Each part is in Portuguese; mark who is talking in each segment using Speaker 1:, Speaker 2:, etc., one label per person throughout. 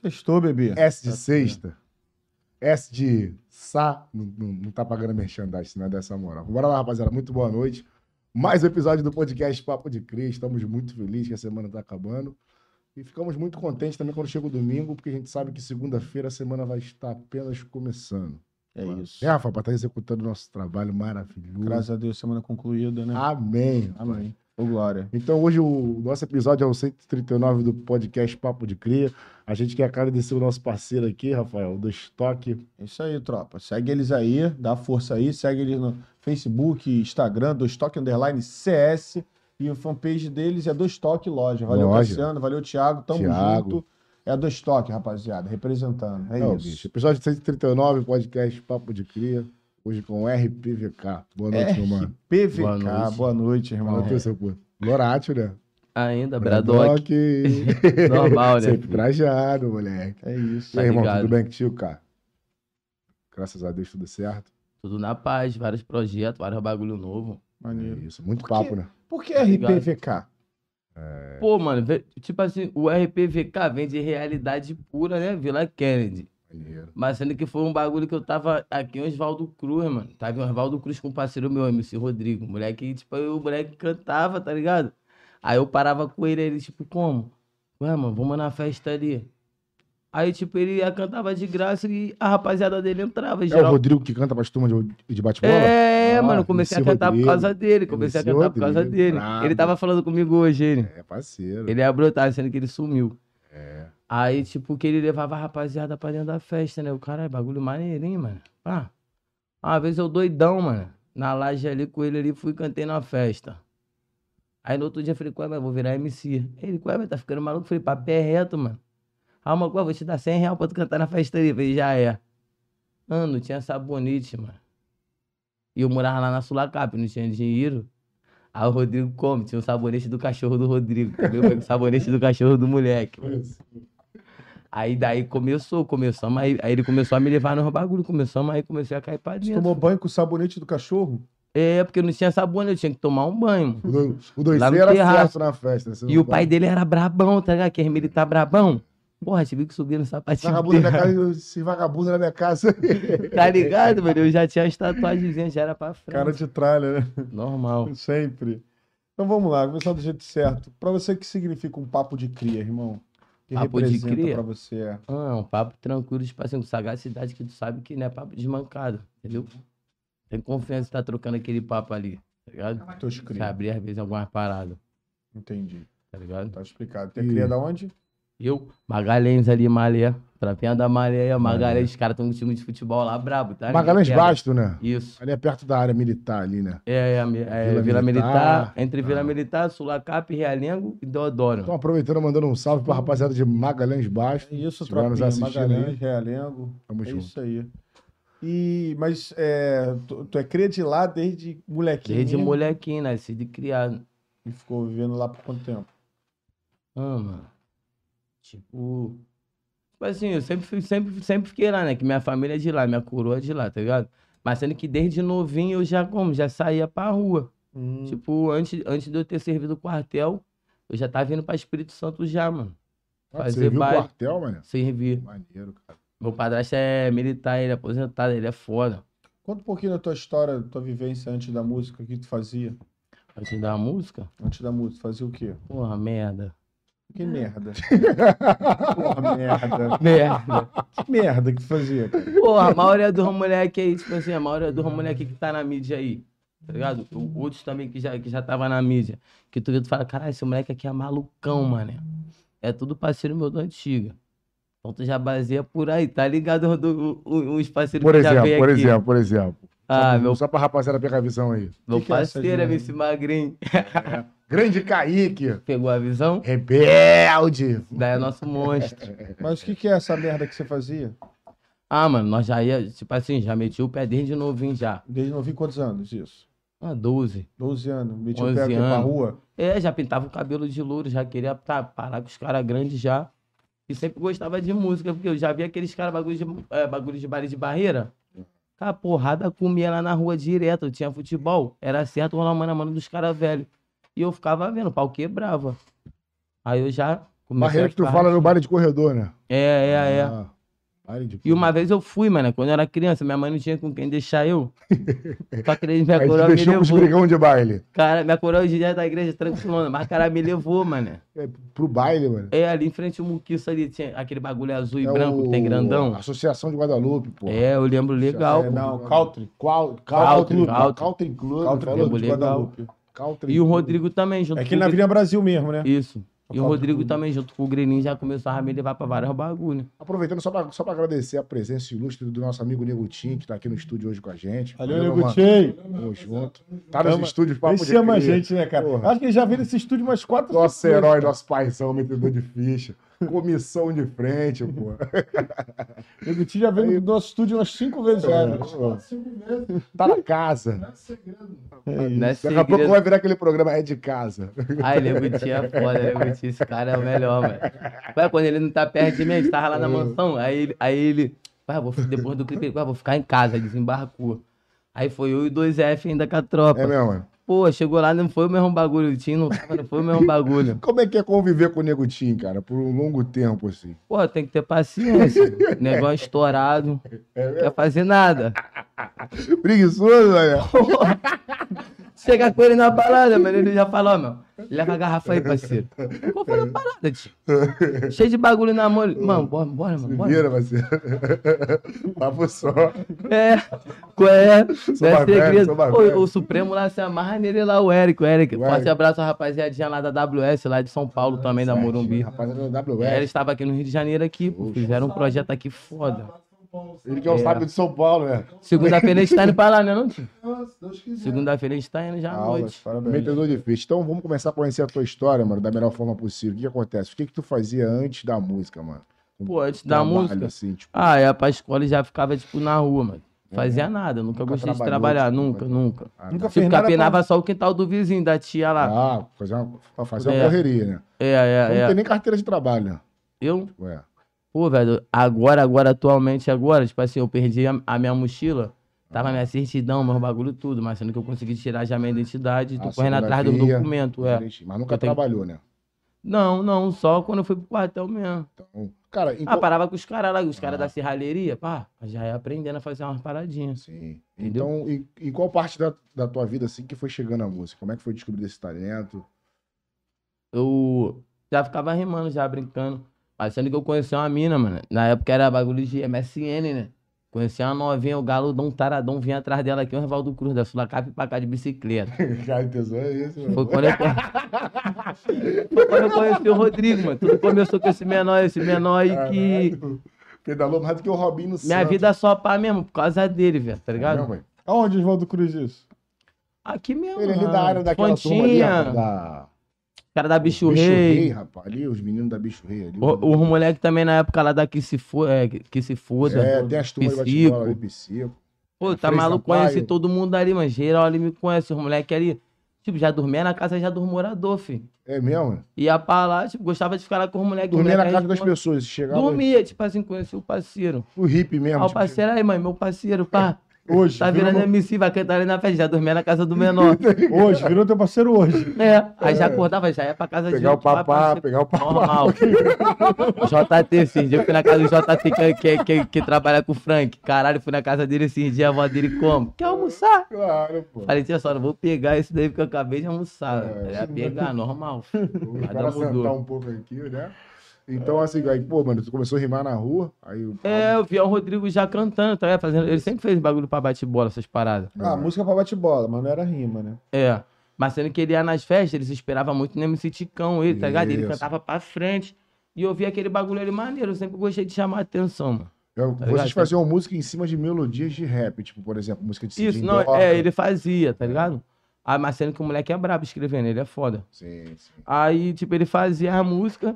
Speaker 1: Sextou, bebê.
Speaker 2: S de sexta. S de sa. Não, não, não tá pagando merchandising, né? Dessa moral. Bora lá, rapaziada. Muito boa noite. Mais um episódio do podcast Papo de Cris. Estamos muito felizes que a semana tá acabando. E ficamos muito contentes também quando chega o domingo, porque a gente sabe que segunda-feira a semana vai estar apenas começando.
Speaker 1: É isso.
Speaker 2: É, Rafa, pra estar executando o nosso trabalho maravilhoso.
Speaker 1: Graças a Deus, semana concluída,
Speaker 3: Ah,
Speaker 1: né?
Speaker 2: Amém.
Speaker 1: Amém. Ô, Glória.
Speaker 2: Então hoje o nosso episódio é o 139 do podcast Papo de Cria. A gente quer agradecer o nosso parceiro aqui, Rafael, do Estoque.
Speaker 1: É isso aí, tropa. Segue eles aí, dá força aí, segue eles no Facebook, Instagram, do Stock Underline CS. E o fanpage deles é do Stock Loja. Valeu,
Speaker 2: Loja.
Speaker 1: Cassiano. Valeu, Thiago. Tamo
Speaker 2: Thiago.
Speaker 1: junto. É do Stock, rapaziada. Representando. É
Speaker 2: Não,
Speaker 1: isso.
Speaker 2: bicho, episódio 139, podcast Papo de Cria. Hoje com RPVK. Boa
Speaker 1: É.
Speaker 2: noite, meu mano.
Speaker 1: PVK. Boa
Speaker 3: Boa
Speaker 1: noite,
Speaker 3: noite.
Speaker 1: irmão.
Speaker 2: Boa noite, seu puto. Loratio, né?
Speaker 3: Ainda, Bradock.
Speaker 2: Bradock.
Speaker 3: Normal, né?
Speaker 2: Sempre trajado, moleque.
Speaker 1: É isso.
Speaker 2: E aí, irmão,
Speaker 3: ligado.
Speaker 2: tudo bem contigo, cara? Graças a Deus, tudo certo.
Speaker 3: Tudo na paz, vários projetos, vários bagulho novo.
Speaker 1: Maneiro.
Speaker 2: É isso, muito
Speaker 1: Por quê?
Speaker 2: papo, né?
Speaker 1: Por que
Speaker 3: Tá ligado?
Speaker 1: RPVK?
Speaker 3: Pô, mano, ve- tipo assim, o RPVK vem de realidade pura, né? Vila Kennedy.
Speaker 2: Maneiro.
Speaker 3: Mas sendo que foi um bagulho que eu tava aqui em Oswaldo Cruz, mano. Tava em Oswaldo Cruz com um parceiro meu, MC Rodrigo. Moleque, tipo, eu, o moleque cantava, tá ligado? Aí eu parava com ele, ele, tipo, como? Ué, mano, vamos na festa ali. Aí, tipo, ele ia- cantava de graça e a rapaziada dele entrava.
Speaker 2: É o
Speaker 3: Geral
Speaker 2: Rodrigo que canta para as turmas de, de bate-bola?
Speaker 3: É,
Speaker 2: Ah,
Speaker 3: mano, comecei a
Speaker 2: MC
Speaker 3: cantar
Speaker 2: Rodrigo.
Speaker 3: por causa dele. Comecei
Speaker 2: MC
Speaker 3: a cantar por causa
Speaker 2: Rodrigo,
Speaker 3: dele.
Speaker 2: brabo.
Speaker 3: Ele tava falando comigo hoje, ele.
Speaker 2: É, parceiro.
Speaker 3: Ele ia brotar, sendo que ele sumiu.
Speaker 2: É.
Speaker 3: Aí, tipo, que ele levava a rapaziada pra dentro da festa, né? O cara, bagulho maneirinho, mano. Pá. Uma vez eu doidão, mano. Na laje ali com ele ali, fui e cantei na festa. Aí no outro dia eu falei, qual é, mano? vou virar MC. Ele, qual é, mano? tá ficando maluco? Eu falei, papo é reto, mano. Ah, mano, qual é? vou te dar 100 reais pra tu cantar na festa ali. Eu falei, já é. Mano, tinha sabonete, mano. E eu morava lá na Sulacap, não tinha dinheiro. Aí o Rodrigo come, tinha um sabonete do cachorro do Rodrigo. Comeu o sabonete do cachorro do moleque. Aí daí começou, começamos aí, aí ele começou a me levar nos bagulho, começamos aí, comecei a cair pra
Speaker 1: Você
Speaker 3: dentro.
Speaker 1: tomou banho com o sabonete do cachorro?
Speaker 3: É, porque não tinha sabonete, eu tinha que tomar um banho.
Speaker 2: O do- O dois
Speaker 3: Lá no
Speaker 2: era
Speaker 3: terraço.
Speaker 2: certo na festa. né? Você
Speaker 3: E
Speaker 1: um
Speaker 2: não
Speaker 3: o pai dele era brabão, tá ligado? Aquele militar brabão. Porra, tive que subir no
Speaker 2: tá...
Speaker 3: sapatinho.
Speaker 2: Vagabundo na
Speaker 3: dele.
Speaker 2: minha casa, esse vagabundo na minha casa.
Speaker 3: Tá ligado, mano? Eu já tinha as tatuagens, já era pra frente.
Speaker 1: Cara de tralha, né?
Speaker 3: Normal.
Speaker 1: Sempre. Então vamos lá, começar do jeito certo. Pra você, o que significa um papo de cria, irmão? O Que
Speaker 3: Papo de
Speaker 1: representa
Speaker 3: cria?
Speaker 1: pra você? é?
Speaker 3: Ah, um papo tranquilo, tipo assim, com sagacidade que tu sabe que não é papo desmancado, entendeu? Tem confiança que tá trocando aquele papo ali, tá ligado?
Speaker 1: Teus
Speaker 3: Se
Speaker 1: cria.
Speaker 3: abrir às vezes algumas paradas,
Speaker 1: Entendi.
Speaker 3: tá ligado?
Speaker 1: Tá explicado. Tem
Speaker 2: E-
Speaker 1: cria da onde?
Speaker 3: Eu, Magalhães ali, Malé, Trapinha da Malé, Magalhães, os caras tão com time de futebol lá brabo, tá?
Speaker 2: Magalhães
Speaker 3: Ninguém pega.
Speaker 2: Basto, né?
Speaker 3: Isso.
Speaker 2: Ali é perto da área militar ali, né?
Speaker 3: É, é, a mi- é,
Speaker 2: Vila
Speaker 3: Vila, Militar,
Speaker 2: Militar,
Speaker 3: entre Vila
Speaker 2: tá.
Speaker 3: Militar, Sulacap, Realengo e Deodoro.
Speaker 2: Então, aproveitando, mandando um salve pra rapaziada de Magalhães Basto.
Speaker 1: É isso,
Speaker 2: Se tiver nos
Speaker 1: Tropinha,
Speaker 2: assistindo
Speaker 1: Magalhães, Realengo.
Speaker 2: Tamo
Speaker 1: é
Speaker 2: junto.
Speaker 1: isso aí. E, mas é, tu, tu é cria de lá desde molequinho?
Speaker 3: Desde molequinho, nascido e criado.
Speaker 1: E ficou vivendo lá por quanto tempo?
Speaker 3: Ah, mano. Tipo. Tipo assim, eu sempre, fui- sempre, sempre fiquei lá, né? Que minha família é de lá, minha coroa é de lá, tá ligado? Mas sendo que desde novinho eu já como? Já saía pra rua.
Speaker 1: Hum,
Speaker 3: Tipo, antes, antes de eu ter servido o quartel, eu já tava indo pra Espírito Santo já, mano.
Speaker 2: Ah,
Speaker 3: fazer
Speaker 2: Você viu o
Speaker 3: baile.
Speaker 2: quartel, mano?
Speaker 3: Servir.
Speaker 2: Maneiro, cara.
Speaker 3: Meu padrasto é militar, ele é aposentado, ele é foda.
Speaker 1: Conta um pouquinho da tua história, da tua vivência antes da música, o que tu fazia?
Speaker 3: Antes da música?
Speaker 1: Antes da música, fazia o quê?
Speaker 3: Porra, merda.
Speaker 1: Que merda. Porra, merda.
Speaker 3: Merda.
Speaker 1: Que merda que fazia, cara.
Speaker 3: Porra, a maioria dos moleque aí, tipo assim, a maioria dos moleque que tá na mídia aí, tá ligado? O- Outros também que já, que já tava na mídia. Que tu vê, tu fala, caralho, esse moleque aqui é malucão, mané. É tudo parceiro meu do antiga. Então tu já baseia por aí, tá ligado? Do, o- o- os parceiros
Speaker 2: Por
Speaker 3: que já
Speaker 2: exemplo,
Speaker 3: veio
Speaker 2: por
Speaker 3: aqui.
Speaker 2: exemplo, por exemplo.
Speaker 3: Ah,
Speaker 2: só,
Speaker 3: meu,
Speaker 2: só pra rapaziada pegar a visão aí.
Speaker 3: meu
Speaker 1: que é essa,
Speaker 3: parceiro é
Speaker 1: Juliana?
Speaker 3: MC Magrinho.
Speaker 2: Grande Kaique,
Speaker 3: Pegou a visão?
Speaker 2: rebelde.
Speaker 3: Daí é nosso monstro.
Speaker 1: Mas o que, que é essa merda que você fazia?
Speaker 3: Ah, mano, nós já ia, tipo assim, já meti o pé desde novinho já.
Speaker 1: Desde não vi quantos anos isso?
Speaker 3: Ah, 12.
Speaker 1: 12 anos. Meti o
Speaker 3: 11
Speaker 1: pé aqui pra
Speaker 3: anos.
Speaker 1: rua.
Speaker 3: É, já pintava o cabelo de louro, já queria tá, parar com os caras grandes já. E sempre gostava de música, porque eu já via aqueles caras bagulho de, é, bagulho de baile de barreira. A porrada comia lá na rua direto, eu tinha futebol. Era certo rolar o mano a mano dos caras velhos. E eu ficava vendo, o pau quebrava. Aí eu já Comecei
Speaker 2: Barreira
Speaker 3: a
Speaker 2: que tu
Speaker 3: ficar
Speaker 2: fala no baile de corredor, né?
Speaker 3: É, é, é.
Speaker 2: Ah, baile de
Speaker 3: E uma
Speaker 2: corredor.
Speaker 3: vez eu fui, mano, quando eu era criança, minha mãe não tinha com quem deixar eu. Só que eles- minha
Speaker 2: Aí
Speaker 3: coroa
Speaker 2: tu
Speaker 3: me
Speaker 2: deixou pros
Speaker 3: levou.
Speaker 2: brigão de baile.
Speaker 3: Cara, minha coroa hoje em dia é da igreja, tranquilona, mas cara me levou, mano.
Speaker 2: É, pro baile, mano.
Speaker 3: É, ali em frente ao Muquiço ali, tinha aquele bagulho azul e
Speaker 2: É
Speaker 3: branco que tem
Speaker 2: o-
Speaker 3: grandão.
Speaker 2: Associação de Guadalupe, pô.
Speaker 3: É, eu lembro legal.
Speaker 2: É,
Speaker 3: pô.
Speaker 1: Não, Country.
Speaker 2: Qual,
Speaker 3: Country,
Speaker 2: Country,
Speaker 3: Country. é
Speaker 2: Country Club,
Speaker 1: Country
Speaker 2: falou
Speaker 1: Club
Speaker 2: de
Speaker 1: legal.
Speaker 2: Guadalupe. Country
Speaker 3: E o
Speaker 2: Club.
Speaker 3: Rodrigo também, junto
Speaker 1: É aqui
Speaker 3: com o
Speaker 1: na
Speaker 3: Gre-
Speaker 1: Avenida Brasil mesmo, né?
Speaker 3: Isso. E o
Speaker 1: Total
Speaker 3: Rodrigo
Speaker 1: tudo.
Speaker 3: também, junto com o Greninho, já começou a me levar pra vários bagulho.
Speaker 2: Aproveitando só pra, só pra agradecer a presença ilustre do nosso amigo Negutinho, que tá aqui no estúdio hoje com a gente.
Speaker 1: Valeu,
Speaker 2: mano.
Speaker 1: Negutinho.
Speaker 2: Tamo junto. Tá nos
Speaker 1: Chama-
Speaker 2: estúdios Papo
Speaker 1: Ele
Speaker 2: de
Speaker 1: chama a
Speaker 2: Cria.
Speaker 1: gente, né, cara?
Speaker 2: Porra.
Speaker 1: Acho que ele já veio nesse estúdio umas quatro
Speaker 2: Nosso
Speaker 1: vezes.
Speaker 2: herói, nosso paizão, metedor de ficha. Comissão de frente, pô.
Speaker 1: O Guti já veio no nosso estúdio umas cinco vezes já. né?
Speaker 2: Tá na casa.
Speaker 3: Não é
Speaker 2: Daqui a pouco
Speaker 3: segredo.
Speaker 2: vai virar aquele programa É de Casa.
Speaker 3: Ai, Leguti é foda, Leguti, esse cara é o melhor, mano. Ué, quando ele não tá perto de mim, a gente tava lá na mansão, aí, ele- aí ele, "Ué, vou, fi- depois do clipe, ele, "Ué, vou ficar em casa, desembarcou. Aí foi eu e dois F ainda com a tropa.
Speaker 2: É mesmo, mano?
Speaker 3: Pô, chegou lá, não foi o mesmo bagulho, o Tim não tava, não foi o mesmo bagulho.
Speaker 2: Como é que é conviver com o Negutinho, cara, por um longo tempo, assim?
Speaker 3: Pô, tem que ter paciência. Negócio estourado.
Speaker 2: É
Speaker 3: Não quer fazer nada.
Speaker 2: Preguiçoso, né? velho.
Speaker 3: Chega com ele na parada, mano. Ele já fala, ó, meu, leva a garrafa aí, parceiro. Qual foi a parada, tio? Cheio de bagulho na mão. ele, Mano, bora, bora, mano.
Speaker 2: Se
Speaker 3: Bora.
Speaker 2: vira, parceiro. Papo só.
Speaker 3: É, qual é? Não é
Speaker 2: mais velho,
Speaker 3: segredo.
Speaker 2: sou mais
Speaker 3: Pô,
Speaker 2: velho.
Speaker 3: o Supremo lá se amarra nele lá, o Eric. O Eric,
Speaker 2: O
Speaker 3: forte
Speaker 2: Eric.
Speaker 3: abraço à rapaziadinha lá da WS, lá de São Paulo também, da Morumbi.
Speaker 2: Rapaz, era da
Speaker 3: É,
Speaker 2: WS.
Speaker 3: ele estava aqui no Rio de Janeiro aqui, pô. Fizeram um projeto aqui foda.
Speaker 2: Ele que é o sábio de São Paulo, né?
Speaker 3: Segunda-feira a gente tá indo pra lá, né, não, tio?
Speaker 4: Se Deus quiser.
Speaker 3: Segunda-feira a gente tá indo já à
Speaker 1: Aulas,
Speaker 3: noite.
Speaker 1: parabéns.
Speaker 2: Metedor de ficha. Então vamos começar a conhecer a tua história, mano, da melhor forma possível. O que, que acontece? O que, que tu fazia antes da música, mano? Um
Speaker 3: Pô, antes da
Speaker 2: Trabalho,
Speaker 3: música.
Speaker 2: Assim, tipo,
Speaker 3: Ah, ia pra escola e já ficava, tipo, na rua, mano. Fazia nada, nunca,
Speaker 2: Nunca
Speaker 3: gostei de
Speaker 2: trabalhou,
Speaker 3: trabalhar,
Speaker 2: tipo,
Speaker 3: nunca,
Speaker 2: né?
Speaker 3: nunca.
Speaker 2: ah,
Speaker 1: Nunca
Speaker 3: Tipo,
Speaker 1: fez nada
Speaker 3: capenava só o quintal do vizinho, da tia lá.
Speaker 2: Ah, fazer uma, pra fazer uma
Speaker 3: É.
Speaker 2: correria, né?
Speaker 3: É,
Speaker 2: Então Não
Speaker 3: é,
Speaker 2: tem
Speaker 3: é.
Speaker 2: nem carteira de trabalho, né?
Speaker 3: Eu,
Speaker 2: Ué.
Speaker 3: pô, velho, agora, agora, atualmente, agora, tipo assim, eu perdi a, a minha mochila, tava minha certidão, meu bagulho, tudo, mas sendo que eu consegui tirar já minha identidade, tô
Speaker 2: Ah,
Speaker 3: correndo atrás do
Speaker 2: fotografia,
Speaker 3: documento, é.
Speaker 2: Direitinho. Mas nunca
Speaker 3: Eu tenho-
Speaker 2: trabalhou, né?
Speaker 3: Não, não, só quando eu fui pro quartel mesmo.
Speaker 2: Então, cara,
Speaker 3: Ah,
Speaker 2: então...
Speaker 3: parava com os caras lá, os caras
Speaker 2: Ah.
Speaker 3: da serralheria, pá, já ia aprendendo a fazer umas paradinhas.
Speaker 2: Sim.
Speaker 3: Entendeu?
Speaker 2: Então, em, em qual parte da, da tua vida, assim, que foi chegando a música? Como é que foi descobrir esse talento?
Speaker 3: eu já ficava rimando, já brincando. Mas sendo que eu conheci uma mina, mano. Na época era bagulho de MSN, né? Conheci uma novinha, o galudão, taradão, vinha atrás dela aqui, o Rivaldo Cruz, da Sulacap pra cá de bicicleta.
Speaker 2: Cara, tesão é isso, mano.
Speaker 3: Foi quando eu, con- Foi quando eu conheci o Rodrigo, mano. Tudo começou com esse menor, esse menor aí que...
Speaker 2: Caralho. Pedalou mais do que o Robinho no né,
Speaker 3: Minha vida é só pá mesmo, por causa dele, velho, tá
Speaker 2: Não,
Speaker 3: ligado?
Speaker 2: velho.
Speaker 1: Aonde, Oswaldo Cruz, isso?
Speaker 3: Aqui mesmo,
Speaker 2: Ele ali
Speaker 3: mano.
Speaker 2: da área daquela turma ali,
Speaker 3: Pontinha,
Speaker 2: rapaz, da...
Speaker 3: cara da Bicho, Rei.
Speaker 2: rapaz. Ali, os meninos da Bicho Rei. Ali,
Speaker 3: O, o moleque também na época lá da Que Se, Fo- é, que se Foda.
Speaker 2: É, tem as turmas de bate-bola ali, Psico.
Speaker 3: Pô, tá
Speaker 2: Frei
Speaker 3: maluco,
Speaker 2: Sampaio.
Speaker 3: conhece todo mundo ali, mano. Geral ali me conhece, os moleques ali. Tipo, já dormia na casa já dos morador, filho.
Speaker 2: É mesmo, mano.
Speaker 3: Ia pra lá, tipo, gostava de ficar lá com os moleques. os
Speaker 2: Dormia na
Speaker 3: moleque
Speaker 2: casa das
Speaker 3: responde-
Speaker 2: pessoas. Chegava
Speaker 3: Dormia, tipo assim, conheci o parceiro.
Speaker 2: o hippie mesmo.
Speaker 3: Ah, o
Speaker 2: tipo, É,
Speaker 3: parceiro aí, mãe, meu parceiro, pá.
Speaker 1: Hoje.
Speaker 3: Tá
Speaker 1: virou meu-
Speaker 3: virando MC, vai cantar ali na festa. Já dormia na casa do menor.
Speaker 1: Hoje, virou teu parceiro hoje.
Speaker 3: É, aí já acordava, já ia pra casa de
Speaker 2: Pegar o
Speaker 3: outro, vai pra
Speaker 2: papá,
Speaker 3: você-
Speaker 2: pegar o papá.
Speaker 3: Normal. O JT, esses dias eu fui na casa do JT que, que, que, que trabalha com o Frank. Caralho, fui na casa dele esses dias, a avó dele como? Quer almoçar?
Speaker 2: Claro, pô.
Speaker 3: Falei, tia só, não vou pegar esse daí porque eu acabei de almoçar. velho.
Speaker 2: É,
Speaker 3: Ele ia pegar, normal.
Speaker 2: Os
Speaker 3: Cada
Speaker 2: caras
Speaker 3: um mudou.
Speaker 2: sentar um pouco aqui, né? Então, assim, aí, pô, mano, tu começou a rimar na rua, aí o
Speaker 3: É, eu vi o Rodrigo já cantando, tá? é, fazendo. Ele sempre fez bagulho pra bate-bola, essas paradas.
Speaker 1: Ah, música pra bate-bola, mas não era rima, né?
Speaker 3: É. Mas sendo que ele ia nas festas, ele se esperava muito no MC Ticão, ele, tá ligado? Ele
Speaker 2: Isso.
Speaker 3: cantava pra frente. E eu vi aquele bagulho ali maneiro, eu sempre gostei de chamar a atenção, mano.
Speaker 2: Eu-
Speaker 3: Tá
Speaker 2: vocês
Speaker 3: ligado?
Speaker 2: faziam música em cima de melodias de rap, tipo, por exemplo, música de
Speaker 3: Isso,
Speaker 2: Cidinho
Speaker 3: não,
Speaker 2: Doca.
Speaker 3: é, ele fazia, tá ligado? Ah, mas sendo que o moleque é brabo escrevendo, ele é foda.
Speaker 2: Sim, sim.
Speaker 3: Aí, tipo, ele fazia a música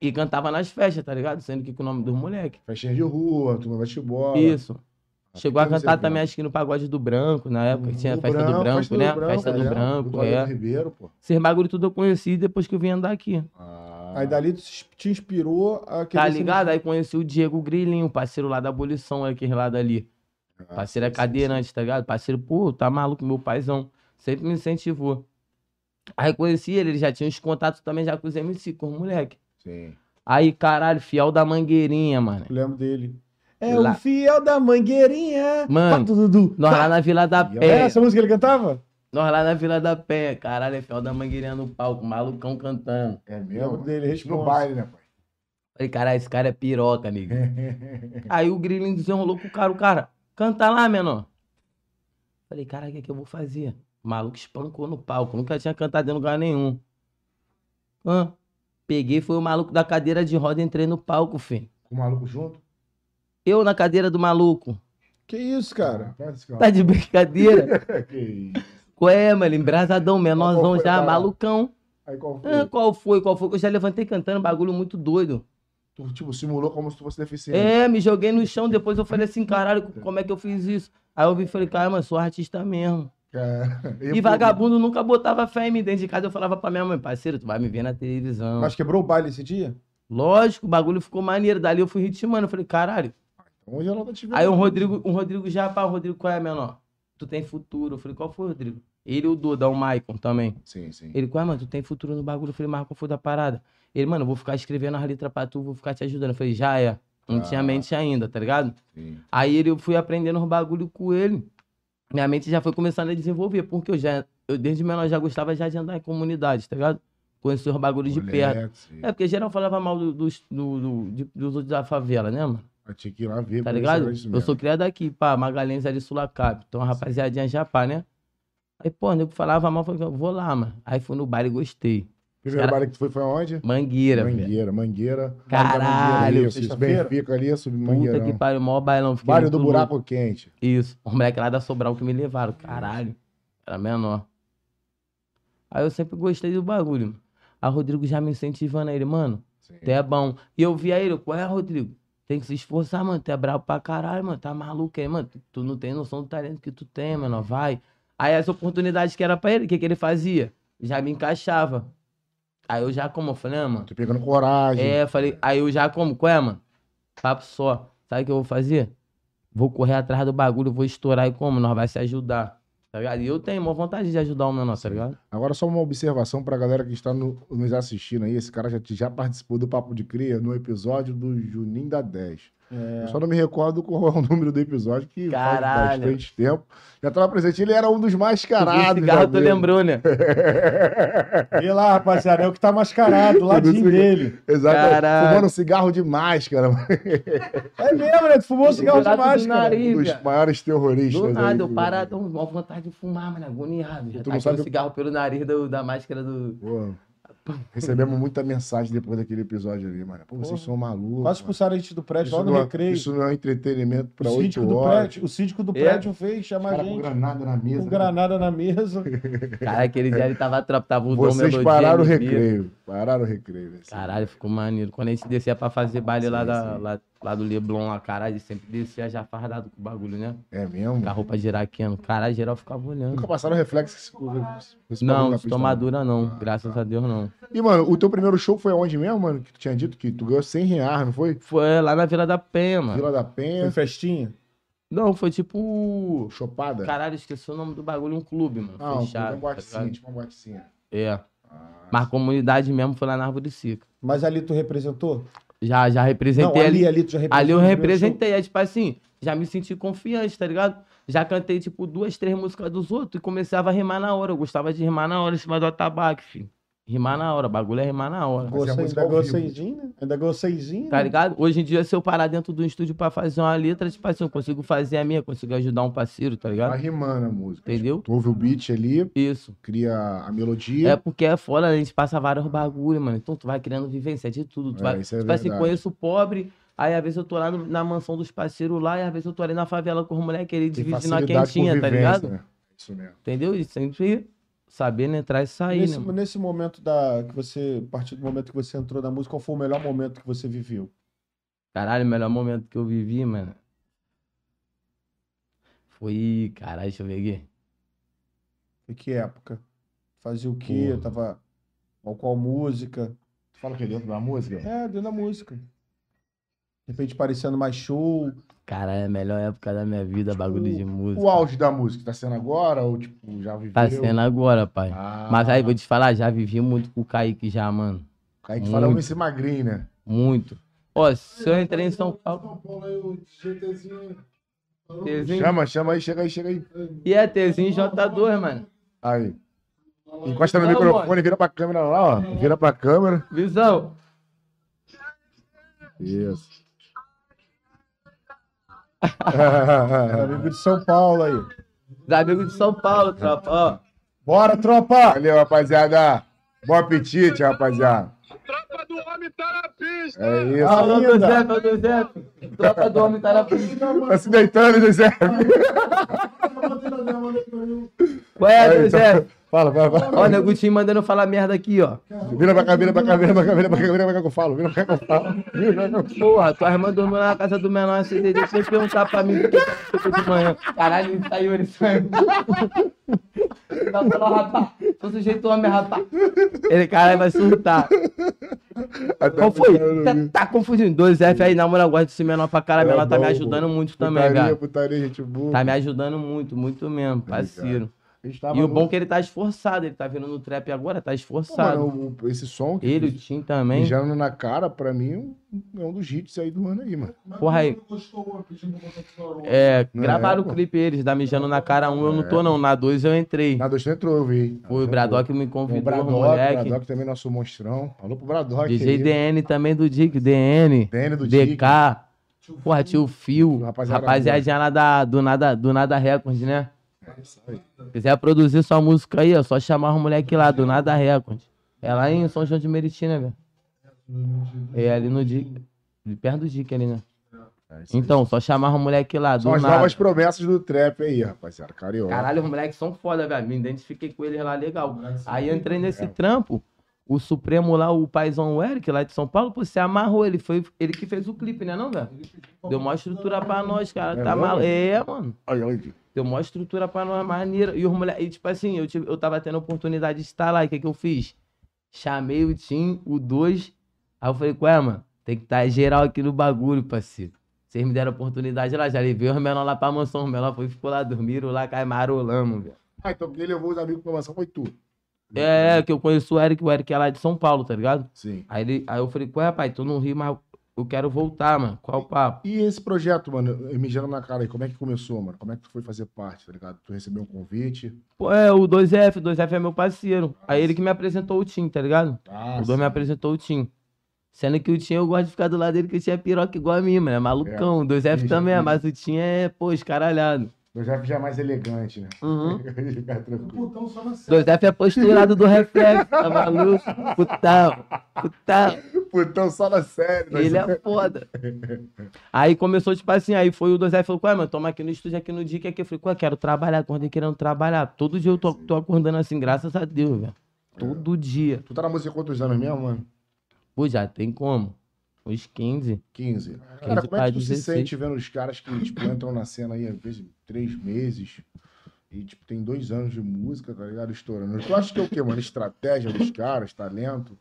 Speaker 3: e cantava nas festas, tá ligado? Sendo que com o nome dos moleque.
Speaker 2: Festinha de rua, turma bate-bola.
Speaker 3: Isso.
Speaker 2: Aqui
Speaker 3: Chegou a
Speaker 2: você
Speaker 3: cantar
Speaker 2: vê.
Speaker 3: também, acho que no pagode do branco, na época, que tinha a
Speaker 2: Do
Speaker 3: festa do branco,
Speaker 2: festa
Speaker 3: né?
Speaker 2: branco,
Speaker 3: festa do
Speaker 2: é,
Speaker 3: branco,
Speaker 2: Toledo
Speaker 3: é.
Speaker 2: Ribeiro, pô.
Speaker 3: Esses bagulho tudo eu conheci depois que eu vim andar aqui.
Speaker 2: Ah,
Speaker 1: Aí dali tu se- te inspirou a querer
Speaker 3: Tá
Speaker 1: ser-
Speaker 3: ligado? Aí conheci o Diego Grilinho, parceiro lá da abolição, aquele lá dali. Parceiro é
Speaker 2: Ah, sim, sim,
Speaker 3: cadeirante, tá ligado? Parceiro, pô, tá maluco, meu paizão. Sempre me incentivou. Aí conheci ele, ele já tinha uns contatos também já com os MC, com os moleque.
Speaker 2: sim, Sim.
Speaker 3: Aí, caralho, fiel da mangueirinha, mano.
Speaker 1: Eu lembro dele. É
Speaker 3: Lá-
Speaker 1: o fiel da mangueirinha.
Speaker 3: Mano,
Speaker 1: Pato Dudu.
Speaker 3: Nós lá É. na Vila da
Speaker 2: E
Speaker 1: Era
Speaker 3: Penha.
Speaker 1: essa música que ele cantava?
Speaker 3: Nós lá na Vila da Penha. Caralho, é fiel da mangueirinha no palco, malucão cantando.
Speaker 2: É
Speaker 1: Lembro
Speaker 2: mesmo?
Speaker 1: dele,
Speaker 2: No
Speaker 1: responsa.
Speaker 2: baile, né, pai?
Speaker 3: Falei, caralho, esse cara é piroca, amigo. Aí o grilinho desenrolou com o cara. O cara, canta lá, menor. Falei, cara, o que, que eu vou fazer? O maluco espancou no palco. Nunca tinha cantado em lugar nenhum. Hã? Peguei, foi o maluco da cadeira de roda, entrei no palco, filho.
Speaker 2: Com o maluco junto?
Speaker 3: Eu na cadeira do maluco.
Speaker 1: Que isso, cara?
Speaker 2: Parece que-
Speaker 3: Tá de brincadeira?
Speaker 2: assim, é Que isso.
Speaker 3: Qual é, mano? Embrasadão, menorzão
Speaker 2: foi,
Speaker 3: já,
Speaker 2: cara?
Speaker 3: malucão.
Speaker 2: Aí qual foi?
Speaker 3: Ah, qual foi? Qual foi? Que eu já levantei cantando, bagulho muito doido.
Speaker 2: Tu, tipo, simulou como se tu fosse deficiente.
Speaker 3: É, me joguei no chão, depois eu falei assim, caralho, como é que eu fiz isso? Aí eu vi e falei, cara, mano, sou artista mesmo.
Speaker 2: Cara,
Speaker 3: E vagabundo nunca botava fé em mim dentro de casa. Eu falava pra minha mãe, parceiro, tu vai me ver na televisão.
Speaker 1: Mas quebrou o baile esse dia?
Speaker 3: Lógico, o bagulho ficou maneiro. Dali eu fui ritmando. Eu falei, caralho.
Speaker 2: Onde ela tá te vendo?
Speaker 3: Aí o Rodrigo, o Rodrigo já, pá, o Rodrigo, qual é, menor? Tu tem futuro. Eu falei, qual foi, Rodrigo? Ele e o Duda, o Maicon também.
Speaker 2: Sim, sim.
Speaker 3: Ele, qual é, mano? Tu tem futuro no bagulho? Eu falei, mas qual foi da parada? Ele, mano, eu vou ficar escrevendo as letras pra tu, vou ficar te ajudando. Eu falei, já é. Não
Speaker 2: Ah.
Speaker 3: tinha mente ainda, tá ligado?
Speaker 2: sim.
Speaker 3: Aí ele, eu fui aprendendo os bagulho com ele. Minha mente já foi começando a desenvolver, porque eu já, eu desde menor já gostava já de andar em comunidade, tá ligado? Conhecer os bagulhos de perto.
Speaker 2: Moleque, sim.
Speaker 3: É, porque geral falava mal do- dos, do, do- de- dos outros da favela, né, mano?
Speaker 2: Eu tinha que ir lá ver.
Speaker 3: Tá
Speaker 2: pra ver se
Speaker 3: ligado?
Speaker 2: era isso
Speaker 3: Eu
Speaker 2: mesmo.
Speaker 3: sou criado aqui, pá, Magalhães ali, Sulacap. Então, a rapaziadinha Japá, né? Aí, pô, nego falava mal, falei, vou lá, mano. Aí fui no baile e gostei.
Speaker 2: Primeiro
Speaker 3: Cara-
Speaker 2: baile que tu foi foi aonde?
Speaker 3: Mangueira, velho.
Speaker 2: Mangueira, Mangueira.
Speaker 3: Caralho,
Speaker 2: Mangueira, isso, isso,
Speaker 1: sexta-feira?
Speaker 2: Benfica ali, subir
Speaker 3: Puta que
Speaker 2: Mangueirão.
Speaker 3: pariu, maior bailão. fiquei
Speaker 2: Baile do
Speaker 3: muito
Speaker 2: Buraco Quente.
Speaker 3: Isso. Os moleques lá da Sobral que me levaram. Caralho. Era menor. Aí eu sempre gostei do bagulho. Aí o Rodrigo já me incentivando aí, ele, mano,
Speaker 2: Sim.
Speaker 3: tu é bom. E eu via ele, qual é, Rodrigo? Tem que se esforçar, mano. Tu é brabo pra caralho, mano. Tá maluco aí, mano. Tu, tu não tem noção do talento que tu tem, mano. Vai. Aí as oportunidades que era pra ele, o que, que ele fazia? Já me encaixava. Aí eu já como, eu falei, ah, mano.
Speaker 2: Tô pegando coragem.
Speaker 3: É, falei, aí eu já como, qual é, mano? Papo só. Sabe o que eu vou fazer? Vou correr atrás do bagulho, vou estourar e como? Nós vai se ajudar. Tá ligado? E eu tenho maior vontade de ajudar o menor, tá ligado?
Speaker 2: Agora, só uma observação pra galera que está no- nos assistindo aí. Esse cara já, te- já participou do Papo de Cria no episódio do Juninho da 10.
Speaker 1: É.
Speaker 2: Eu É. só não me recordo qual é o número do episódio, que faz
Speaker 3: Caralho.
Speaker 2: bastante tempo. Já estava presente, ele era um dos mascarados.
Speaker 3: Esse cigarro
Speaker 2: né,
Speaker 3: tu
Speaker 2: dele.
Speaker 3: lembrou, né?
Speaker 1: E lá, rapaziada, é o que tá mascarado, do ladinho
Speaker 2: Tudo isso
Speaker 1: dele.
Speaker 2: Exatamente.
Speaker 3: Caralho.
Speaker 2: Fumando cigarro de máscara, mano.
Speaker 1: É mesmo, né? Tu fumou um cigarro de
Speaker 3: Buraco do
Speaker 1: máscara.
Speaker 3: nariz.
Speaker 2: um dos
Speaker 3: velho.
Speaker 2: maiores terroristas.
Speaker 3: Do
Speaker 2: aí
Speaker 3: nada,
Speaker 2: que-
Speaker 3: eu parado, uma vontade de fumar, mano, agoniado. Já
Speaker 2: Tu
Speaker 3: tá
Speaker 2: não
Speaker 3: aqui
Speaker 2: sabe-
Speaker 3: o cigarro pelo nariz do- da máscara do...
Speaker 2: Pô, recebemos muita mensagem depois daquele episódio ali, mano. Pô, vocês
Speaker 1: Porra.
Speaker 2: são malucos.
Speaker 1: Quase
Speaker 2: mano.
Speaker 1: expulsaram a gente do prédio,
Speaker 2: isso,
Speaker 1: lá no
Speaker 2: não é,
Speaker 1: recreio.
Speaker 2: isso não é entretenimento pra
Speaker 1: o, síndico
Speaker 2: oito
Speaker 1: do
Speaker 2: horas.
Speaker 1: prédio, o síndico do
Speaker 3: É.
Speaker 1: prédio fez chamar a
Speaker 2: Cara com
Speaker 1: gente.
Speaker 2: granada na mesa.
Speaker 3: né?
Speaker 1: Com granada na mesa.
Speaker 3: Cara, aquele dia ele tava atrapalhado, tava o Dom
Speaker 2: Vocês
Speaker 3: Melodia,
Speaker 2: pararam o
Speaker 3: MV.
Speaker 2: recreio. Pararam o recreio. né?
Speaker 3: Caralho, ficou maneiro. Quando a gente descia pra fazer baile lá,
Speaker 2: Sim,
Speaker 3: da-
Speaker 2: sim.
Speaker 3: lá, lá do Leblon, lá, caralho, sempre descia já fardado com o bagulho, né?
Speaker 2: É mesmo?
Speaker 3: Com a roupa de iraquiano. Caralho, geral ficava
Speaker 2: Nunca
Speaker 3: olhando.
Speaker 2: passaram reflexo que se- que se
Speaker 3: Não,
Speaker 2: na
Speaker 3: de
Speaker 2: pista,
Speaker 3: tomadura não. Graças a Deus, não.
Speaker 2: E, mano, o teu primeiro show foi onde mesmo, mano? Que tu tinha dito que tu ganhou 100 reais, não foi?
Speaker 3: Foi é, lá na Vila da Penha, mano.
Speaker 2: Vila da
Speaker 1: Foi
Speaker 2: Penha,
Speaker 1: festinha.
Speaker 3: Não, foi tipo...
Speaker 2: Chopada.
Speaker 3: Caralho, esqueci o nome do bagulho. Um clube, mano.
Speaker 2: não,
Speaker 3: Fechado.
Speaker 2: tipo uma
Speaker 3: tá
Speaker 2: boatecinha,
Speaker 3: ligado?
Speaker 2: tipo uma boatecinha.
Speaker 3: é.
Speaker 2: Ah,
Speaker 3: Mas comunidade mesmo foi lá na Árvore Seca.
Speaker 1: Mas ali tu representou?
Speaker 3: Já, já representei
Speaker 1: não,
Speaker 3: ali.
Speaker 1: ali,
Speaker 3: é
Speaker 1: ali tu já representou.
Speaker 3: Ali eu
Speaker 1: no primeiro
Speaker 3: representei, é tipo assim, já me senti confiante, tá ligado? Já cantei, tipo, duas, três músicas dos outros e começava a rimar na hora. Eu gostava de rimar na hora em cima do atabaque, filho. Rimar na hora, bagulho é rimar na hora.
Speaker 1: show.
Speaker 2: Fazer a
Speaker 1: Gostei, ainda
Speaker 2: música ao
Speaker 1: ganhou
Speaker 2: vivo.
Speaker 1: seisinho, né? Ainda ganhou seisinho.
Speaker 3: Tá
Speaker 1: né?
Speaker 3: ligado? Hoje em dia, se eu parar dentro do estúdio pra fazer uma letra, tipo assim, eu consigo fazer a minha, consigo ajudar um parceiro, tá
Speaker 2: tá
Speaker 3: ligado?
Speaker 2: rimando a música.
Speaker 3: Entendeu?
Speaker 2: Tu ouve o beat ali,
Speaker 3: Isso.
Speaker 2: cria a melodia.
Speaker 3: É porque é foda, a gente passa vários bagulho, mano. Então tu vai criando vivência de tudo. Tu
Speaker 2: É,
Speaker 3: vai,
Speaker 2: isso é
Speaker 3: tipo assim,
Speaker 2: verdade.
Speaker 3: conheço o pobre, aí às vezes eu tô lá no- na mansão dos parceiros lá, e às vezes eu tô ali na favela com os moleques ali
Speaker 2: tem
Speaker 3: dividindo a
Speaker 2: facilidade com
Speaker 3: quentinha, tá
Speaker 2: vivência,
Speaker 3: ligado?
Speaker 2: né? Isso mesmo.
Speaker 3: Entendeu? E sempre sabendo entrar e sair,
Speaker 1: nesse,
Speaker 3: né? mano?
Speaker 1: nesse momento da que você, a partir do momento que você entrou na música, qual foi o melhor momento que você viveu?
Speaker 3: Caralho, o melhor momento que eu vivi, mano. Foi. Caralho, deixa eu ver aqui.
Speaker 1: Em que época? Fazia o quê?
Speaker 3: Porra.
Speaker 1: Tava qual, qual música?
Speaker 2: Tu fala o que dentro da música?
Speaker 1: É, dentro da música. De repente parecendo mais show.
Speaker 3: Caralho, é a melhor época da minha vida, bagulho de música.
Speaker 2: Tipo, O auge da música tá sendo agora ou tipo já viveu?
Speaker 3: Tá sendo agora, pai.
Speaker 2: Ah,
Speaker 3: Mas aí, vou te falar, já vivi muito com o Kaique já, mano.
Speaker 2: A gente fala um
Speaker 3: Muito.
Speaker 2: esse magrinho, né?
Speaker 3: Muito. Ó, se eu entrei em São Paulo.
Speaker 4: São Paulo aí, o GTzinho. falou,
Speaker 3: Tezinho.
Speaker 2: Chama, chama aí, chega aí, chega aí.
Speaker 3: E é Tezinho J2, mano.
Speaker 2: Aí. Encosta no
Speaker 3: Não,
Speaker 2: microfone, vira pra câmera lá, ó. Vira pra câmera.
Speaker 3: Visão.
Speaker 2: Isso.
Speaker 1: É amigo de São Paulo aí.
Speaker 3: Os amigos de São Paulo, tropa. Ó,
Speaker 1: Bora, tropa!
Speaker 2: Valeu, rapaziada. Bom apetite, rapaziada.
Speaker 5: Tropa do homem tá na pista!
Speaker 2: É isso.
Speaker 3: alô,
Speaker 1: Ainda.
Speaker 3: José, alô, José. Tropa do homem tá na pista.
Speaker 2: Tá se deitando, José.
Speaker 3: Qual é,
Speaker 2: Aí,
Speaker 3: José?
Speaker 2: então. Fala, fala, fala.
Speaker 3: Ó, Negutinho mandando falar merda aqui, ó.
Speaker 2: Vira pra cá, vira pra cá, vira pra cá, vira pra cá, vira pra cá que eu falo. Vira pra cá que eu falo. Vira pra cá que eu falo.
Speaker 3: Porra, tua irmã dormiu lá na casa do menor CDD, deixa eu perguntar pra mim o que aconteceu de manhã. Caralho, ele saiu, ele saiu. Não, falou, rapaz, sou sujeito homem, rapaz. Ele, caralho, vai surtar.
Speaker 2: Até
Speaker 3: Qual foi?
Speaker 2: porque eu não
Speaker 3: Tá,
Speaker 2: vi.
Speaker 3: tá confundindo. Dois F aí, na moral, eu gosto desse menor pra caralho.
Speaker 2: É
Speaker 3: Menor tá me
Speaker 2: bom,
Speaker 3: ajudando muito também,
Speaker 2: Putaria,
Speaker 3: cara.
Speaker 2: putaria, gente boa.
Speaker 3: Tá me ajudando muito, muito mesmo, parceiro.
Speaker 2: A gente tava
Speaker 3: E o
Speaker 2: no-
Speaker 3: bom é que ele tá esforçado, ele tá vindo no trap agora,
Speaker 2: Pô,
Speaker 3: tá
Speaker 2: mano,
Speaker 3: esforçado.
Speaker 2: o- esse som que
Speaker 3: Ele, o Tim também.
Speaker 2: mijando na cara, pra mim, é um dos hits aí do ano aí, mano.
Speaker 3: Porra aí.
Speaker 4: Gostou, pedindo pra botar pro farol.
Speaker 3: É,
Speaker 2: Não é,
Speaker 3: gravaram
Speaker 2: pô. É.
Speaker 3: o clipe eles, da Mijando na Cara 1, eu não tô não, na 2 eu entrei.
Speaker 2: Na 2 entrou, eu vi.
Speaker 3: Foi o Bradock me
Speaker 2: O
Speaker 3: convidou,
Speaker 2: Bradock,
Speaker 3: moleque.
Speaker 2: Bradock também, nosso monstrão. Falou pro Bradock.
Speaker 3: DJ
Speaker 2: aí.
Speaker 3: DN também do Dick, DN,
Speaker 2: Dene do Dick.
Speaker 3: DK, porra, tio Fio,
Speaker 2: Rapaziada
Speaker 3: rapaziadinha lá da, do, nada, do Nada Record, né? Quiser produzir sua música aí, ó, só chamar os moleque lá, do Nada Record. É lá em São João de Meriti, né, velho? É ali no Dick, de perto do Dick ali, né?
Speaker 2: É isso aí.
Speaker 3: Então, só chamar os moleque lá, do
Speaker 2: São as
Speaker 3: nada.
Speaker 2: novas promessas do trap aí, rapaziada. Carioca.
Speaker 3: Caralho, os moleques são foda, velho. Me identifiquei com eles lá legal. Aí eu entrei nesse
Speaker 2: É.
Speaker 3: trampo. O Supremo lá, o paizão Eric, lá de São Paulo, pô, se amarrou. Ele foi ele que fez o clipe, né, não, velho? Deu maior estrutura pra nós, cara.
Speaker 2: É
Speaker 3: tá mal...
Speaker 2: mesmo?
Speaker 3: É, mano.
Speaker 2: Olha, olha.
Speaker 3: Deu maior estrutura pra nós, maneira. E os moleques, e, tipo assim, eu, tive- eu tava tendo a oportunidade de estar lá. E o que, que eu fiz? Chamei o Tim, o 2. Aí eu falei, qual é, mano? Tem que estar geral aqui no bagulho, parceiro. Vocês me deram a oportunidade lá, já levei os menor lá pra mansão. Os menor foi, ficou lá, dormiram lá, cai marolamos, velho.
Speaker 2: Ah, então quem levou os amigos pra mansão foi tu. Uhum.
Speaker 3: É, é, que eu conheço o Eric, o Eric é lá de São Paulo, tá ligado?
Speaker 2: Sim.
Speaker 3: Aí, ele, aí eu falei, ué, rapaz, tu não ri, mas eu quero voltar, mano. Qual o papo?
Speaker 2: E esse projeto, mano, me mijando na cara aí, como é que começou, mano? Como é que tu foi fazer parte, tá ligado? Tu recebeu um convite.
Speaker 3: Pô, é, o 2F, o 2F é meu parceiro. Aí ele que me apresentou o Tim, tá ligado?
Speaker 2: Ah,
Speaker 3: o 2 me apresentou o Tim. Sendo que o Tim, eu gosto de ficar do lado dele, que o Tim é piroca igual a mim, mano. É malucão. O 2F
Speaker 2: Entendi.
Speaker 3: também é, mas o Tim é, pô, escaralhado.
Speaker 2: Projeto já mais elegante, né?
Speaker 3: Uhum.
Speaker 2: Ficar tranquilo.
Speaker 4: Putão só na série.
Speaker 3: 2F é posturado do reflexo, tá maluco? Putão, putão.
Speaker 2: Putão só na série. nós-
Speaker 3: Ele é foda. Aí começou, tipo assim, aí foi o 2F e falou, ué, mano, toma aqui no estúdio, aqui no dia que aqui. Eu falei, ué, quero trabalhar, acordei querendo trabalhar. Todo dia eu tô, tô acordando assim, graças a Deus, velho. Todo dia.
Speaker 2: é Tu tá na música há quantos anos mesmo, mano?
Speaker 3: Pô, já tem como? Os 15.
Speaker 2: 15. Cara, como é
Speaker 3: pra
Speaker 2: que tu se
Speaker 3: 16.
Speaker 2: sente vendo os caras que, tipo, entram na cena aí, às vezes, três meses e, tipo, tem dois anos de música, tá ligado? Estourando. Tu acha que é o quê, mano? Estratégia dos caras, talento?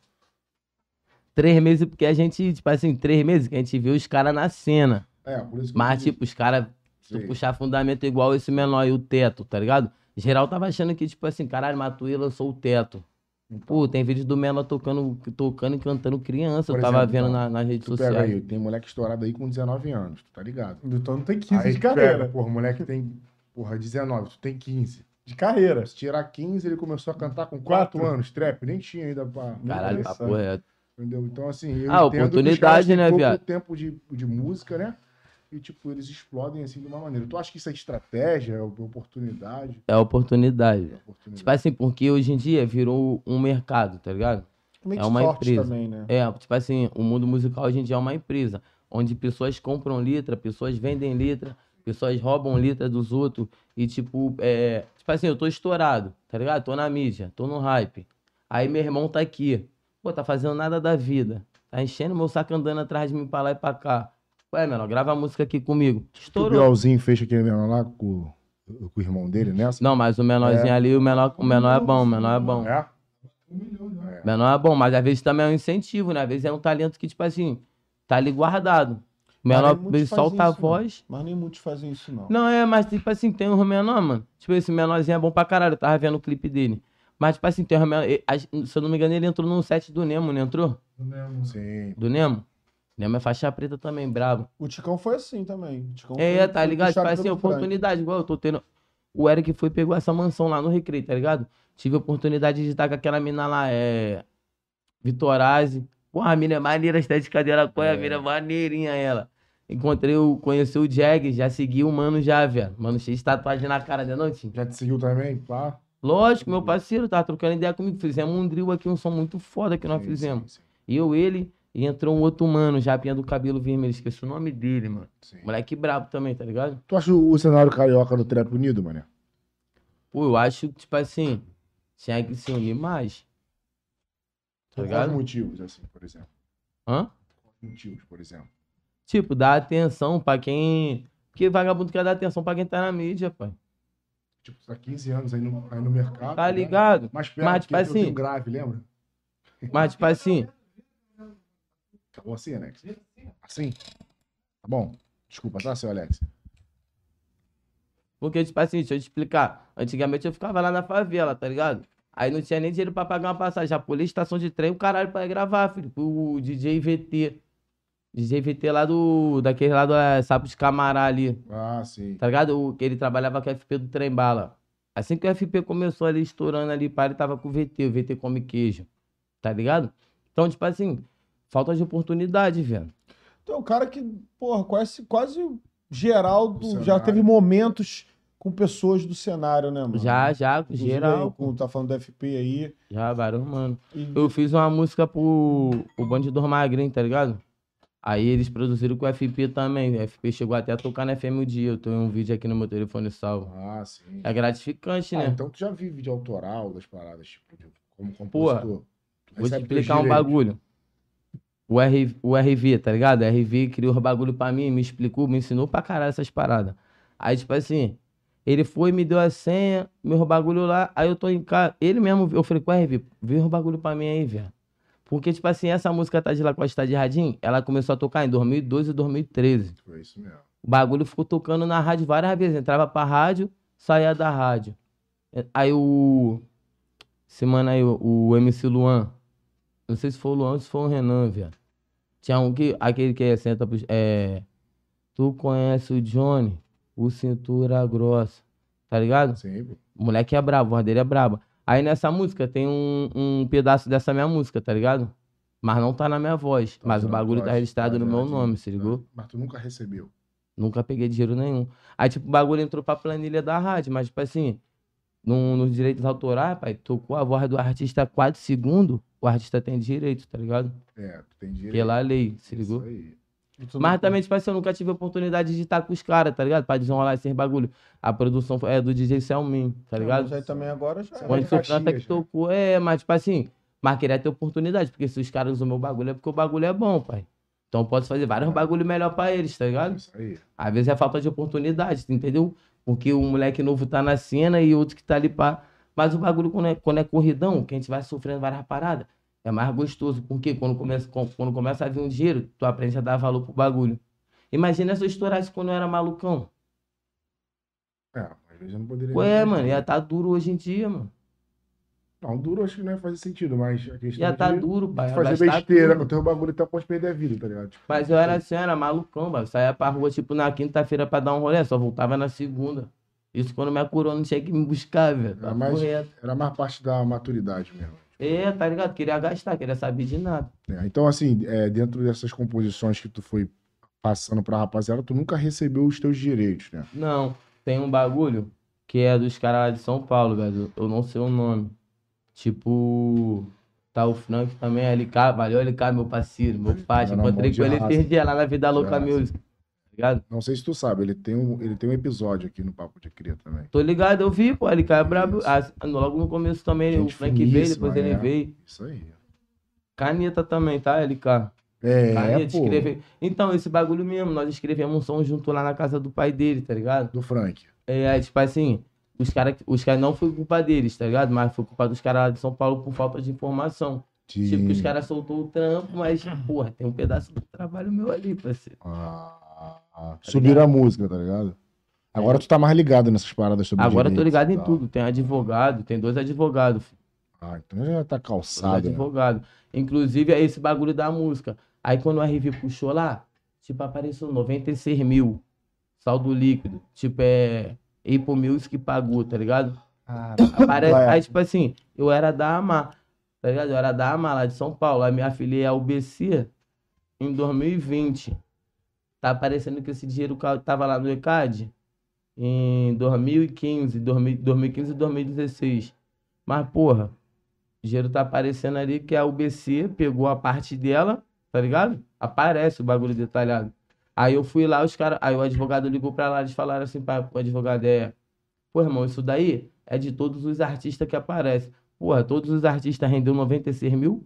Speaker 3: Três meses, porque a gente, tipo assim, três meses que a gente vê os caras na cena.
Speaker 2: É, por isso que
Speaker 3: Mas,
Speaker 2: eu
Speaker 3: tipo, os caras, se tu
Speaker 2: Sei.
Speaker 3: puxar fundamento igual esse menor e o teto, tá ligado? Geral tava achando que, tipo assim, caralho, Matuê lançou o teto.
Speaker 2: Então.
Speaker 3: Pô, tem vídeo do Menor tocando, tocando e cantando criança.
Speaker 2: Por
Speaker 3: eu tava
Speaker 2: exemplo,
Speaker 3: vendo
Speaker 2: tá?
Speaker 3: na- nas redes
Speaker 2: Tu pega
Speaker 3: sociais.
Speaker 2: aí, tem moleque estourado aí com 19 anos, tu tá ligado?
Speaker 1: Então não tem 15
Speaker 2: aí
Speaker 1: de
Speaker 2: tu
Speaker 1: carreira.
Speaker 2: Pega, porra, moleque tem, porra, 19, tu tem 15.
Speaker 1: De carreira.
Speaker 2: Se tirar 15, ele começou a cantar com 4
Speaker 1: Quatro.
Speaker 2: anos, trap, nem tinha ainda pra...
Speaker 3: Caralho,
Speaker 1: Interessante.
Speaker 3: papo reto.
Speaker 2: Entendeu? Então, assim, eu
Speaker 3: Ah,
Speaker 2: entendo que os
Speaker 3: oportunidade,
Speaker 2: caras têm
Speaker 3: né,
Speaker 2: pouco
Speaker 3: viado?
Speaker 2: tempo de, de música, né? E, tipo, eles explodem, assim, de uma maneira. Tu acha que isso é estratégia, é oportunidade?
Speaker 3: É
Speaker 2: É
Speaker 3: oportunidade.
Speaker 2: oportunidade.
Speaker 3: Tipo assim, porque hoje em dia virou um mercado, tá ligado?
Speaker 1: Meio
Speaker 3: É
Speaker 1: que
Speaker 3: uma
Speaker 1: sorte
Speaker 3: empresa.
Speaker 1: também, né?
Speaker 3: É, tipo assim, o mundo musical hoje em dia é uma empresa, onde pessoas compram letra, pessoas vendem letra, pessoas roubam letra dos outros. E tipo, é. Tipo assim, eu tô estourado, tá ligado? Tô na mídia, tô no hype. Aí meu irmão tá aqui. Pô, tá fazendo nada da vida. Tá enchendo meu saco andando atrás de mim pra lá e pra cá. Ué, menor, grava a música aqui comigo.
Speaker 2: o
Speaker 3: Estourou.
Speaker 2: Bielzinho fez aquele menor lá com, com o irmão dele né? nessa?
Speaker 3: Não, mas o menorzinho
Speaker 2: É.
Speaker 3: ali, o menor, o menor é bom, o menor é bom.
Speaker 2: É?
Speaker 4: Um milhão, né?
Speaker 3: Menor é bom, mas às vezes também é um incentivo, né? Às vezes é um talento que, tipo assim, tá ali guardado. O
Speaker 1: Cara,
Speaker 3: menor
Speaker 1: muitos
Speaker 3: ele
Speaker 1: fazem
Speaker 3: solta a
Speaker 1: isso, né?
Speaker 3: voz.
Speaker 1: Mas nem muitos fazem isso, não.
Speaker 3: Não, é, mas tipo assim, tem um menor, mano. Tipo, esse menorzinho é bom pra caralho, eu tava vendo o clipe dele. Mas, tipo assim, tem um menor. e- a- Se eu não me engano, ele entrou num set do Nemo, não entrou?
Speaker 4: Lembro.
Speaker 2: Sim.
Speaker 3: Do Nemo? Nemo é faixa preta também, brabo.
Speaker 1: O Ticão foi assim também. O Ticão
Speaker 3: É,
Speaker 1: foi-
Speaker 3: tá
Speaker 1: foi
Speaker 3: ligado? Tipo
Speaker 1: puxado
Speaker 3: assim,
Speaker 1: pelo Frank.
Speaker 3: oportunidade, igual eu tô tendo. O Eric foi e pegou essa mansão lá no Recreio, tá ligado? Tive a oportunidade de estar com aquela mina lá, é. Vitorazzi. Porra, a mina é maneira, a estética dela, qual é? A mina é maneirinha ela. Encontrei o. Conheci o Jag, já segui o mano já, velho. Mano, cheio de tatuagem na cara dela, não, Tim?
Speaker 2: Já te seguiu também? Pá.
Speaker 3: Lógico, meu parceiro, tá trocando ideia comigo. Fizemos um drill aqui, um som muito foda que nós
Speaker 2: Sim,
Speaker 3: fizemos.
Speaker 2: sim,
Speaker 3: Eu, ele, e entrou um outro mano, japinha do cabelo vermelho, esqueci o nome dele, mano.
Speaker 2: sim, sim.
Speaker 3: Moleque brabo também, tá ligado?
Speaker 2: Tu acha o cenário carioca do trap unido,
Speaker 3: Tá
Speaker 2: mané?
Speaker 3: Pô, eu acho, que, tipo assim, tinha que se unir mais.
Speaker 2: Por
Speaker 3: Tá ligado?
Speaker 2: quais motivos, assim, por exemplo?
Speaker 3: Hã?
Speaker 2: Motivos, por exemplo.
Speaker 3: Tipo, dar atenção pra quem. Porque vagabundo quer dar atenção pra quem tá na mídia, pai.
Speaker 2: Tipo, tu tá 15 anos aí no, aí no mercado.
Speaker 3: Tá
Speaker 2: né?
Speaker 3: ligado?
Speaker 2: Mas perto
Speaker 3: Mas,
Speaker 2: Mas,
Speaker 3: tipo assim-
Speaker 2: grave, lembra?
Speaker 3: Mas, tipo assim,
Speaker 2: Acabou assim, Alex? Assim? Tá bom. Desculpa, tá, seu Alex?
Speaker 3: porque, tipo assim, deixa eu te explicar. Antigamente eu ficava lá na favela, tá ligado? Aí não tinha nem dinheiro pra pagar uma passagem. A polícia, estação de trem, o caralho pra gravar, filho. O DJ VT. DJ VT lá do. Daquele lá do é, Sapos Camará ali.
Speaker 2: Ah, sim.
Speaker 3: tá ligado? O, que ele trabalhava com o FP do Trembala. Assim que o FP começou ali estourando ali, pá, ele tava com o VT, o VT come queijo, tá ligado? Então, tipo assim, falta de oportunidade, velho.
Speaker 1: Tu é um cara que, porra, quase, quase geral, do-
Speaker 2: Do cenário.
Speaker 1: já teve momentos com pessoas do cenário, né, mano?
Speaker 3: Já, já,
Speaker 1: Inclusive aí,
Speaker 3: geral,
Speaker 1: com, tá falando do FP aí.
Speaker 3: já, vários, mano.
Speaker 1: E-
Speaker 3: Eu fiz uma música pro o Bandido Magrinho, tá ligado? Aí eles produziram com o FP também. O FP chegou até a tocar na FM o dia. Eu tenho um vídeo aqui no meu telefone salvo.
Speaker 2: Ah, sim.
Speaker 3: É gratificante,
Speaker 2: Ah,
Speaker 3: né?
Speaker 2: então tu já vive de autoral das paradas, tipo, de- como compositor. Tu
Speaker 3: Vou te
Speaker 2: recebe teus
Speaker 3: explicar um
Speaker 2: direitos.
Speaker 3: bagulho. O, R, o RV, tá ligado? O RV criou os bagulho pra mim, me explicou, me ensinou pra caralho essas paradas. Aí, tipo assim, ele foi, me deu a senha, meus bagulho lá, aí eu tô em casa. Ele mesmo, eu falei, com RV, vê os um bagulho pra mim aí, velho. Porque, tipo assim, essa música Tá de La Costa de Radim, ela começou a tocar em 2012 e 2013.
Speaker 2: Foi É isso mesmo.
Speaker 3: O bagulho ficou tocando na rádio várias vezes. Entrava pra rádio, saía da rádio. É, Aí o. Esse mano aí, o- o MC Luan. Não sei se foi o Luan ou se foi o Renan, velho. Tinha um que. Aquele que é senta pros. É. Tu conhece o Johnny, o cintura grossa. Tá ligado?
Speaker 2: Sim, pô.
Speaker 3: O moleque é brabo, a voz dele é braba. Aí nessa música tem um, um pedaço dessa minha música, tá ligado? Mas não tá na minha voz.
Speaker 2: Tá
Speaker 3: mas o
Speaker 2: na
Speaker 3: bagulho
Speaker 2: voz,
Speaker 3: tá
Speaker 2: tá
Speaker 3: registrado no meu
Speaker 2: gravadinho,
Speaker 3: nome,
Speaker 2: Tá?
Speaker 3: se ligou?
Speaker 2: Mas tu nunca recebeu.
Speaker 3: Nunca peguei dinheiro nenhum. Aí, tipo, o bagulho entrou pra planilha da rádio, mas, tipo assim, no- nos direitos autorais, pai, tocou a voz do artista 4 segundos, o artista tem direito, tá ligado?
Speaker 2: É, tu tem direito.
Speaker 3: Pela lei, se ligou?
Speaker 2: Isso aí.
Speaker 1: tu
Speaker 3: Mas
Speaker 1: não-
Speaker 3: também, tipo assim, eu nunca tive oportunidade de estar com os caras, tá ligado? Pra desenrolar esses bagulho. A produção é do DJ Selmin, tá
Speaker 1: Mas
Speaker 3: ligado? um
Speaker 1: aí também agora já é.
Speaker 2: Pode-
Speaker 3: Onde tu
Speaker 2: Caxias,
Speaker 3: canta que
Speaker 2: né?
Speaker 3: tocou, é, mas, tipo assim, mas queria ter oportunidade, porque se os caras usam meu bagulho é porque o bagulho é bom, pai. Então eu posso fazer vários bagulho melhor pra eles, tá ligado?
Speaker 2: Isso aí.
Speaker 3: Às vezes é falta de oportunidade, tu entendeu? Porque o moleque novo tá na cena e outro que tá ali pra. Mas o bagulho, quando é, quando é corridão, que a gente vai sofrendo várias paradas, é mais gostoso. Porque quando começa, com- quando começa a vir um dinheiro, tu aprende a dar valor pro bagulho. Imagina se eu estourasse quando eu era malucão.
Speaker 2: É, às vezes eu não poderia.
Speaker 3: Ué, mano, ia tá duro hoje em dia, mano.
Speaker 2: Não, duro acho que não ia fazer sentido, mas a questão é
Speaker 3: Ia tá
Speaker 2: de
Speaker 3: duro, pai. ia
Speaker 2: fazer
Speaker 3: gastar
Speaker 2: besteira
Speaker 3: tudo.
Speaker 2: com o teu bagulho até pode perder a vida, tá ligado? Tipo,
Speaker 3: Mas eu era assim, eu era malucão, mano. Saía pra rua, tipo, na quinta-feira pra dar um rolê, só voltava na segunda. Isso quando minha coroa não tinha que me buscar, velho. Tá
Speaker 2: Ah, mas-
Speaker 3: correto.
Speaker 2: Era mais parte da maturidade mesmo.
Speaker 3: É, tá ligado? Queria gastar, queria saber de nada.
Speaker 2: É, então, assim, é, dentro dessas composições que tu foi passando pra rapaziada, tu nunca recebeu os teus direitos, né?
Speaker 3: Não, tem um bagulho que é dos caras lá de São Paulo, velho. Eu não sei o nome. Tipo, tá o Frank também, LK. Valeu, LK, meu parceiro, meu pai.
Speaker 2: Era um
Speaker 3: Encontrei
Speaker 2: monte
Speaker 3: com
Speaker 2: de
Speaker 3: ele
Speaker 2: raça.
Speaker 3: esses dias lá na Vida Louca
Speaker 2: Raça.
Speaker 3: Music. Tá ligado?
Speaker 2: Não sei se tu sabe, ele tem um, ele tem um episódio aqui no Papo de Cria também.
Speaker 3: Tô ligado, eu vi, pô. LK é brabo.
Speaker 2: Isso.
Speaker 3: Ah, logo no começo também,
Speaker 2: Gente
Speaker 3: o Frank veio,
Speaker 2: finíssima,
Speaker 3: depois ele
Speaker 2: é.
Speaker 3: veio.
Speaker 2: Isso aí.
Speaker 3: Caneta também, tá, LK?
Speaker 2: É,
Speaker 3: Caneta,
Speaker 2: pô,
Speaker 3: escreve. Então, esse bagulho mesmo, nós escrevemos um som junto lá na casa do pai dele, tá ligado?
Speaker 2: do Frank.
Speaker 3: É, aí, tipo assim, os caras os cara não foi culpa deles, tá ligado? Mas foi culpa dos caras lá de São Paulo por falta de informação.
Speaker 2: De...
Speaker 3: Tipo, que os caras soltou o trampo, mas, porra, tem um pedaço do trabalho meu ali, parceiro.
Speaker 2: Ah,
Speaker 3: Tá
Speaker 2: ah, Subiram a música, tá ligado? Agora tu tá mais ligado nessas paradas sobre
Speaker 3: É. Agora eu tô
Speaker 2: direitos
Speaker 3: ligado
Speaker 2: e
Speaker 3: em
Speaker 2: tal.
Speaker 3: tudo. Tem advogado, tem dois advogados. filho.
Speaker 2: Ah, então já tá
Speaker 3: Ele é
Speaker 2: calçado. né?
Speaker 3: advogado. Inclusive, é esse bagulho da música. Aí quando o RV puxou lá, tipo, apareceu 96 mil. Saldo líquido. Tipo, é. Apple Music pagou, tá ligado?
Speaker 2: Ah,
Speaker 3: Aparece,
Speaker 1: Vai.
Speaker 3: aí, tipo assim, eu era da AMA, tá ligado? Eu era da AMA lá de São Paulo. Aí me afiliei ao BC em 2020. Tá aparecendo que esse dinheiro ca- tava lá no ECAD em 2015, 2000 2015 e 2016. Mas, porra, o dinheiro tá aparecendo ali que a UBC pegou a parte dela, tá ligado? Aparece o bagulho detalhado. Aí eu fui lá, os caras. Aí o advogado ligou pra lá, eles falaram assim pra, o advogado: é. Pô, irmão, isso daí é de todos os artistas que aparecem. Porra, todos os artistas rendeu 96 mil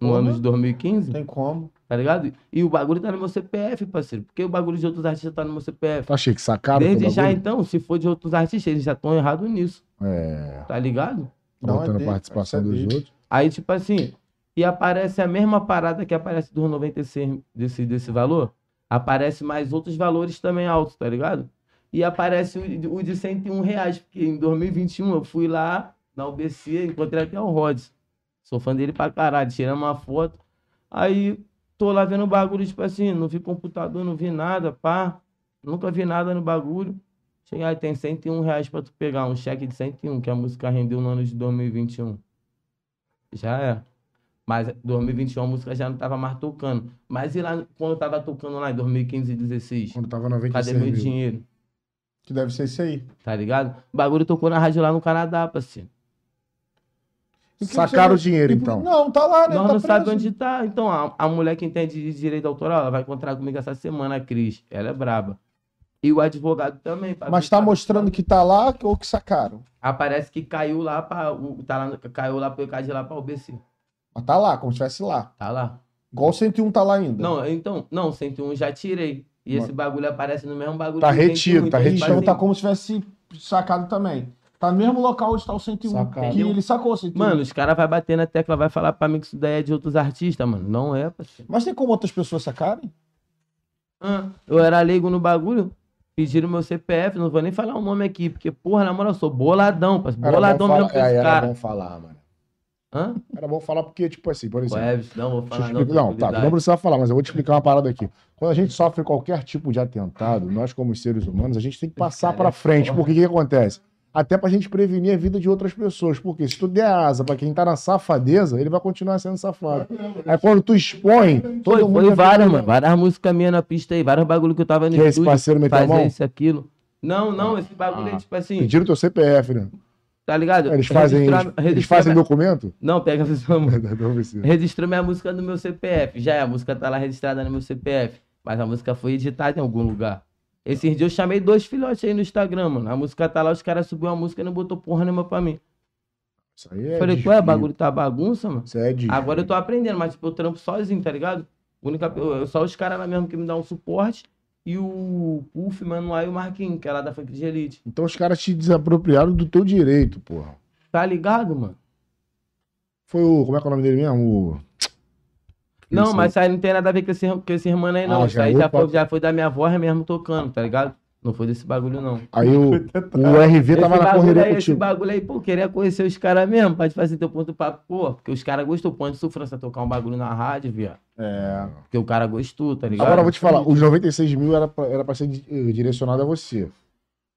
Speaker 3: no
Speaker 1: Porra.
Speaker 3: ano de 2015,
Speaker 1: Não tem como.
Speaker 3: tá ligado? E o bagulho tá no meu CPF, parceiro. Porque o bagulho de outros artistas tá no meu CPF.
Speaker 2: Tu achei que sacaram?
Speaker 3: Desde
Speaker 2: teu
Speaker 3: já,
Speaker 2: bagulho?
Speaker 3: então, se for de outros artistas, eles já estão errados nisso,
Speaker 2: É.
Speaker 3: tá ligado?
Speaker 2: Tá
Speaker 1: Não, é
Speaker 2: botando
Speaker 1: dele,
Speaker 2: a participação
Speaker 1: essa é
Speaker 2: dos
Speaker 1: dele.
Speaker 2: outros.
Speaker 3: Aí, tipo assim, e aparece a mesma parada que aparece dos 96 desse, desse valor, aparece mais outros valores também altos, tá ligado? E aparece o, o de 101 reais, porque em 2021 eu fui lá na UBC, encontrei até o Rods. Sou fã dele pra caralho, tiramos uma foto. Aí tô lá vendo o bagulho, tipo assim, não vi computador, não vi nada, pá. Nunca vi nada no bagulho. Cheguei aí, tem 101 reais pra tu pegar, um cheque de 101, que a música rendeu no ano de 2021. Já é. Mas 2021 a música já não tava mais tocando. Mas e lá quando eu tava tocando lá em 2015 e 2016?
Speaker 2: Quando tava
Speaker 3: Cadê
Speaker 2: 96
Speaker 3: meu
Speaker 2: mil.
Speaker 3: dinheiro?
Speaker 1: Que deve ser isso aí.
Speaker 3: Tá ligado? O bagulho tocou na rádio lá no Canadá, parceiro.
Speaker 1: E que
Speaker 2: Sacaram o
Speaker 1: você-
Speaker 2: dinheiro,
Speaker 1: E por-
Speaker 2: então.
Speaker 1: Não, tá lá, né?
Speaker 3: Nós
Speaker 1: tá
Speaker 3: não sabe
Speaker 1: preso.
Speaker 3: onde tá. Então, a, a mulher que entende de direito autoral, ela vai encontrar comigo essa semana, a Cris. Ela é braba. E o advogado também. pra-
Speaker 1: Mas tá mostrando que tá lá ou que sacaram?
Speaker 3: Aparece que caiu lá pra. o- Tá lá, no- caiu lá pro ECAD lá pra UBC.
Speaker 1: Mas tá lá, como se estivesse lá.
Speaker 3: Tá lá.
Speaker 1: Igual o 101 tá lá ainda.
Speaker 3: Não, então, não, 101 já tirei. E esse bagulho aparece no mesmo bagulho.
Speaker 2: Tá
Speaker 3: do 101,
Speaker 2: retido, tá
Speaker 3: então,
Speaker 2: retido.
Speaker 3: tipo
Speaker 1: Então tá
Speaker 3: assim,
Speaker 1: como se tivesse sacado também. Tá no mesmo local onde tá o 101.
Speaker 2: Sacado.
Speaker 1: Que ele sacou o 101.
Speaker 3: Mano, os caras vão bater na tecla, vai falar pra mim que isso daí é de outros artistas, mano. Não é, parceiro.
Speaker 1: Mas tem como outras pessoas sacarem?
Speaker 3: Ah, Eu era leigo no bagulho, pediram meu CPF, não vou nem falar o nome aqui, porque, porra, na moral, eu sou boladão, parceiro.
Speaker 2: Era bom
Speaker 3: Boladão mesmo
Speaker 2: falar-
Speaker 3: com um esse
Speaker 2: é, Era
Speaker 3: cara.
Speaker 2: bom falar, mano.
Speaker 3: Hã?
Speaker 2: Era bom falar porque, tipo assim, por exemplo.
Speaker 3: Ué, bicho, não vou
Speaker 2: Deixa eu
Speaker 3: falar
Speaker 2: explicar- Não, tá, não precisa falar, mas eu vou te explicar uma parada aqui. Quando a gente sofre qualquer tipo de atentado, nós como seres humanos, a gente tem que passar
Speaker 3: cara
Speaker 2: pra
Speaker 3: é
Speaker 2: frente,
Speaker 3: foda.
Speaker 2: porque o que que acontece? Até pra gente prevenir a vida de outras pessoas, porque se tu der asa pra quem tá na safadeza, ele vai continuar sendo safado. Aí quando tu expõe, todo
Speaker 3: Foi,
Speaker 2: mundo
Speaker 3: foi
Speaker 2: vai
Speaker 3: várias,
Speaker 2: ficar-
Speaker 3: mano. Várias músicas minhas na pista aí, vários bagulho que eu tava no
Speaker 2: Que é esse
Speaker 3: estúdio,
Speaker 2: parceiro meteu a
Speaker 3: fazer
Speaker 2: mão,
Speaker 3: isso, aquilo. Não, não, esse bagulho é
Speaker 2: Ah,
Speaker 3: tipo assim,
Speaker 2: pediram teu CPF, né?
Speaker 3: tá ligado?
Speaker 2: Eles fazem,
Speaker 3: Registrar-
Speaker 2: eles, eles
Speaker 3: registrar-
Speaker 2: fazem documento?
Speaker 3: Não, pega essa mão.
Speaker 2: Não precisa.
Speaker 3: Registrou minha música no meu CPF. Já é, a música tá lá registrada no meu CPF. Mas a música foi editada em algum lugar. Esses dias eu chamei dois filhotes aí no Instagram, mano. A música tá lá, os caras subiu a música e não botou porra nenhuma pra mim.
Speaker 2: Isso aí é
Speaker 3: Falei, qual é?
Speaker 2: desvio.
Speaker 3: Bagulho Ah. tá bagunça, mano?
Speaker 2: Isso aí é desvio.
Speaker 3: Agora eu tô aprendendo, mas tipo, eu trampo sozinho, tá ligado? Única, eu- eu- só os caras lá mesmo que me dão um suporte. E o Puff, Manuel e o Marquinhos, que é lá da Funk de Elite.
Speaker 2: Então os caras te desapropriaram do teu direito, porra.
Speaker 3: Tá ligado, mano?
Speaker 2: Foi o. Como é que é o nome dele mesmo? O-
Speaker 3: Não,
Speaker 2: Isso.
Speaker 3: mas isso aí não tem nada a ver com esse, com esse irmão aí, não.
Speaker 2: Ah,
Speaker 3: isso
Speaker 2: já é
Speaker 3: aí já
Speaker 2: outro
Speaker 3: foi,
Speaker 2: papo.
Speaker 3: já foi da minha voz mesmo tocando, tá ligado? Não foi desse bagulho, não.
Speaker 2: Aí o, o RV tava
Speaker 3: esse
Speaker 2: na
Speaker 3: bagulho
Speaker 2: correria
Speaker 3: aí, esse
Speaker 2: contigo.
Speaker 3: bagulho aí, pô, queria conhecer os caras mesmo, pra te fazer teu ponto papo, pô, porque os caras gostou, põe de sofrança tocar um bagulho na rádio, viado.
Speaker 1: É.
Speaker 3: Porque o cara gostou, tá ligado?
Speaker 2: Agora eu vou te falar, os 96 mil era pra, era pra ser di- eh, direcionado a você.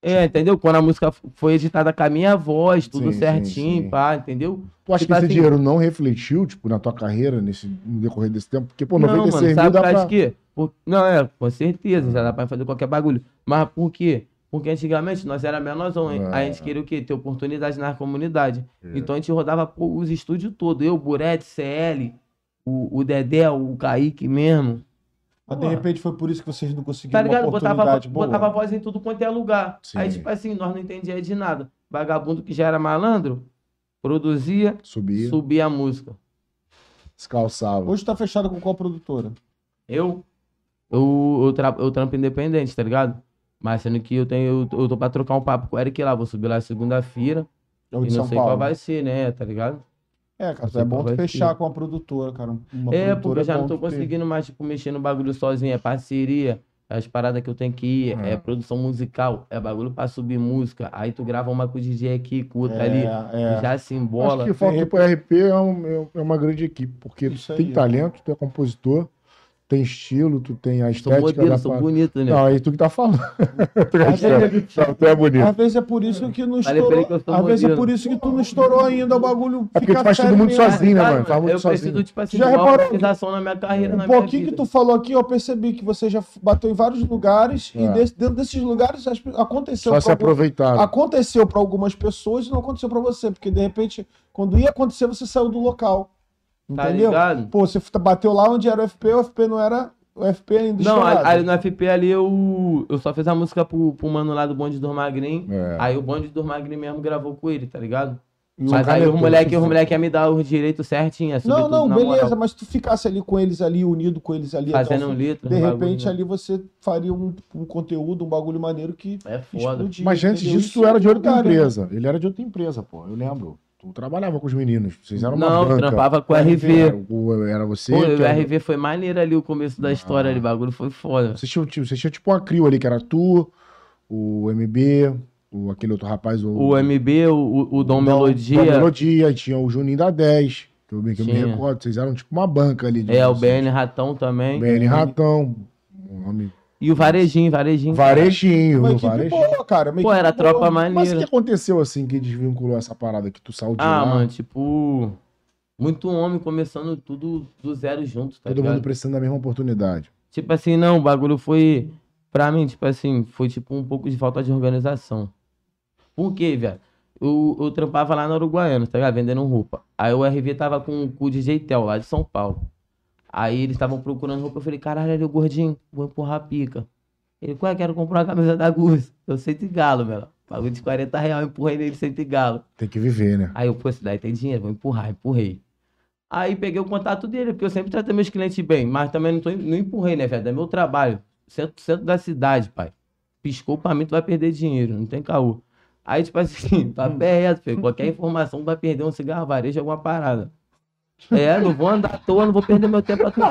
Speaker 3: É, entendeu? Quando a música f- foi editada com a minha voz, tudo
Speaker 2: Sim, sim,
Speaker 3: certinho,
Speaker 2: sim.
Speaker 3: pá, entendeu?
Speaker 2: Tu acha
Speaker 3: Tipo
Speaker 2: que esse
Speaker 3: assim-
Speaker 2: dinheiro não refletiu, tipo, na tua carreira nesse, no decorrer desse tempo? Porque, pô,
Speaker 3: não,
Speaker 2: 96
Speaker 3: mano,
Speaker 2: mil
Speaker 3: sabe
Speaker 2: dá
Speaker 3: por
Speaker 2: pra...
Speaker 3: causa que? Por- Não, é, com certeza, já dá pra fazer qualquer bagulho. Mas por quê? Porque antigamente nós era menorzão, hein? a
Speaker 2: É.
Speaker 3: gente queria o quê? Ter oportunidade na comunidade. Então a gente rodava pô, os estúdios todos. Eu, Burete, CL, o, o Dedé, o Kaique mesmo.
Speaker 1: Mas de
Speaker 3: Porra.
Speaker 1: repente foi por isso que vocês não conseguiram
Speaker 3: Tá ligado?
Speaker 1: uma
Speaker 3: Botava,
Speaker 1: oportunidade boa.
Speaker 3: botava voz em tudo quanto é lugar.
Speaker 2: Sim.
Speaker 3: Aí, tipo assim, nós não entendia de nada. Vagabundo que já era malandro, produzia,
Speaker 2: Subir,
Speaker 3: subia a música.
Speaker 2: se calçava.
Speaker 1: Hoje tá fechado com qual produtora?
Speaker 3: Eu, eu, eu, tra eu trampo independente, tá ligado? Mas sendo que eu tenho, eu, eu tô pra trocar um papo com o Eric lá, vou subir lá segunda-feira.
Speaker 1: É
Speaker 3: E
Speaker 1: o de
Speaker 3: não
Speaker 1: São
Speaker 3: sei
Speaker 1: Paulo.
Speaker 3: qual vai ser, né? Tá ligado?
Speaker 1: É, cara,
Speaker 3: sei
Speaker 1: é
Speaker 3: qual
Speaker 1: bom tu
Speaker 3: vai
Speaker 1: fechar
Speaker 3: ser.
Speaker 1: com a produtora, cara. Uma
Speaker 3: É,
Speaker 1: produtora
Speaker 3: porque eu já
Speaker 1: bom
Speaker 3: não tô
Speaker 1: tu ter.
Speaker 3: conseguindo mais, tipo, mexer no bagulho sozinho, é parceria. É as paradas que eu tenho que ir,
Speaker 2: É.
Speaker 1: Uhum.
Speaker 3: é, produção musical, é bagulho pra subir música. Aí tu grava uma com o DJ aqui, com outra ali,
Speaker 1: É, é.
Speaker 3: já se embola.
Speaker 2: Acho que falta pro RP é, um- é um- é uma grande equipe, porque
Speaker 1: Isso
Speaker 2: tu
Speaker 1: aí,
Speaker 2: tem
Speaker 1: ó.
Speaker 2: talento, tu é compositor, tem estilo, tu tem a
Speaker 3: Sou
Speaker 2: estética da
Speaker 3: modelo, sou
Speaker 2: parada.
Speaker 3: bonito, né? Tá
Speaker 2: Não, aí tu que tá falando. tu, é
Speaker 1: Às
Speaker 2: estranho.
Speaker 1: vezes-
Speaker 2: Não, tu é bonito.
Speaker 1: Às vezes é por isso que não
Speaker 3: Falei pra ele que eu
Speaker 1: estourou.
Speaker 3: sou
Speaker 1: Às vezes é
Speaker 3: modelo.
Speaker 1: por isso que tu não estourou ainda o bagulho.
Speaker 2: É porque
Speaker 1: fica
Speaker 2: tu faz tudo
Speaker 1: sério
Speaker 2: muito
Speaker 1: mesmo.
Speaker 2: sozinho, né,
Speaker 3: Cara,
Speaker 2: mano? Faz muito
Speaker 3: eu
Speaker 2: sozinho.
Speaker 3: preciso, tipo assim,
Speaker 1: Já
Speaker 3: de uma
Speaker 1: reparou?
Speaker 3: organização na minha carreira, na
Speaker 1: Um
Speaker 3: minha
Speaker 1: pouquinho que
Speaker 3: vida.
Speaker 1: tu falou aqui, eu percebi que você já f- bateu em vários lugares
Speaker 2: É.
Speaker 1: e desse- dentro desses lugares as pe- aconteceu
Speaker 2: Só se
Speaker 1: pra algum-
Speaker 2: aproveitar.
Speaker 1: aconteceu para algumas pessoas e não aconteceu pra você, porque de repente quando ia acontecer você saiu do local.
Speaker 3: Tá
Speaker 1: Entendeu?
Speaker 3: ligado?
Speaker 1: Pô, você f- bateu lá onde era o FP, o FP não era o FP ainda
Speaker 3: Não,
Speaker 1: estourado.
Speaker 3: aí no FP ali eu, eu só fiz a música pro, pro mano lá do bonde do Magrinho.
Speaker 2: É.
Speaker 3: Aí o bonde do Magrinho mesmo gravou com ele, tá ligado?
Speaker 2: E o
Speaker 3: Mas aí
Speaker 2: canetou,
Speaker 3: os moleque,
Speaker 2: tu
Speaker 3: os moleque ia me dar os direitos certinho, ia subir
Speaker 1: é Não,
Speaker 3: tudo
Speaker 1: não,
Speaker 3: É na
Speaker 1: beleza,
Speaker 3: moral,
Speaker 1: mas tu ficasse ali com eles ali, unido com eles ali até o
Speaker 3: fazendo
Speaker 1: fim,
Speaker 3: um litro.
Speaker 1: De
Speaker 3: um
Speaker 1: repente
Speaker 3: bagulho,
Speaker 1: ali você faria um, um conteúdo, um bagulho maneiro que
Speaker 3: É foda.
Speaker 1: explodia.
Speaker 2: Mas antes
Speaker 1: entendeu? é
Speaker 2: disso, tu era de outra
Speaker 1: Cara,
Speaker 2: empresa. Ele era de outra empresa, pô. Eu lembro. Tu trabalhava com os meninos. Vocês eram uma
Speaker 3: Não,
Speaker 2: banca.
Speaker 3: trampava com o
Speaker 2: Era, um
Speaker 3: RV.
Speaker 2: o- era você.
Speaker 3: Pô,
Speaker 2: que
Speaker 3: o
Speaker 2: era-
Speaker 3: RV foi maneiro ali o começo da história ali, o bagulho foi foda.
Speaker 2: Vocês tinham, tipo- vocês tinham tipo uma crio ali, que era tu, o MB, o, aquele outro rapaz, o,
Speaker 3: O MB, o, o Dom
Speaker 2: Dom
Speaker 3: Melodia,
Speaker 2: Melodia, e tinha o Juninho da 10, que eu, bem- que eu me
Speaker 3: Tinha.
Speaker 2: recordo. Vocês eram tipo uma banca ali.
Speaker 3: é, o
Speaker 2: digamos assim.
Speaker 3: BN Ratão também.
Speaker 2: BN Ratão, o nome...
Speaker 3: E o Varejinho, Varejinho.
Speaker 2: Varejinho,
Speaker 1: Uma
Speaker 2: o
Speaker 1: equipe
Speaker 2: Varejinho.
Speaker 1: boa, cara. uma
Speaker 3: Pô,
Speaker 1: equipe
Speaker 3: era
Speaker 1: boa.
Speaker 3: tropa
Speaker 2: Mas o que
Speaker 3: maneira.
Speaker 2: aconteceu, assim, que desvinculou essa parada que tu saiu de
Speaker 3: Ah,
Speaker 2: lá?
Speaker 3: mano, tipo, muito homem começando tudo do zero junto, tá
Speaker 2: Todo
Speaker 3: ligado?
Speaker 2: mundo precisando da mesma oportunidade.
Speaker 3: Tipo assim, não, o bagulho foi. Pra mim, tipo assim, foi tipo um pouco de falta de organização. Por quê, velho? Eu, eu trampava lá na Uruguaiana, tá ligado? Vendendo roupa. Aí o RV tava com, com o DJ Tel lá de São Paulo. Aí eles estavam procurando roupa. Eu falei, caralho, ali o gordinho, vou empurrar a pica. Ele, qual é? Quero comprar uma camisa da Gucci. Eu senti galo, meu. Bagulho de 40 reais, eu empurrei nele, senti galo.
Speaker 2: Tem que viver, né?
Speaker 3: Aí eu, pô, esse daí tem dinheiro, vou empurrar, empurrei. Aí peguei o contato dele, porque eu sempre tratei meus clientes bem, mas também não, tô, não empurrei, né, velho? É meu trabalho. Centro, centro da cidade, pai. Piscou pra mim, tu vai perder dinheiro, não tem caô. Aí, tipo assim,
Speaker 2: Hum.
Speaker 3: papo é reto, filho. Qualquer informação tu vai perder um cigarro, varejo, alguma parada. É, não vou andar à toa, não vou perder meu tempo à toa.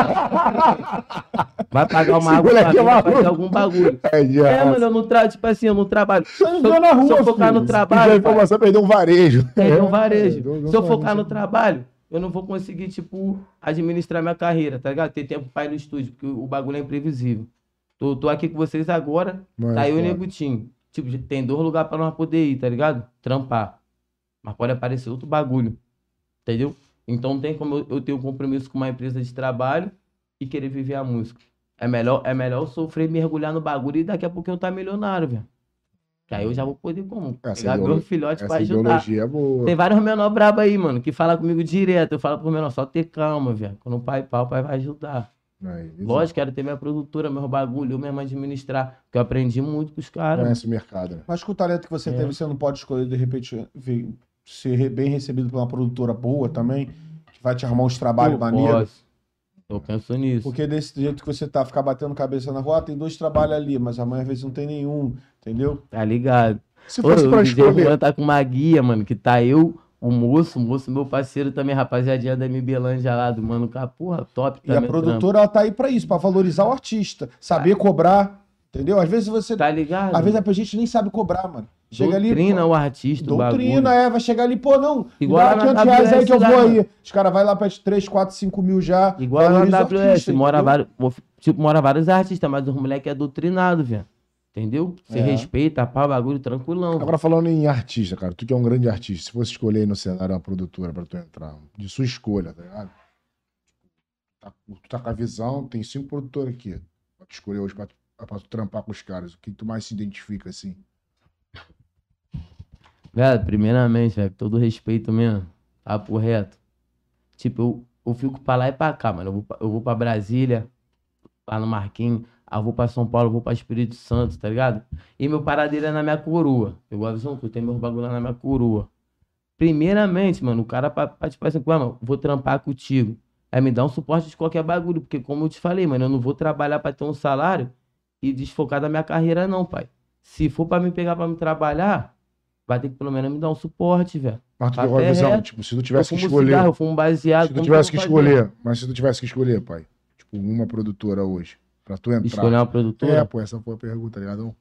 Speaker 3: Vai pagar uma
Speaker 2: Esse
Speaker 3: água pra
Speaker 2: moleque
Speaker 3: mim,
Speaker 2: é
Speaker 3: vai fazer
Speaker 2: maluco.
Speaker 3: algum bagulho.
Speaker 2: É, já.
Speaker 3: É, mano, eu não trabalho, tipo assim, eu não trabalho. Se eu,
Speaker 2: Andou na
Speaker 3: se
Speaker 2: rua,
Speaker 3: eu focar
Speaker 2: filho.
Speaker 3: no
Speaker 2: Se tiver
Speaker 3: trabalho, pai,
Speaker 2: informação, perdeu um varejo.
Speaker 3: é um
Speaker 2: É,
Speaker 3: varejo.
Speaker 2: não
Speaker 3: Se eu
Speaker 2: faz,
Speaker 3: focar
Speaker 2: não
Speaker 3: no trabalho, eu não vou conseguir, tipo, administrar minha carreira, tá ligado? Ter tempo pra ir no estúdio, porque o bagulho é imprevisível. Tô, tô aqui com vocês agora,
Speaker 2: Mano,
Speaker 3: tá aí o
Speaker 2: É foda.
Speaker 3: Negutinho. Tipo, já tem dois lugares pra nós poder ir, tá ligado? Trampar. Mas pode aparecer outro bagulho, entendeu? Então não tem como eu, eu ter um compromisso com uma empresa de trabalho e querer viver a música. É melhor, é melhor eu sofrer, mergulhar no bagulho e daqui a pouco eu tá milionário, velho. Que aí eu já vou poder como?
Speaker 2: Essa
Speaker 3: Pegar
Speaker 2: ideolo-
Speaker 3: meus filhotes pra
Speaker 2: Essa
Speaker 3: ajudar.
Speaker 2: ideologia é boa.
Speaker 3: Tem vários menor brabo aí, mano, que fala comigo direto. Eu falo pro menor, só ter calma, velho. Quando o pai pau, o pai vai ajudar.
Speaker 2: Aí, exato.
Speaker 3: Lógico, quero ter minha produtora, meus bagulho, eu mesmo administrar. Porque eu aprendi muito com os caras. mano.
Speaker 2: Conhece o mercado, né?
Speaker 1: Mas com o talento que você
Speaker 3: É.
Speaker 1: teve, você não pode escolher, de repente, ver- ser re- bem recebido por uma produtora boa também, que vai te arrumar uns trabalhos
Speaker 3: Eu
Speaker 1: maneiros.
Speaker 3: posso. Eu penso nisso.
Speaker 1: Porque desse jeito que você tá, ficar batendo cabeça na rua, ah, tem dois trabalhos ali, mas amanhã às vezes não tem nenhum, entendeu?
Speaker 3: Tá ligado?
Speaker 2: Se
Speaker 3: Ô,
Speaker 2: fosse
Speaker 3: o
Speaker 2: pra
Speaker 3: DJ
Speaker 2: escolher.
Speaker 3: Juan tá com uma guia, mano, que tá eu, o moço, o moço, meu parceiro também, rapaziadinha da Mibelândia lá, do Mano Capurra, top
Speaker 1: E a
Speaker 3: também. trampo.
Speaker 1: produtora, ela tá aí pra isso, pra valorizar o artista, saber cobrar, entendeu? Às vezes você.
Speaker 3: Tá ligado?
Speaker 1: Às vezes a gente nem sabe cobrar, mano. Chega ali.
Speaker 3: Doutrina é
Speaker 1: pô,
Speaker 3: o artista, o bagulho.
Speaker 1: Doutrina, é, vai chegar ali, pô, não.
Speaker 3: Igual
Speaker 1: Igual
Speaker 3: lá na
Speaker 1: 500 reais aí que eu
Speaker 3: WS
Speaker 1: vou
Speaker 3: lá,
Speaker 1: aí. Os caras vai lá, pede 3, 4, 5 mil já.
Speaker 3: Igual na
Speaker 1: valoriza o
Speaker 3: WS,
Speaker 1: artista,
Speaker 3: mora,
Speaker 1: entendeu?
Speaker 3: vários, tipo, mora vários artistas, mas os moleques é doutrinado, velho. Entendeu? Se
Speaker 1: É.
Speaker 3: respeita, pá, bagulho tranquilão.
Speaker 2: Agora falando em artista, cara, tu que é um grande artista, se fosse escolher aí no cenário uma produtora pra tu entrar, de sua escolha, tá ligado? Tá- tu tá com a visão, tem cinco produtores aqui. Pra tu escolher hoje pra, tu- pra tu trampar com os caras. O que tu mais se identifica, assim?
Speaker 3: Velho, primeiramente, velho, com todo respeito mesmo, papo reto. Tipo, eu, eu fico pra lá e pra cá, mano. Eu vou, pra- eu vou pra Brasília, lá no Marquinhos, aí eu vou pra São Paulo, eu vou pra Espírito Santo, tá ligado? E meu paradeiro é na minha coroa. Eu gosto visão que eu tenho meus bagulho lá na minha coroa. Primeiramente, mano, o cara, pra, pra, tipo assim, "Ué, mano, vou trampar contigo. É me dar um suporte de qualquer bagulho, porque como eu te falei, mano, eu não vou trabalhar pra ter um salário e desfocar da minha carreira, não, pai. Se for pra me pegar pra me trabalhar, vai ter que pelo menos me dar um suporte, velho.
Speaker 2: Mas tu
Speaker 3: Tá
Speaker 2: pegou a visão,
Speaker 3: correto.
Speaker 2: tipo, se tu
Speaker 3: Eu
Speaker 2: tivesse que
Speaker 3: fumo
Speaker 2: escolher.
Speaker 3: um cigarro, eu fumo baseado.
Speaker 2: Se tu
Speaker 3: como
Speaker 2: tivesse que
Speaker 3: eu vou fazer?
Speaker 2: escolher, mas se tu tivesse que escolher, pai, tipo, uma produtora hoje, Pra tu entrar.
Speaker 3: Escolher uma produtora?
Speaker 2: É, pô, essa foi a pergunta, tá ligado?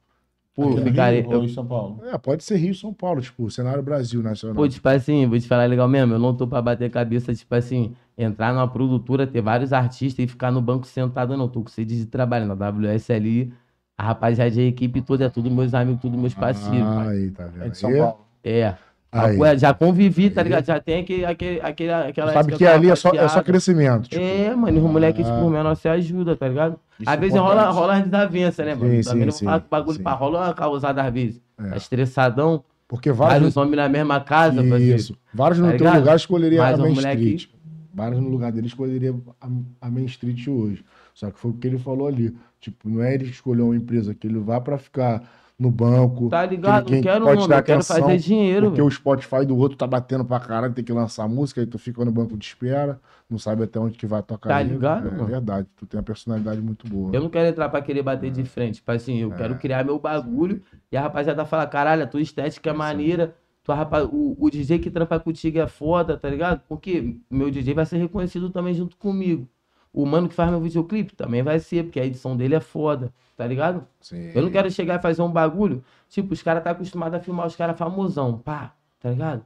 Speaker 3: Pô,
Speaker 1: Aqui no
Speaker 3: ficaria.
Speaker 1: Rio
Speaker 3: eu-
Speaker 1: ou em São Paulo?
Speaker 2: É, pode ser Rio São Paulo, tipo, cenário Brasil nacional.
Speaker 3: Pô, tipo assim, vou te falar legal mesmo, eu não tô pra bater cabeça, tipo assim, entrar numa produtora, ter vários artistas e ficar no banco sentado, não. Tô com sede de trabalho na WSLI, a rapaziada, a equipe toda, é tudo meus amigos, tudo meus parceiros.
Speaker 2: Ah, aí, tá vendo?
Speaker 1: É de São
Speaker 2: Aí,
Speaker 1: Paulo.
Speaker 3: É.
Speaker 2: aí.
Speaker 3: Ué, já convivi, tá
Speaker 2: Aí.
Speaker 3: ligado? Já tem aquele, aquele, aquele, aquela.
Speaker 2: Sabe
Speaker 3: aquela
Speaker 2: que ali é só, é só
Speaker 3: rapaziada.
Speaker 2: crescimento. Tipo,
Speaker 3: É, mano, os moleques,
Speaker 2: Ah.
Speaker 3: tipo, menor se ajuda, tá ligado?
Speaker 1: Isso
Speaker 2: um
Speaker 3: Às
Speaker 1: é
Speaker 3: vezes rola,
Speaker 1: importante.
Speaker 3: rola as desavenças, né, mano?
Speaker 2: Sim,
Speaker 3: Também
Speaker 2: sim,
Speaker 3: não
Speaker 2: sim,
Speaker 3: vou falar que o bagulho
Speaker 2: sim.
Speaker 3: pá, rola uma causada às vezes.
Speaker 2: É.
Speaker 3: Tá estressadão,
Speaker 2: porque vários.
Speaker 3: vários homens na mesma casa, parceiro.
Speaker 2: Isso. Vários no
Speaker 3: Tá
Speaker 2: teu
Speaker 3: ligado?
Speaker 2: lugar escolheria
Speaker 3: Mas
Speaker 2: a
Speaker 3: o
Speaker 2: Main
Speaker 3: moleque-
Speaker 2: Street. Vários no lugar dele escolheria a, a Main Street hoje. Só que foi o que ele falou ali. Tipo, não é ele que escolheu uma empresa que ele vai pra ficar no banco.
Speaker 3: Tá ligado?
Speaker 2: Quem
Speaker 3: Não quero
Speaker 2: pode
Speaker 3: nome,
Speaker 2: dar
Speaker 3: eu quero
Speaker 2: atenção,
Speaker 3: fazer dinheiro,
Speaker 2: Porque
Speaker 3: velho.
Speaker 2: o Spotify do outro tá batendo pra caralho, tem que lançar música, aí tu fica no banco de espera, não sabe até onde que vai tocar.
Speaker 3: Tá
Speaker 2: ele.
Speaker 3: ligado,
Speaker 2: É
Speaker 3: mano?
Speaker 2: verdade, tu tem uma personalidade muito boa.
Speaker 3: Eu não quero entrar pra querer bater de frente. Tipo assim, eu
Speaker 2: É.
Speaker 3: quero criar meu bagulho e a rapaziada fala, caralho, a tua estética é maneira. Tua rapa... o, o DJ que trampa contigo é foda, tá ligado? Porque meu DJ vai ser reconhecido também junto comigo. O mano que faz meu videoclipe também vai ser, porque a edição dele é foda, tá ligado?
Speaker 2: Sim.
Speaker 3: Eu não quero chegar e fazer um bagulho. Tipo, os caras tá acostumado a filmar os caras famosão, pá, tá ligado?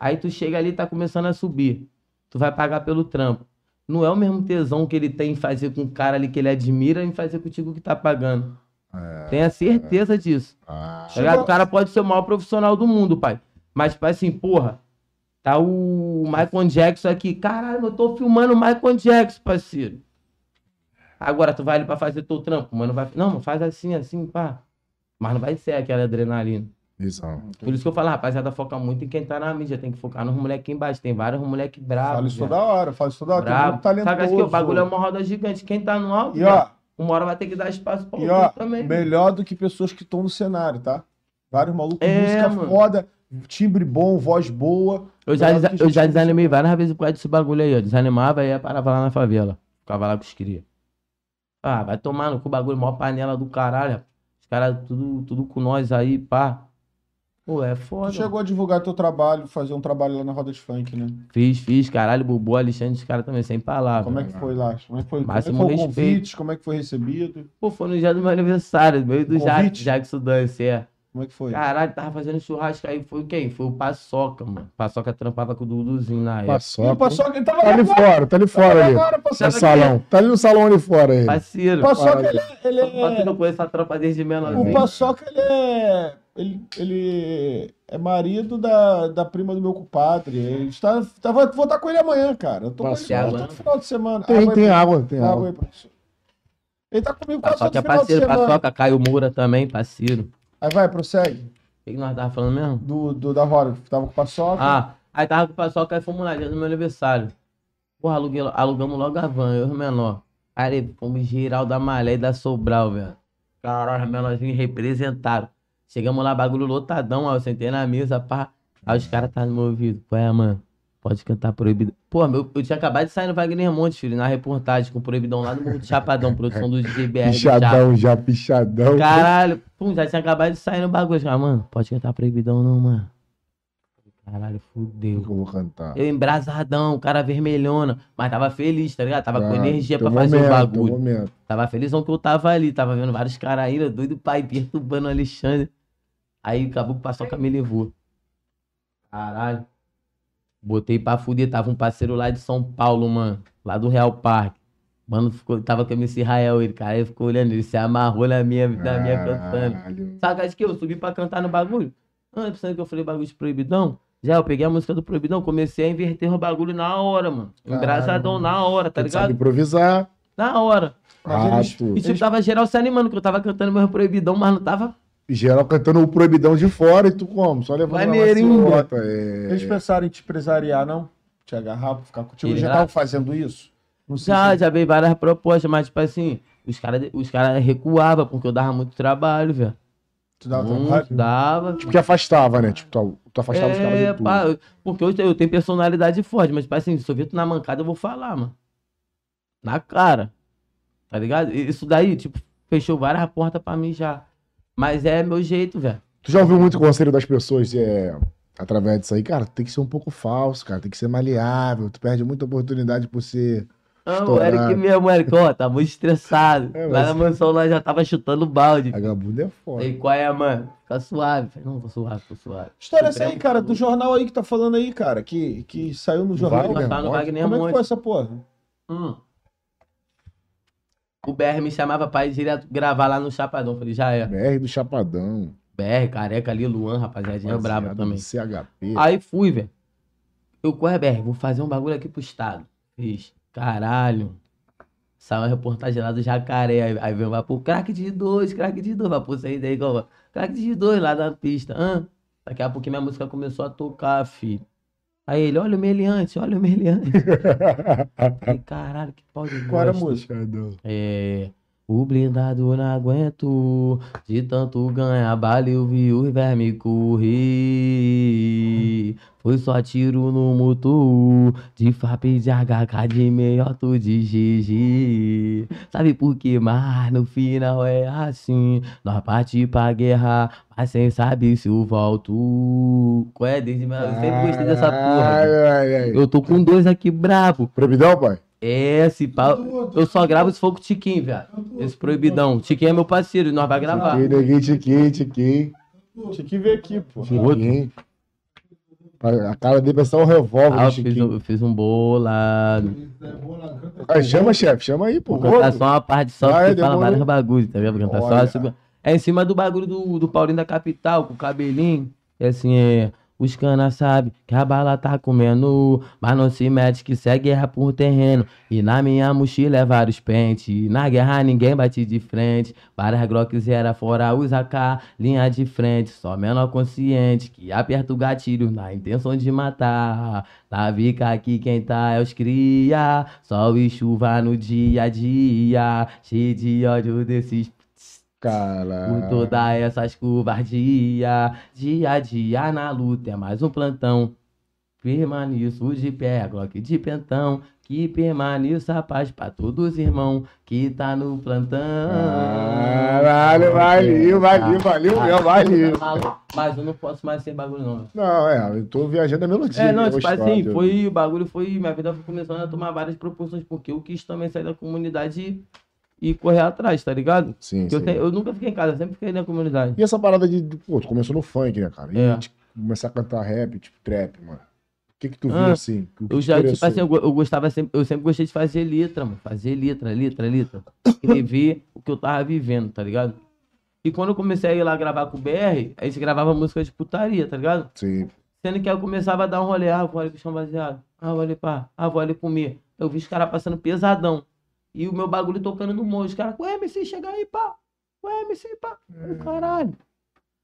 Speaker 3: Aí tu chega ali e tá começando a subir. Tu vai pagar pelo trampo. Não é o mesmo tesão que ele tem em fazer com o cara ali que ele admira em fazer contigo que tá pagando. Tenha certeza disso.
Speaker 2: Ah,
Speaker 3: Tá ligado? O cara pode ser o maior profissional do mundo, pai. Mas, tipo assim, porra, tá o Michael Jackson aqui. Caralho, eu tô filmando o Michael Jackson, parceiro. Agora tu vai ali pra fazer teu trampo, mano. Vai... Não, mano, faz assim, assim, pá. Mas não vai ser aquela adrenalina.
Speaker 2: isso.
Speaker 3: Por isso que eu falo, rapaziada, foca muito em quem tá na mídia. Tem que focar nos moleque embaixo. Tem vários moleque bravos.
Speaker 1: Fala isso
Speaker 3: viado.
Speaker 1: toda hora, fala isso toda hora. Tem
Speaker 3: Brabo.
Speaker 1: muito talentoso.
Speaker 3: Sabe assim, o bagulho é uma roda gigante. Quem tá no alto,
Speaker 1: E ó,
Speaker 3: uma hora vai ter que dar espaço pra
Speaker 1: E ó, um
Speaker 3: outro também.
Speaker 1: melhor do que pessoas que estão no cenário, tá? Vários malucos,
Speaker 3: É,
Speaker 1: música
Speaker 3: mano.
Speaker 1: foda, timbre bom, voz boa.
Speaker 3: Eu já,
Speaker 1: Melhor do que
Speaker 3: desa- eu já
Speaker 1: gente-
Speaker 3: desanimei várias vezes por causa desse bagulho aí, ó. Desanimava e ia parava lá na favela. Ficava lá com os cria. Ah, vai tomar no cu o bagulho, maior panela do caralho. Os caras tudo, tudo com nós aí, pá. Pô, é foda.
Speaker 1: Tu chegou a divulgar teu trabalho, fazer um trabalho lá na roda de funk, né?
Speaker 3: Fiz, fiz, caralho, Bubu, Alexandre, os caras também, sem palavras.
Speaker 1: Como é que foi lá? Como é que foi, como é que
Speaker 3: Máximo
Speaker 1: foi o
Speaker 3: respeito.
Speaker 1: convite? Como é que foi recebido?
Speaker 3: Pô, foi no dia do meu aniversário, meio do Ja-
Speaker 1: Convite?
Speaker 3: Jackson Dance, é.
Speaker 1: Como é que foi?
Speaker 3: Caralho, tava fazendo churrasco aí, foi quem? Foi o Paçoca, mano. Paçoca trampava com o Duduzinho na época.
Speaker 1: Ele
Speaker 2: Paçoca.
Speaker 1: passou, ele tava
Speaker 2: Tá
Speaker 1: lá
Speaker 2: ali
Speaker 1: agora,
Speaker 2: fora, tá ali fora
Speaker 1: tava
Speaker 2: ali.
Speaker 1: lá agora,
Speaker 2: No
Speaker 1: passou.
Speaker 2: salão. Tá ali no salão ali fora ele.
Speaker 3: Parceiro,
Speaker 1: O Paçoca, ele, ele
Speaker 3: mas eu
Speaker 1: é...
Speaker 3: não conheço a trampa desde menorzinho.
Speaker 1: O Paçoca, ele é... Ele, ele é marido da, da prima do meu compadre. Ele está, tava, vou estar com ele amanhã, cara. Eu tô com
Speaker 3: Paçoca.
Speaker 1: ele todo final de semana. Ah,
Speaker 2: Tem,
Speaker 3: é
Speaker 1: vai-
Speaker 2: tem água, tem
Speaker 1: Ah,
Speaker 2: água.
Speaker 1: oi, professor. Ele tá comigo quase todo
Speaker 3: Paçoca é
Speaker 1: final de
Speaker 3: parceiro,
Speaker 1: semana.
Speaker 3: Paçoca, Caio Moura também, parceiro.
Speaker 1: Aí vai, prossegue.
Speaker 3: O que que nós tava falando mesmo?
Speaker 1: Do, do, da roda, que tava com paçoca.
Speaker 3: Ah, aí tava com o Paçoca e fomos lá, dia do meu aniversário. Porra, aluguei, alugamos logo a van, eu e o menor. Aí fomos geral da Malé e da Sobral, velho. Caralho, os menorzinhos representaram. Chegamos lá, bagulho lotadão, aí eu sentei na mesa, pá. Aí os caras tá no meu ouvido. Qual é, mano? Pode cantar proibido. Pô, meu, eu tinha acabado de sair no Wagner Monte, filho, na reportagem com o Proibidão lá no Morro do Chapadão, produção do DJ BR. do Chapadão.
Speaker 2: Pichadão já, pichadão.
Speaker 3: É, Caralho, pum, já tinha acabado de sair no bagulho. Cara, mano, pode cantar proibidão não, mano. Caralho,
Speaker 2: O
Speaker 3: fudeu.
Speaker 2: que eu vou cantar?
Speaker 3: Eu embrasadão, o cara vermelhona, mas tava feliz, tá ligado? Tava com
Speaker 2: Ah,
Speaker 3: energia
Speaker 2: teu
Speaker 3: pra fazer
Speaker 2: momento,
Speaker 3: o
Speaker 2: teu
Speaker 3: bagulho.
Speaker 2: momento.
Speaker 3: Tava felizão que eu tava ali, tava vendo vários caras ainda, doido pai, perturbando o Alexandre. Aí o caboclo paçoca me levou. Caralho. Botei pra fuder, tava um parceiro lá de São Paulo, mano. Lá do Real Parque. Mano, ficou, tava com a MC Israel, ele, cara, ele ficou olhando, ele se amarrou na minha, na minha
Speaker 2: Ah.
Speaker 3: cantando.
Speaker 2: Caralho.
Speaker 3: Saca de que eu subi pra cantar no bagulho? Ah, pensando que eu falei bagulho de proibidão? Já, eu peguei a música do proibidão, comecei a inverter o bagulho na hora, mano. Engraçadão na hora, tá
Speaker 2: Tu Sabe
Speaker 3: ligado?
Speaker 2: improvisar. Ah,
Speaker 3: Na hora.
Speaker 1: Mas eles-
Speaker 2: Rato.
Speaker 3: E tipo, tava geral se animando, que eu tava cantando meu proibidão, mas não tava.
Speaker 2: E Geral cantando o proibidão de fora e tu como? Só levando
Speaker 3: Maneirinho.
Speaker 2: uma maciota. É.
Speaker 1: Eles pensaram em te empresariar, não? Te agarrar pra ficar contigo. Eles já
Speaker 3: Exato.
Speaker 1: estavam fazendo isso? Não sei
Speaker 3: Já,
Speaker 1: se-
Speaker 3: já veio várias propostas, mas tipo assim, os caras os cara recuavam, porque eu dava muito trabalho, velho.
Speaker 1: Tu dava trabalho?
Speaker 3: Muito, dava.
Speaker 2: Tipo, que afastava, né? Tipo, tu, tu afastava os caras
Speaker 3: É,
Speaker 2: de tudo.
Speaker 3: pá, eu- porque eu, te- eu tenho personalidade forte, mas, tipo assim, se eu ver tu na mancada, eu vou falar, mano. Na cara. Tá ligado? E- Isso daí, tipo, fechou várias portas pra mim já. Mas é meu jeito, velho.
Speaker 2: Tu já ouviu muito conselho das pessoas é, através disso aí? Cara, tem que ser um pouco falso, cara. Tem que ser maleável. Tu perde muita oportunidade por ser
Speaker 3: Ah, o
Speaker 2: Estourado.
Speaker 3: Eric mesmo, Eric, ó, tá muito estressado.
Speaker 2: É,
Speaker 3: Lá
Speaker 2: mas-
Speaker 3: na mansão lá já tava chutando balde.
Speaker 2: Vagabundo é foda.
Speaker 3: Falei, qual é, mano? Fica suave. Falei, não, tô suave, tô suave.
Speaker 1: História essa aí, cara, do jornal aí que tá falando aí, cara, que, que saiu no jornal.
Speaker 2: Wagner
Speaker 3: Nós tava no
Speaker 2: Monte.
Speaker 3: Wagner
Speaker 1: Como é que
Speaker 3: Monte.
Speaker 1: foi essa porra?
Speaker 3: Hum. O BR me chamava pra ir direto gravar lá no Chapadão. Falei, já é.
Speaker 2: BR do Chapadão.
Speaker 3: BR, careca ali, Luan, rapaziadinha braba
Speaker 2: rapaziada do
Speaker 3: também.
Speaker 2: CHP.
Speaker 3: Aí fui, velho. Eu, qual é, BR? Vou fazer um bagulho aqui pro Estado. Fiz. Caralho. Saiu a reportagem lá do Jacaré. Aí, aí vem lá pro craque de dois, craque de dois. Vai pro sair daí, igual. Craque de dois lá na pista. Hã? Daqui a pouquinho minha música começou a tocar, filho. Aí ele, olha o meliante, olha o meliante. Ah, Falei, caralho, que pau de
Speaker 1: Qual era a
Speaker 3: bosta.
Speaker 1: música?
Speaker 3: É, o blindado não aguento, de tanto ganhar bala eu vi os verme correr. Foi só tiro no mutu, de FAP de HK de meioto de GG. Sabe por que, mas no final é assim, nós parti pra guerra, mas sem saber se eu volto. Qual é, desde, eu sempre gostei dessa
Speaker 2: Ai,
Speaker 3: porra.
Speaker 2: ai, ai.
Speaker 3: Eu tô com dois aqui brabo.
Speaker 2: Proibidão, pai?
Speaker 3: É, se pau. Eu só gravo se for com o Tiquinho, viado. Esse proibidão. O Tiquinho é meu parceiro, e nós vai gravar.
Speaker 2: Tiquinho, é neguinho, tiquinho, tiquinho.
Speaker 1: Tinha que ver aqui, pô.
Speaker 2: Tiquinho. A cara dele vai ser um revólver,
Speaker 3: Ah,
Speaker 2: ah,
Speaker 3: eu fiz, um-
Speaker 2: Chiquinho.
Speaker 3: eu fiz um bolado.
Speaker 2: Ah, chama, chefe, chama aí, pô.
Speaker 3: Vou cantar
Speaker 2: Gordo.
Speaker 3: só uma parte só,
Speaker 2: Ah,
Speaker 3: porque fala
Speaker 2: demorou.
Speaker 3: vários bagulhos, tá vendo? Vou cantar só a
Speaker 2: Olha.
Speaker 3: segunda. É em cima do bagulho do, do Paulinho da Capital, com o cabelinho. É assim, é. Os cana sabe que a bala tá comendo, mas não se mete que segue guerra por terreno. E na minha mochila é vários pentes. Na guerra ninguém bate de frente. Várias Glocks era fora os AK, linha de frente. Só menor consciente que aperta o gatilho na intenção de matar. Na vica aqui quem tá é os cria. Sol e chuva no dia a dia. Cheio de ódio desses por
Speaker 2: Caralho.
Speaker 3: toda essas covardia, dia a dia na luta é mais um plantão. Permaneço de pé, Glock de pentão, que permaneça a paz pra todos irmão que tá no plantão.
Speaker 2: Ah,
Speaker 3: Ah,
Speaker 2: Caralho, valeu, valeu, valeu mesmo, valeu.
Speaker 3: Tá. Mas eu não posso mais ser bagulho não.
Speaker 2: Não, é, eu tô viajando a melodia.
Speaker 3: É, não,
Speaker 2: né,
Speaker 3: tipo
Speaker 2: gostado.
Speaker 3: assim, foi, o bagulho foi, minha vida foi começando a tomar várias proporções, porque eu quis também sair da comunidade e, e correr atrás, tá ligado?
Speaker 2: Sim,
Speaker 3: Porque eu,
Speaker 2: sim.
Speaker 3: te- eu nunca fiquei em casa, sempre fiquei na comunidade.
Speaker 2: E essa parada de, de- pô, tu começou no funk, né, cara? E
Speaker 3: É.
Speaker 2: de começar a cantar rap, tipo trap, mano. O que que tu viu,
Speaker 3: Ah,
Speaker 2: assim? que- que
Speaker 3: Eu
Speaker 2: te
Speaker 3: já, tipo
Speaker 2: interessou?
Speaker 3: assim, eu, go- eu gostava sempre, eu sempre gostei de fazer letra, mano. Fazer letra, letra, letra. Escrever o que eu tava vivendo, tá ligado? E quando eu comecei a ir lá gravar com o BR, a gente gravava música de putaria, tá ligado?
Speaker 2: Sim.
Speaker 3: Sendo que eu começava a dar um rolê, ah, vou ali pro chão baseado, ah, vou ali pá, ah, vou ali comer. Eu vi os caras passando pesadão. E o meu bagulho tocando no monte. Os caras, ué, MC, chega aí, pá. Ué, MC, pá.
Speaker 2: Hum.
Speaker 3: Eu,
Speaker 2: é,
Speaker 3: Caralho.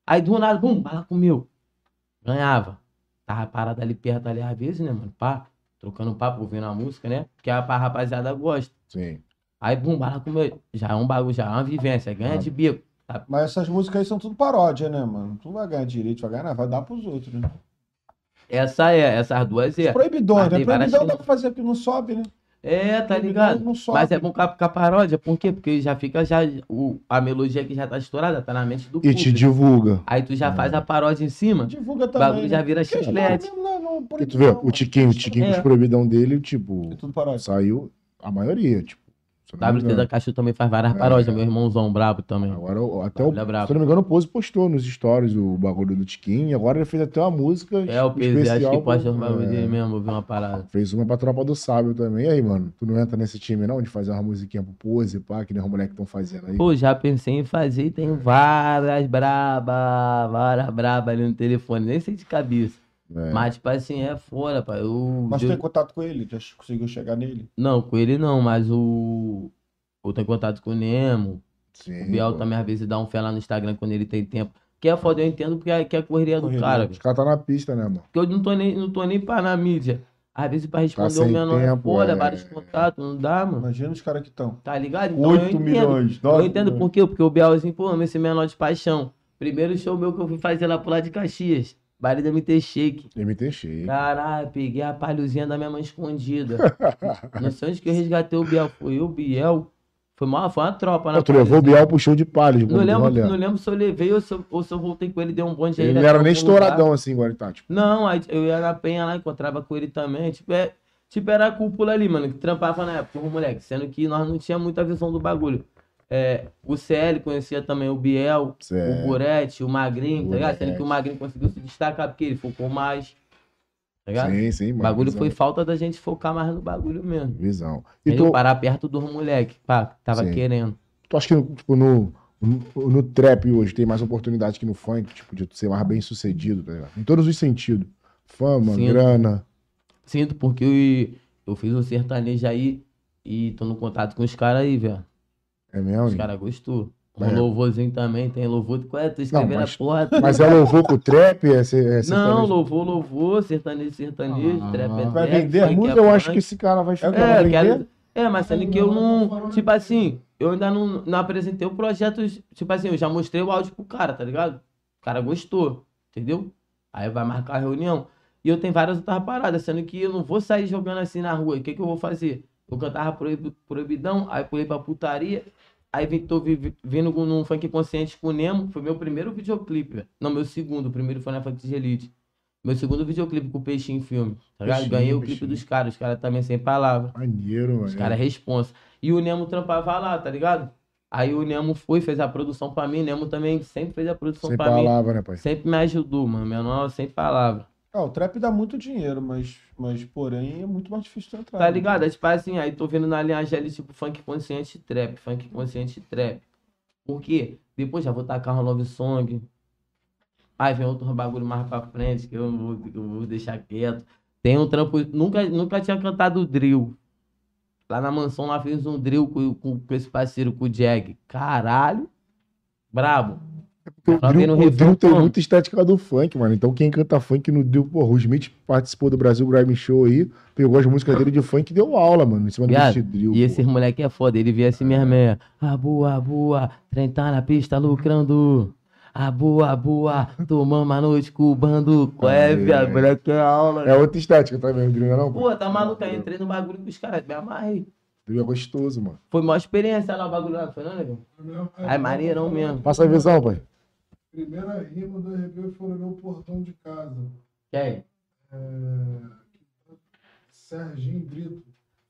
Speaker 3: Aí do nada, bum, bala comeu. Ganhava. Tava parado ali perto ali às vezes, né, mano? Pá. Trocando papo, ouvindo a música, né? Porque a, a rapaziada gosta.
Speaker 2: Sim.
Speaker 3: Aí, bum, bala comeu. Já é um bagulho, já é uma vivência. Ganha de bico.
Speaker 1: Mas essas músicas aí são tudo paródia, né, mano? Tu não vai ganhar direito, vai ganhar, vai dar pros outros, né?
Speaker 3: Essa é, essas duas é.
Speaker 1: Proibidões,
Speaker 3: Ah,
Speaker 1: né?
Speaker 3: tem várias
Speaker 1: Proibidão dá
Speaker 3: chances.
Speaker 1: pra fazer que não sobe, né?
Speaker 3: É, tá
Speaker 1: Proibidão
Speaker 3: ligado?
Speaker 1: Não sobe.
Speaker 3: Mas é bom com a paródia, por quê? Porque já fica já. O, a melodia que já tá estourada, tá na mente do
Speaker 2: E te É.
Speaker 3: público.
Speaker 2: divulga.
Speaker 3: Aí tu já faz a paródia em cima,
Speaker 1: Divulga
Speaker 3: o
Speaker 1: também.
Speaker 3: bagulho já
Speaker 1: né?
Speaker 3: vira
Speaker 1: Porque eles
Speaker 3: chiclete.
Speaker 1: não- não- não,
Speaker 2: E tu vê,
Speaker 1: proibidão.
Speaker 2: o Tiquinho, o Tiquinho com os
Speaker 3: É.
Speaker 2: proibidão dele, tipo,
Speaker 1: É tudo paródia.
Speaker 2: saiu a maioria, tipo. se eu não me
Speaker 3: WT da
Speaker 2: engano.
Speaker 3: Caixa também faz várias
Speaker 2: É.
Speaker 3: paródias, meu irmãozão brabo também.
Speaker 2: Agora, o- até o,
Speaker 3: Ele é brabo.
Speaker 2: se eu não me engano, o Pose postou nos stories o bagulho do Tiquinho. e Agora ele fez até uma música
Speaker 3: É, o PZ, acho que
Speaker 2: especial
Speaker 3: posta
Speaker 2: pro-
Speaker 3: os bagulho
Speaker 2: é.
Speaker 3: dele mesmo, eu vi uma parada.
Speaker 2: Fez uma pra Tropa do Sábio também. E aí, mano, tu não entra nesse time não de fazer uma musiquinha pro Pose, pá, que nem os moleques estão fazendo aí?
Speaker 3: Pô, já pensei em fazer e tem várias braba, várias braba ali no telefone, nem sei de cabeça.
Speaker 2: É.
Speaker 3: Mas, tipo assim, é fora, pai. Eu,
Speaker 1: Mas tu
Speaker 3: eu-
Speaker 1: tem contato com ele? Já conseguiu chegar nele?
Speaker 3: Não, com ele não, mas o. Eu tenho contato com o Nemo,
Speaker 2: Sim,
Speaker 3: O Biel
Speaker 2: pô.
Speaker 3: também às vezes dá um fé lá no Instagram quando ele tem tempo. Que é foda, eu entendo porque é, que é a correria do
Speaker 1: Correria.
Speaker 3: cara.
Speaker 2: Os
Speaker 3: velho.
Speaker 2: caras tá na pista, né, mano?
Speaker 3: Porque eu não tô nem, não tô nem pra na mídia. Às vezes pra responder o
Speaker 2: sem
Speaker 3: menor é
Speaker 2: tempo,
Speaker 3: foda,
Speaker 2: é.
Speaker 3: vários contatos, não dá, mano.
Speaker 1: Imagina os caras que estão.
Speaker 3: Tá ligado? Então eu
Speaker 1: 8
Speaker 3: entendo.
Speaker 1: milhões.
Speaker 3: Eu
Speaker 1: 9
Speaker 3: entendo
Speaker 1: milhões.
Speaker 3: por quê? Porque o Bielzinho, pô, ama esse menor de paixão. Primeiro show meu que eu fui fazer lá pro lado de Caxias. Baile da MT Shake.
Speaker 2: MT cheio.
Speaker 3: Caralho, peguei a palhozinha da minha mãe escondida. não sei onde que eu resgatei o Biel. Foi o Biel. Foi uma, foi uma tropa, né?
Speaker 2: Pô, tu levou o Biel pro show de palha.
Speaker 3: Não lembro,
Speaker 2: olha.
Speaker 3: não lembro se eu levei ou se eu, ou se eu voltei com ele, deu um bonde aí.
Speaker 2: Ele
Speaker 3: né,
Speaker 2: não era
Speaker 3: pra
Speaker 2: nem
Speaker 3: algum lugar.
Speaker 2: estouradão assim, agora ele tá, tipo.
Speaker 3: Não, aí eu ia na penha lá, encontrava com ele também. Tipo, é, Tipo, era a cúpula ali, mano, que trampava na época, os moleque. Sendo que nós não tinha muita visão do bagulho. É, o CL conhecia também o Biel, o
Speaker 2: Certo.
Speaker 3: Gorete, o Magrinho, tá ligado? Sendo que
Speaker 2: É. Gorete.
Speaker 3: o Magrinho conseguiu se destacar porque ele focou mais. Tá ligado?
Speaker 2: Sim, sim,
Speaker 3: o
Speaker 2: mano.
Speaker 3: bagulho
Speaker 2: visão,
Speaker 3: foi falta da gente focar mais no bagulho mesmo.
Speaker 2: Visão.
Speaker 3: E
Speaker 2: E tu,
Speaker 3: parar perto dos moleque, pá, que tava
Speaker 2: Sim.
Speaker 3: querendo.
Speaker 2: tu acha que tipo, no, no, no trap hoje tem mais oportunidade que no funk, tipo, de tu ser mais bem sucedido, tá ligado? Em todos os sentidos. Fama,
Speaker 3: Sim.
Speaker 2: grana.
Speaker 3: Sinto porque eu, eu fiz um sertanejo aí e tô no contato com os caras aí, velho.
Speaker 2: É mesmo?
Speaker 3: Os caras gostou. Um
Speaker 2: É.
Speaker 3: louvorzinho também, tem louvor. Qual é? Tu escrevendo
Speaker 2: mas-
Speaker 3: a porra. tu-
Speaker 2: Mas é louvor com o trap? É, se- é
Speaker 3: Não,
Speaker 2: sertanejo?
Speaker 3: louvor, louvor, sertanejo, sertanejo,
Speaker 2: Ah,
Speaker 3: trap é
Speaker 1: vai
Speaker 3: trap,
Speaker 1: vender
Speaker 3: funk é
Speaker 2: Mas eu acho
Speaker 3: funk.
Speaker 2: que esse cara vai
Speaker 1: É o que eu vou
Speaker 3: É, eu
Speaker 1: vender?
Speaker 3: quero... é, mas sendo que eu
Speaker 4: Não, não,
Speaker 3: não.
Speaker 4: não.
Speaker 3: Tipo assim, eu ainda não, não apresentei o projeto. Tipo assim, eu já mostrei o áudio pro cara, tá ligado? O cara gostou, entendeu? Aí vai marcar a reunião. E eu tenho várias outras paradas, sendo que eu não vou sair jogando assim na rua. E O que, que eu vou fazer? Eu cantava proib- proibidão, aí pulei pra putaria. Aí vim, tô vi- vi- vindo com- num funk consciente com o Nemo, que foi meu primeiro videoclipe. velho. Não, meu segundo. O primeiro foi na Funk de Elite. Meu segundo videoclipe com o Peixinho Filme. Tá ligado?
Speaker 2: Peixinho,
Speaker 3: Ganhei o
Speaker 2: Peixinho.
Speaker 3: clipe dos caras. Os caras também sem palavra.
Speaker 2: Maneiro, mano.
Speaker 3: Os caras responsa. E o Nemo trampava lá, tá ligado? Aí o Nemo foi, fez a produção pra mim. O Nemo também sempre fez a produção
Speaker 2: Sem
Speaker 3: é pra
Speaker 2: palavra, né, pai?
Speaker 3: mim. Sempre me ajudou, mano. Meu nome é sem palavra.
Speaker 1: Ah, o trap dá muito dinheiro, mas, mas porém é muito mais difícil de entrar.
Speaker 3: Tá
Speaker 1: né?
Speaker 3: ligado? É tipo assim, aí tô vendo na linhagem ali, tipo, funk consciente e trap, funk consciente e trap. Por quê? Depois já vou tacar um love song. Aí vem outro bagulho mais pra frente, que eu vou, eu vou deixar quieto. Tem um trampo. Nunca, nunca tinha cantado drill. Lá na mansão, lá fiz um drill com, com, com esse parceiro, com o Jag. Caralho! Brabo.
Speaker 2: Porque
Speaker 3: Tá
Speaker 2: o drill,
Speaker 3: vendo o
Speaker 2: o drill tem
Speaker 3: refrão?
Speaker 2: muita estética do funk, mano. Então quem canta funk no drill, porra, o Smith participou do Brasil Grime Show aí, pegou as músicas dele de funk e deu aula, mano, em cima do
Speaker 3: Viado,
Speaker 2: desse drill.
Speaker 3: E esses
Speaker 2: porra.
Speaker 3: moleque é foda, ele via assim mesmo, é. A boa, boa, trem tá na pista lucrando. A boa, boa, tomamos a noite cubando. Qual é,
Speaker 2: Aí,
Speaker 3: viado?
Speaker 2: aí.
Speaker 3: Moleque é aula.
Speaker 2: É outra estética também, o drill, não é não? pô?
Speaker 3: Pô, tá maluco aí? Entrei no bagulho com os caras, me amarrei.
Speaker 2: O drill é gostoso, mano.
Speaker 3: Foi uma experiência lá o bagulho lá, foi não, negão? Ai, maneirão mesmo.
Speaker 2: Passa a visão, pai.
Speaker 4: Primeira rima do RB foi no meu portão de casa.
Speaker 3: E aí?
Speaker 2: É,
Speaker 4: Serginho Brito.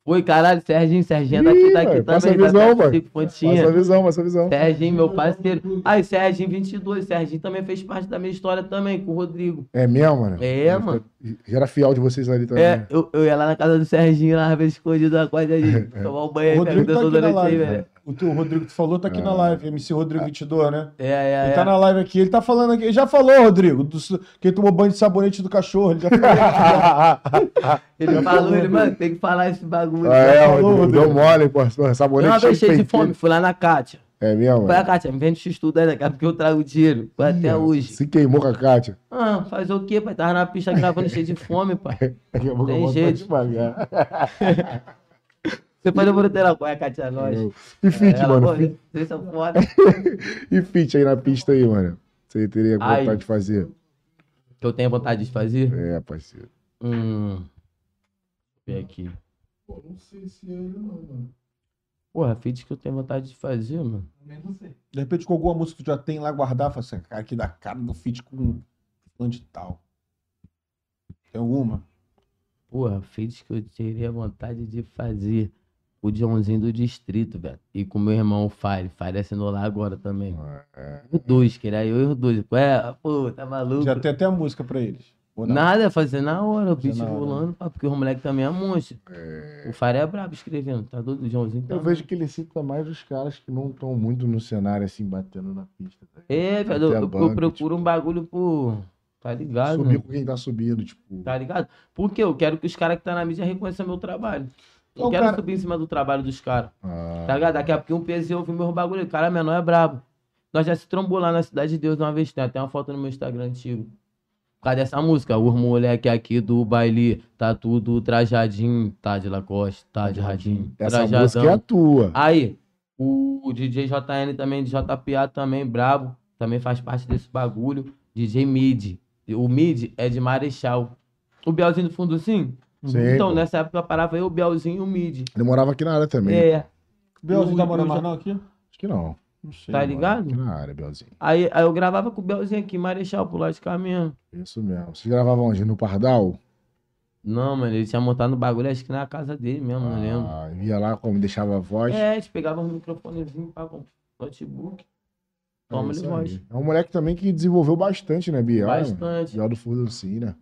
Speaker 3: Foi, caralho, Serginho, Serginho é
Speaker 2: Ih,
Speaker 3: daqui, daqui
Speaker 2: velho, passa a
Speaker 3: também. da
Speaker 2: visão,
Speaker 3: Sete
Speaker 2: mano.
Speaker 3: Cinco
Speaker 2: Passa a
Speaker 3: Pontinhas.
Speaker 2: visão, passa a visão.
Speaker 3: Serginho, meu parceiro. Aí, Serginho 22, Serginho também fez parte da minha história também, com o Rodrigo.
Speaker 2: É mesmo, mano?
Speaker 3: É, mano.
Speaker 2: Já era fiel de vocês ali também.
Speaker 3: É,
Speaker 2: né?
Speaker 3: eu, eu ia lá na casa do Serginho, lá às vezes escondido na quadra ali, tomar um banho
Speaker 1: O
Speaker 3: aí,
Speaker 1: Rodrigo
Speaker 3: pergunta
Speaker 1: tá aqui
Speaker 3: toda
Speaker 1: na
Speaker 3: noite aí,
Speaker 1: live.
Speaker 3: velho.
Speaker 1: né? O teu Rodrigo que tu falou tá aqui na live. MC Rodrigo 22, né?
Speaker 3: É, é,
Speaker 1: Ele
Speaker 3: é.
Speaker 1: tá na live aqui, ele tá falando aqui. Ele já falou, Rodrigo, do, que ele tomou banho de sabonete do cachorro. Ele já
Speaker 2: É,
Speaker 1: falou.
Speaker 3: Ele falou, ele, mano, tem que falar esse bagulho.
Speaker 2: Ah, é,
Speaker 1: falou,
Speaker 2: Rodrigo, deu
Speaker 1: Rodrigo.
Speaker 2: mole, pô. Sabonete
Speaker 3: Tá né? não, eu
Speaker 2: cheio
Speaker 3: cheio de
Speaker 2: peito.
Speaker 3: fome, fui lá na Kátia.
Speaker 2: É mesmo,
Speaker 3: Foi a
Speaker 2: mano.
Speaker 3: Kátia, me vende x-tudo aí, daqui a pouco eu trago o dinheiro. Foi até hoje.
Speaker 2: Se queimou com a Kátia.
Speaker 3: Ah, fazer o quê, pai? Tava na pista gravando cheio de fome, pai.
Speaker 2: Daqui a pouco eu
Speaker 3: Tem
Speaker 2: volto pra
Speaker 3: jeito.
Speaker 2: te pagar.
Speaker 3: Você pode brotar qual é a Kátia, nós.
Speaker 2: E fit,
Speaker 3: Ela,
Speaker 2: mano.
Speaker 3: pô,
Speaker 2: fit.
Speaker 3: Vocês são foda.
Speaker 2: E fit aí na pista aí, mano. Você teria
Speaker 3: Ai.
Speaker 2: vontade de fazer?
Speaker 3: Que eu tenho vontade de fazer?
Speaker 2: É, parceiro.
Speaker 3: Hum. Vem aqui.
Speaker 4: Pô, não sei se é ele não, mano.
Speaker 3: Porra, feat que eu tenho vontade de fazer, mano.
Speaker 4: Também não sei.
Speaker 1: De repente, com alguma música que tu já tem lá guardar, fala assim, cara, aqui da cara do feat com um fulano de tal. Tem alguma?
Speaker 3: Porra, feats que eu teria vontade de fazer. O Johnzinho do Distrito, velho. E com meu irmão o Fire. Fire assinou lá agora também.
Speaker 2: É.
Speaker 3: Os dois, que era eu e os dois. Qual é? Pô, tá maluco?
Speaker 1: Já tem até a música pra eles. Ou não?
Speaker 3: Nada, fazer na hora. O
Speaker 1: Fazer
Speaker 3: bicho
Speaker 1: na hora.
Speaker 3: rolando, pá, porque o moleque também é monstro. O Fire é brabo escrevendo. Tá doido? O Johnzinho tá.
Speaker 2: Eu vejo que ele cita mais os caras que não estão muito no cenário, assim, batendo na pista. Tá? ligado?
Speaker 3: É, velho. Eu,
Speaker 2: Até a
Speaker 3: eu
Speaker 2: banda,
Speaker 3: procuro
Speaker 2: tipo.
Speaker 3: um bagulho por. Tá ligado,
Speaker 2: Subir
Speaker 3: mano?
Speaker 2: com quem tá subindo, tipo.
Speaker 3: Tá ligado? Porque eu quero que os caras que tá na mídia reconheçam meu trabalho. Não
Speaker 1: Ô,
Speaker 3: quero
Speaker 1: cara-
Speaker 3: subir em cima do trabalho dos caras.
Speaker 2: Ah,
Speaker 3: Tá ligado? Daqui a pouco um PZ ouve meus bagulho. Cara, menor é brabo. Nós já se trombou lá na Cidade de Deus uma vez, tem até uma foto no meu Instagram antigo. Por causa dessa música, os moleque aqui do baile, tá tudo trajadinho, tá de Lacoste, tá de radinho,
Speaker 2: Essa
Speaker 3: trajadão.
Speaker 2: música é a tua.
Speaker 3: Aí, o DJ JN também, JPA também, brabo, também faz parte desse bagulho. DJ Mid. O Mid é de Marechal. O Bielzinho do fundo, sim?
Speaker 2: Sim,
Speaker 3: então,
Speaker 2: pô.
Speaker 3: nessa época parava eu, o Bielzinho e o Mid.
Speaker 2: Ele morava aqui na área também.
Speaker 3: É,
Speaker 1: Belzinho tá
Speaker 3: Eu-
Speaker 1: morando
Speaker 3: eu
Speaker 1: mais
Speaker 3: já-
Speaker 1: não aqui?
Speaker 2: Acho que não.
Speaker 1: Não sei.
Speaker 3: tá
Speaker 2: Ele morava
Speaker 3: ligado?
Speaker 2: Aqui na área, Belzinho.
Speaker 3: Aí, aí eu gravava é com o Belzinho aqui, Marechal, por lá de caminho.
Speaker 2: Isso mesmo. Vocês gravavam onde? No Pardal?
Speaker 3: Não, mano, ele tinha montado no bagulho, acho que na casa dele mesmo, não lembro.
Speaker 2: Ah, ia lá, como deixava a voz.
Speaker 3: É, a gente pegava um microfonezinho, pá, com notebook. Toma ele
Speaker 2: isso aí.
Speaker 3: voz.
Speaker 2: É um moleque também que desenvolveu bastante, né, Biel?
Speaker 3: Bastante.
Speaker 2: Biel do Furduncinho, né?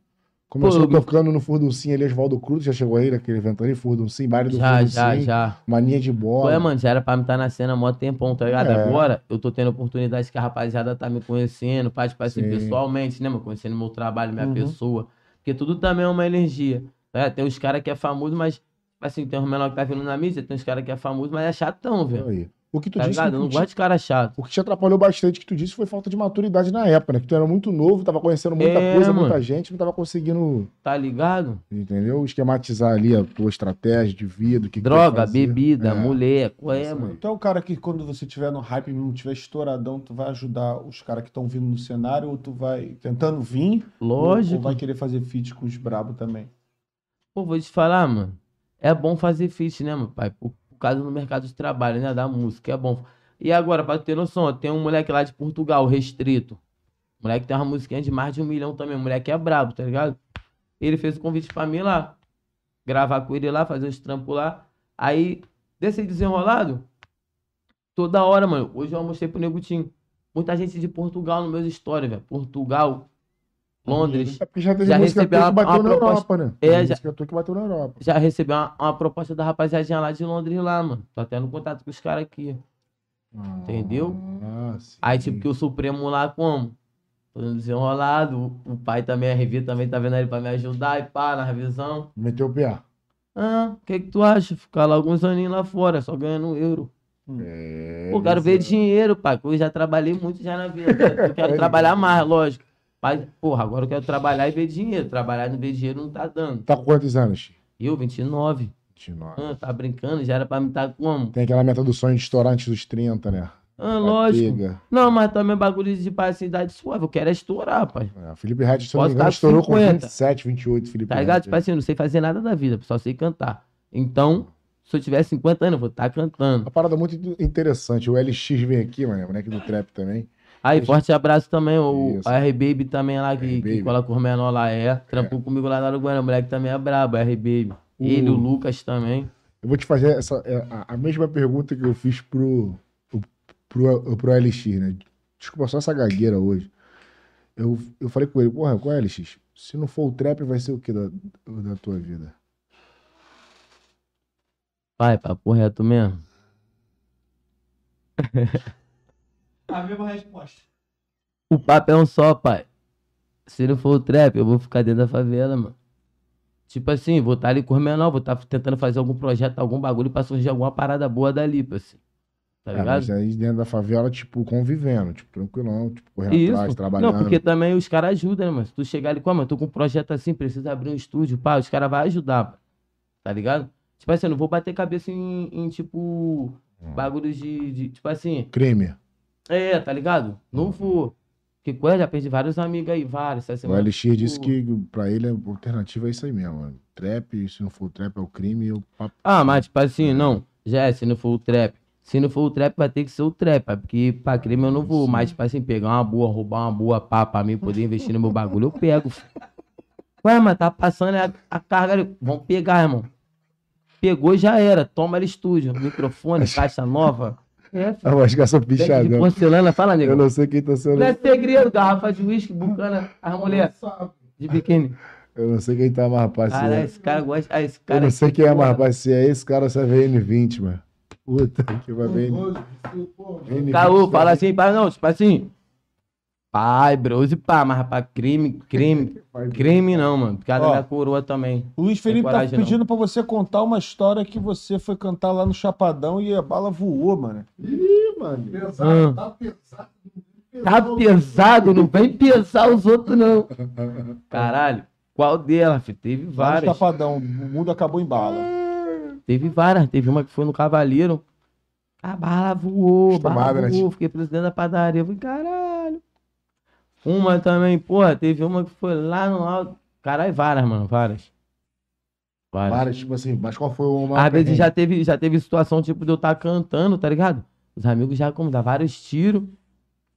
Speaker 2: Começou
Speaker 3: Pô, eu-
Speaker 2: tocando no Furduncinho ali, Oswaldo Cruz, já chegou aí naquele evento ali, Furduncinho, baile do
Speaker 3: Já,
Speaker 2: Furduncinho,
Speaker 3: já, já.
Speaker 2: mania de
Speaker 3: Pô,
Speaker 2: bola.
Speaker 3: é, mano, já era pra me estar na cena há mó tempão, tá ligado?
Speaker 2: É.
Speaker 3: Agora eu tô tendo oportunidade que a rapaziada tá me conhecendo, faz tipo assim,
Speaker 2: Sim.
Speaker 3: pessoalmente, né, mano? Conhecendo meu trabalho, minha
Speaker 1: Uhum.
Speaker 3: pessoa. Porque tudo também é uma energia. né? Tem uns caras que é famoso, mas, tipo assim, tem uns menor que tá vindo na mídia, tem uns caras que é famoso, mas é chatão, velho.
Speaker 2: Aí. O que tu
Speaker 3: Tá
Speaker 2: disse
Speaker 3: ligado? Eu não
Speaker 2: que
Speaker 3: gosto
Speaker 2: te,
Speaker 3: de cara chato.
Speaker 2: o que te atrapalhou bastante, que tu disse, foi falta de maturidade na época, né? Que tu era muito novo, tava conhecendo muita
Speaker 3: É,
Speaker 2: coisa,
Speaker 3: mano.
Speaker 2: muita gente, não tava conseguindo,
Speaker 3: Tá ligado?
Speaker 2: entendeu? Esquematizar ali a tua estratégia de vida, o que que tu ia
Speaker 3: Droga,
Speaker 2: fazer.
Speaker 3: bebida,
Speaker 2: É.
Speaker 3: mulher, qual
Speaker 2: Isso
Speaker 3: é,
Speaker 2: aí.
Speaker 3: mano?
Speaker 1: Tu é o cara que quando você tiver no hype mesmo, tiver estouradão, tu vai ajudar os caras que estão vindo no cenário ou tu vai tentando vir ou, ou
Speaker 3: Lógico.
Speaker 1: vai querer fazer feat com os brabo também.
Speaker 3: Pô, vou te falar, mano. É bom fazer fit, né, meu pai? Por, por causa do mercado de trabalho, né? Da música, é bom. E agora, pra ter noção, tem um moleque lá de Portugal, restrito. Moleque tem uma musiquinha de mais de um milhão também. O moleque é brabo, tá ligado? Ele fez o convite pra mim lá. Gravar com ele lá, fazer uns trampos lá. Aí, desse desenrolado, toda hora, mano. Hoje eu almocei pro Negutinho. Muita gente de Portugal no meus stories, velho. Portugal, Londres.
Speaker 2: É porque já teve
Speaker 3: Já
Speaker 2: música
Speaker 3: recebeu
Speaker 2: tua
Speaker 3: uma-
Speaker 2: que bateu
Speaker 3: uma
Speaker 2: na
Speaker 3: proposta.
Speaker 2: Europa, né?
Speaker 3: É,
Speaker 2: Teve
Speaker 3: já-
Speaker 2: música tua que bateu na Europa.
Speaker 3: já recebi uma, uma proposta da rapaziadinha lá de Londres lá, mano. Tô até no contato com os caras aqui. Entendeu?
Speaker 2: Ah, sim.
Speaker 3: Aí, tipo, que o Supremo lá como? Todo desenrolado. O o pai também, a Revi também tá vendo ele pra me ajudar e pá, na revisão.
Speaker 2: Meteu o pé.
Speaker 3: Ah, o que que tu acha? Ficar lá alguns aninhos lá fora, só ganhando um euro.
Speaker 2: É.
Speaker 3: Pô, quero ver dinheiro, pai. que Eu já trabalhei muito já na vida. Eu quero- Eu quero trabalhar mais, lógico. Mas, porra, agora eu quero trabalhar e ver dinheiro. Trabalhar e não ver dinheiro não tá dando.
Speaker 2: Tá com quantos anos? Chico?
Speaker 3: E eu, 29.
Speaker 2: 29.
Speaker 3: Ah, tá brincando? Já era pra me estar como?
Speaker 2: Tem aquela meta do sonho de estourar antes dos 30, né?
Speaker 3: Ah, lógico.
Speaker 2: Pega.
Speaker 3: Não, mas também bagulho de passividade suave. Eu quero é estourar, pai.
Speaker 2: É, o Felipe Red, se eu não me
Speaker 3: Posso
Speaker 2: engano,
Speaker 3: dar
Speaker 2: estourou com
Speaker 3: 50.
Speaker 2: 27, 28, Felipe
Speaker 3: Tá ligado?
Speaker 2: Ret.
Speaker 3: Tipo assim, eu não sei fazer nada da vida, só sei cantar. Então, se eu tiver 50 anos, eu vou estar cantando.
Speaker 2: Uma parada muito interessante. O LX vem aqui, mano. Moleque do trap também.
Speaker 3: Aí, forte abraço também, o
Speaker 2: Isso.
Speaker 3: R-Baby também lá, que,
Speaker 2: R-Baby.
Speaker 3: que cola com os menor lá, é. Trampou comigo lá na Uruguaiana, o moleque também é brabo, R-Baby. Ele, o Lucas também.
Speaker 2: Eu vou te fazer essa, é, a, a mesma pergunta que eu fiz pro, pro, pro, pro LX, né? Desculpa só essa gagueira hoje. Eu, eu falei com ele, porra, qual é, LX? Se não for o trap, vai ser o que da, da tua vida?
Speaker 3: Pai, papo reto mesmo.
Speaker 4: A mesma resposta.
Speaker 3: O papo é um só, pai. Se não for o trap, eu vou ficar dentro da favela, mano. Tipo assim, vou estar ali com os menor, vou estar tentando fazer algum projeto, algum bagulho pra surgir alguma parada boa dali, parceiro. Tá
Speaker 2: É,
Speaker 3: ligado?
Speaker 2: mas aí dentro da favela, tipo, convivendo, tipo, tranquilão, tipo, correndo atrás,
Speaker 3: Isso.
Speaker 2: trabalhando.
Speaker 3: Não, porque também os caras ajudam, né, mano? Se tu chegar ali, como eu tô com um projeto assim, preciso abrir um estúdio, pá, os caras vão ajudar, mano. tá ligado? Tipo assim, eu não vou bater cabeça em, em, tipo, bagulho de, de- Tipo assim,
Speaker 2: Crime.
Speaker 3: é, tá ligado? Não vou. Porque coisa, já perdi vários amigos aí, vários. Essa
Speaker 2: O
Speaker 3: semana,
Speaker 2: LX disse
Speaker 3: tipo-
Speaker 2: que pra ele a alternativa é isso aí mesmo. mano. Trap, se não for trap, é o crime. Eu...
Speaker 3: Ah, mas tipo assim, não. Já é, se não for o trap. Se não for o trap, vai ter que ser o trap, pai, porque pra crime eu não vou. Mas, tipo assim, pegar uma boa, roubar uma boa pá pra mim poder investir no meu bagulho, eu pego. fi. Ué, mas tá passando a, a carga ali. Vão pegar, irmão. Pegou, já era. Toma ali estúdio, microfone, caixa nova. É, filho.
Speaker 2: Ah, mas que essa
Speaker 3: Leque de
Speaker 2: pichadão.
Speaker 3: porcelana, fala,
Speaker 2: Eu
Speaker 3: nego.
Speaker 2: não sei quem tá sendo.
Speaker 3: Não é segredo, garrafa de uísque, bucana, as mulheres
Speaker 4: Sabe?
Speaker 3: de biquíni.
Speaker 2: Eu não sei quem tá mais rapaz. se
Speaker 3: Caralho,
Speaker 2: é-
Speaker 3: esse cara gosta. Ah, esse
Speaker 2: Eu
Speaker 3: cara
Speaker 2: não sei
Speaker 3: aqui,
Speaker 2: quem é mais
Speaker 3: porra.
Speaker 2: rapaz. Se é esse cara, se é VN20, mano. Puta que vai VN.
Speaker 4: Orgulho, isso, pô.
Speaker 2: VN20.
Speaker 3: Caô, fala assim, pai, não, tipo assim. Pai, bros e pá, mas rapaz, crime, crime, crime não, mano. Por causa
Speaker 1: Ó.
Speaker 3: da é coroa também.
Speaker 1: O Luiz Felipe tá
Speaker 3: coragem, não.
Speaker 1: pedindo pra você contar uma história que você foi cantar lá no Chapadão e a bala voou, mano.
Speaker 2: Ih, mano.
Speaker 3: Ah.
Speaker 4: Pesado, tá pesado.
Speaker 3: Tá pesado, não vem pesar os outros, não. Caralho, qual dela, filho? Teve
Speaker 1: Lá no
Speaker 3: várias.
Speaker 1: Chapadão, o mundo acabou em bala.
Speaker 3: Teve várias. Teve uma que foi no Cavaleiro. A bala voou, bala
Speaker 2: Acostumado, né,
Speaker 3: voou.
Speaker 2: tipo?
Speaker 3: Fiquei preso dentro da padaria. Eu falei, caralho. Uma também, porra, teve uma que foi lá no alto. Caralho, várias, mano, várias. Várias.
Speaker 2: Para, tipo assim, mas qual foi o maior
Speaker 3: Às vezes
Speaker 2: perrengue?
Speaker 3: já teve, tá já teve situação, tipo, de eu estar cantando, tá ligado? Os amigos já como dá vários tiros.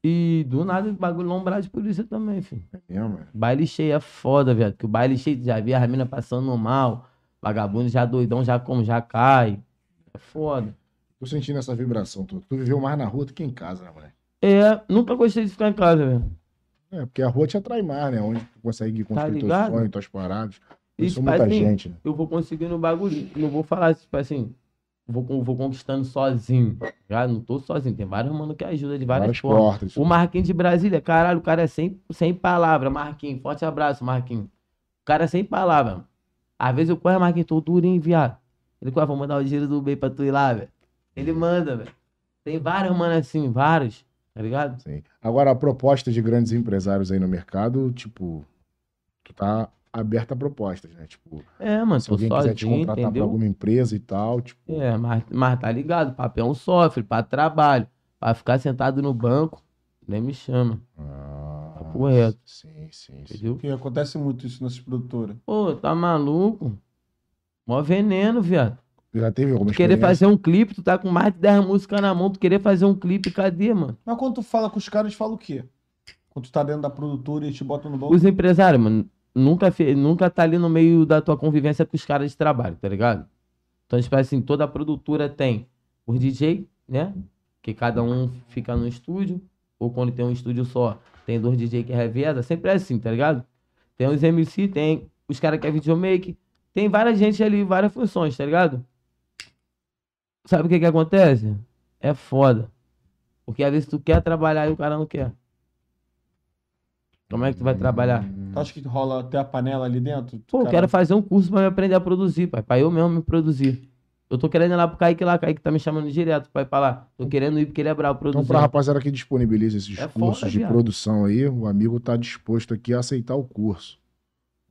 Speaker 3: E do nada, bagulho lombrado de polícia também, filho.
Speaker 2: É, mano.
Speaker 3: Baile cheio é foda, viado. Que o baile cheio já via as minas passando mal. Vagabundo já doidão, já como, já cai. É foda.
Speaker 2: Tô sentindo essa vibração toda. Tu viveu mais na rua do que em casa, né, moleque?
Speaker 3: É, nunca gostei de ficar em casa, velho.
Speaker 2: É, porque a rua te atrai mais, né? Onde tu consegue construir teus
Speaker 3: Tá ligado?
Speaker 2: sonhos, tuas paradas.
Speaker 3: E,
Speaker 2: Isso
Speaker 3: tipo
Speaker 2: muita
Speaker 3: assim,
Speaker 2: gente, né?
Speaker 3: eu vou conseguindo o bagulho. Não vou falar, tipo assim, vou, con- vou conquistando sozinho. Já não tô sozinho. Tem vários mano que ajuda de várias,
Speaker 2: Várias
Speaker 3: formas.
Speaker 2: portas.
Speaker 3: O Marquinhos de Brasília, caralho, o cara é sem, sem palavra. Marquinhos, forte abraço, Marquinhos. O cara é sem palavra. mano. Às vezes eu corro, Marquinhos, tô durinho, viado. Ele corre, vou mandar o dinheiro do bem pra tu ir lá, velho. Ele manda, velho. Tem vários, mano, assim, vários, tá ligado?
Speaker 2: Sim. Agora, a proposta de grandes empresários aí no mercado, tipo, tu tá aberto a propostas, né? Tipo,
Speaker 3: É, mano,
Speaker 2: se
Speaker 3: tô
Speaker 2: alguém quiser te
Speaker 3: sozinho,
Speaker 2: contratar pra
Speaker 3: entendeu?
Speaker 2: alguma empresa e tal, tipo,
Speaker 3: É, mas, mas tá ligado, papel sofre, pra trabalho, pra ficar sentado no banco, nem me chama,
Speaker 2: ah,
Speaker 3: Papo reto.
Speaker 2: Sim, sim, sim.
Speaker 3: entendeu?
Speaker 1: Porque acontece muito isso nessas produtoras.
Speaker 3: Pô, tá maluco? Mó veneno, viado.
Speaker 2: Já teve alguma
Speaker 3: Tu querer
Speaker 2: experiência?
Speaker 3: fazer um clipe, tu tá com mais de 10 músicas na mão, tu querer fazer um clipe, cadê, mano?
Speaker 1: Mas quando tu fala com os caras, fala o quê? Quando tu tá dentro da produtora e eles te botam no banco.
Speaker 3: Os empresários, mano, nunca, fe- nunca tá ali no meio da tua convivência com os caras de trabalho, tá ligado? Então, tipo assim, toda produtora tem os DJ, né? Que cada um fica num estúdio, ou quando tem um estúdio só, tem dois DJ que reveza, sempre é assim, tá ligado? Tem os MC, tem os caras que é videomake, tem várias gente ali, várias funções, tá ligado? Sabe o que que acontece? É foda. Porque às vezes tu quer trabalhar e o cara não quer. Como é que tu vai trabalhar?
Speaker 2: Hum,
Speaker 1: Tu acha que rola até a panela ali dentro?
Speaker 3: Pô, eu
Speaker 1: Cara,
Speaker 3: quero fazer um curso pra me aprender a produzir, pai. Pra eu mesmo me produzir. Eu tô querendo ir lá pro Kaique lá, Kaique tá me chamando direto, pai, pra lá. Tô querendo ir porque ele é brabo,
Speaker 2: Uhum. Então,
Speaker 3: produzir.
Speaker 2: pra rapaziada que disponibiliza esses
Speaker 3: É foda,
Speaker 2: cursos de
Speaker 3: viado.
Speaker 2: produção aí, o amigo tá disposto aqui a aceitar o curso.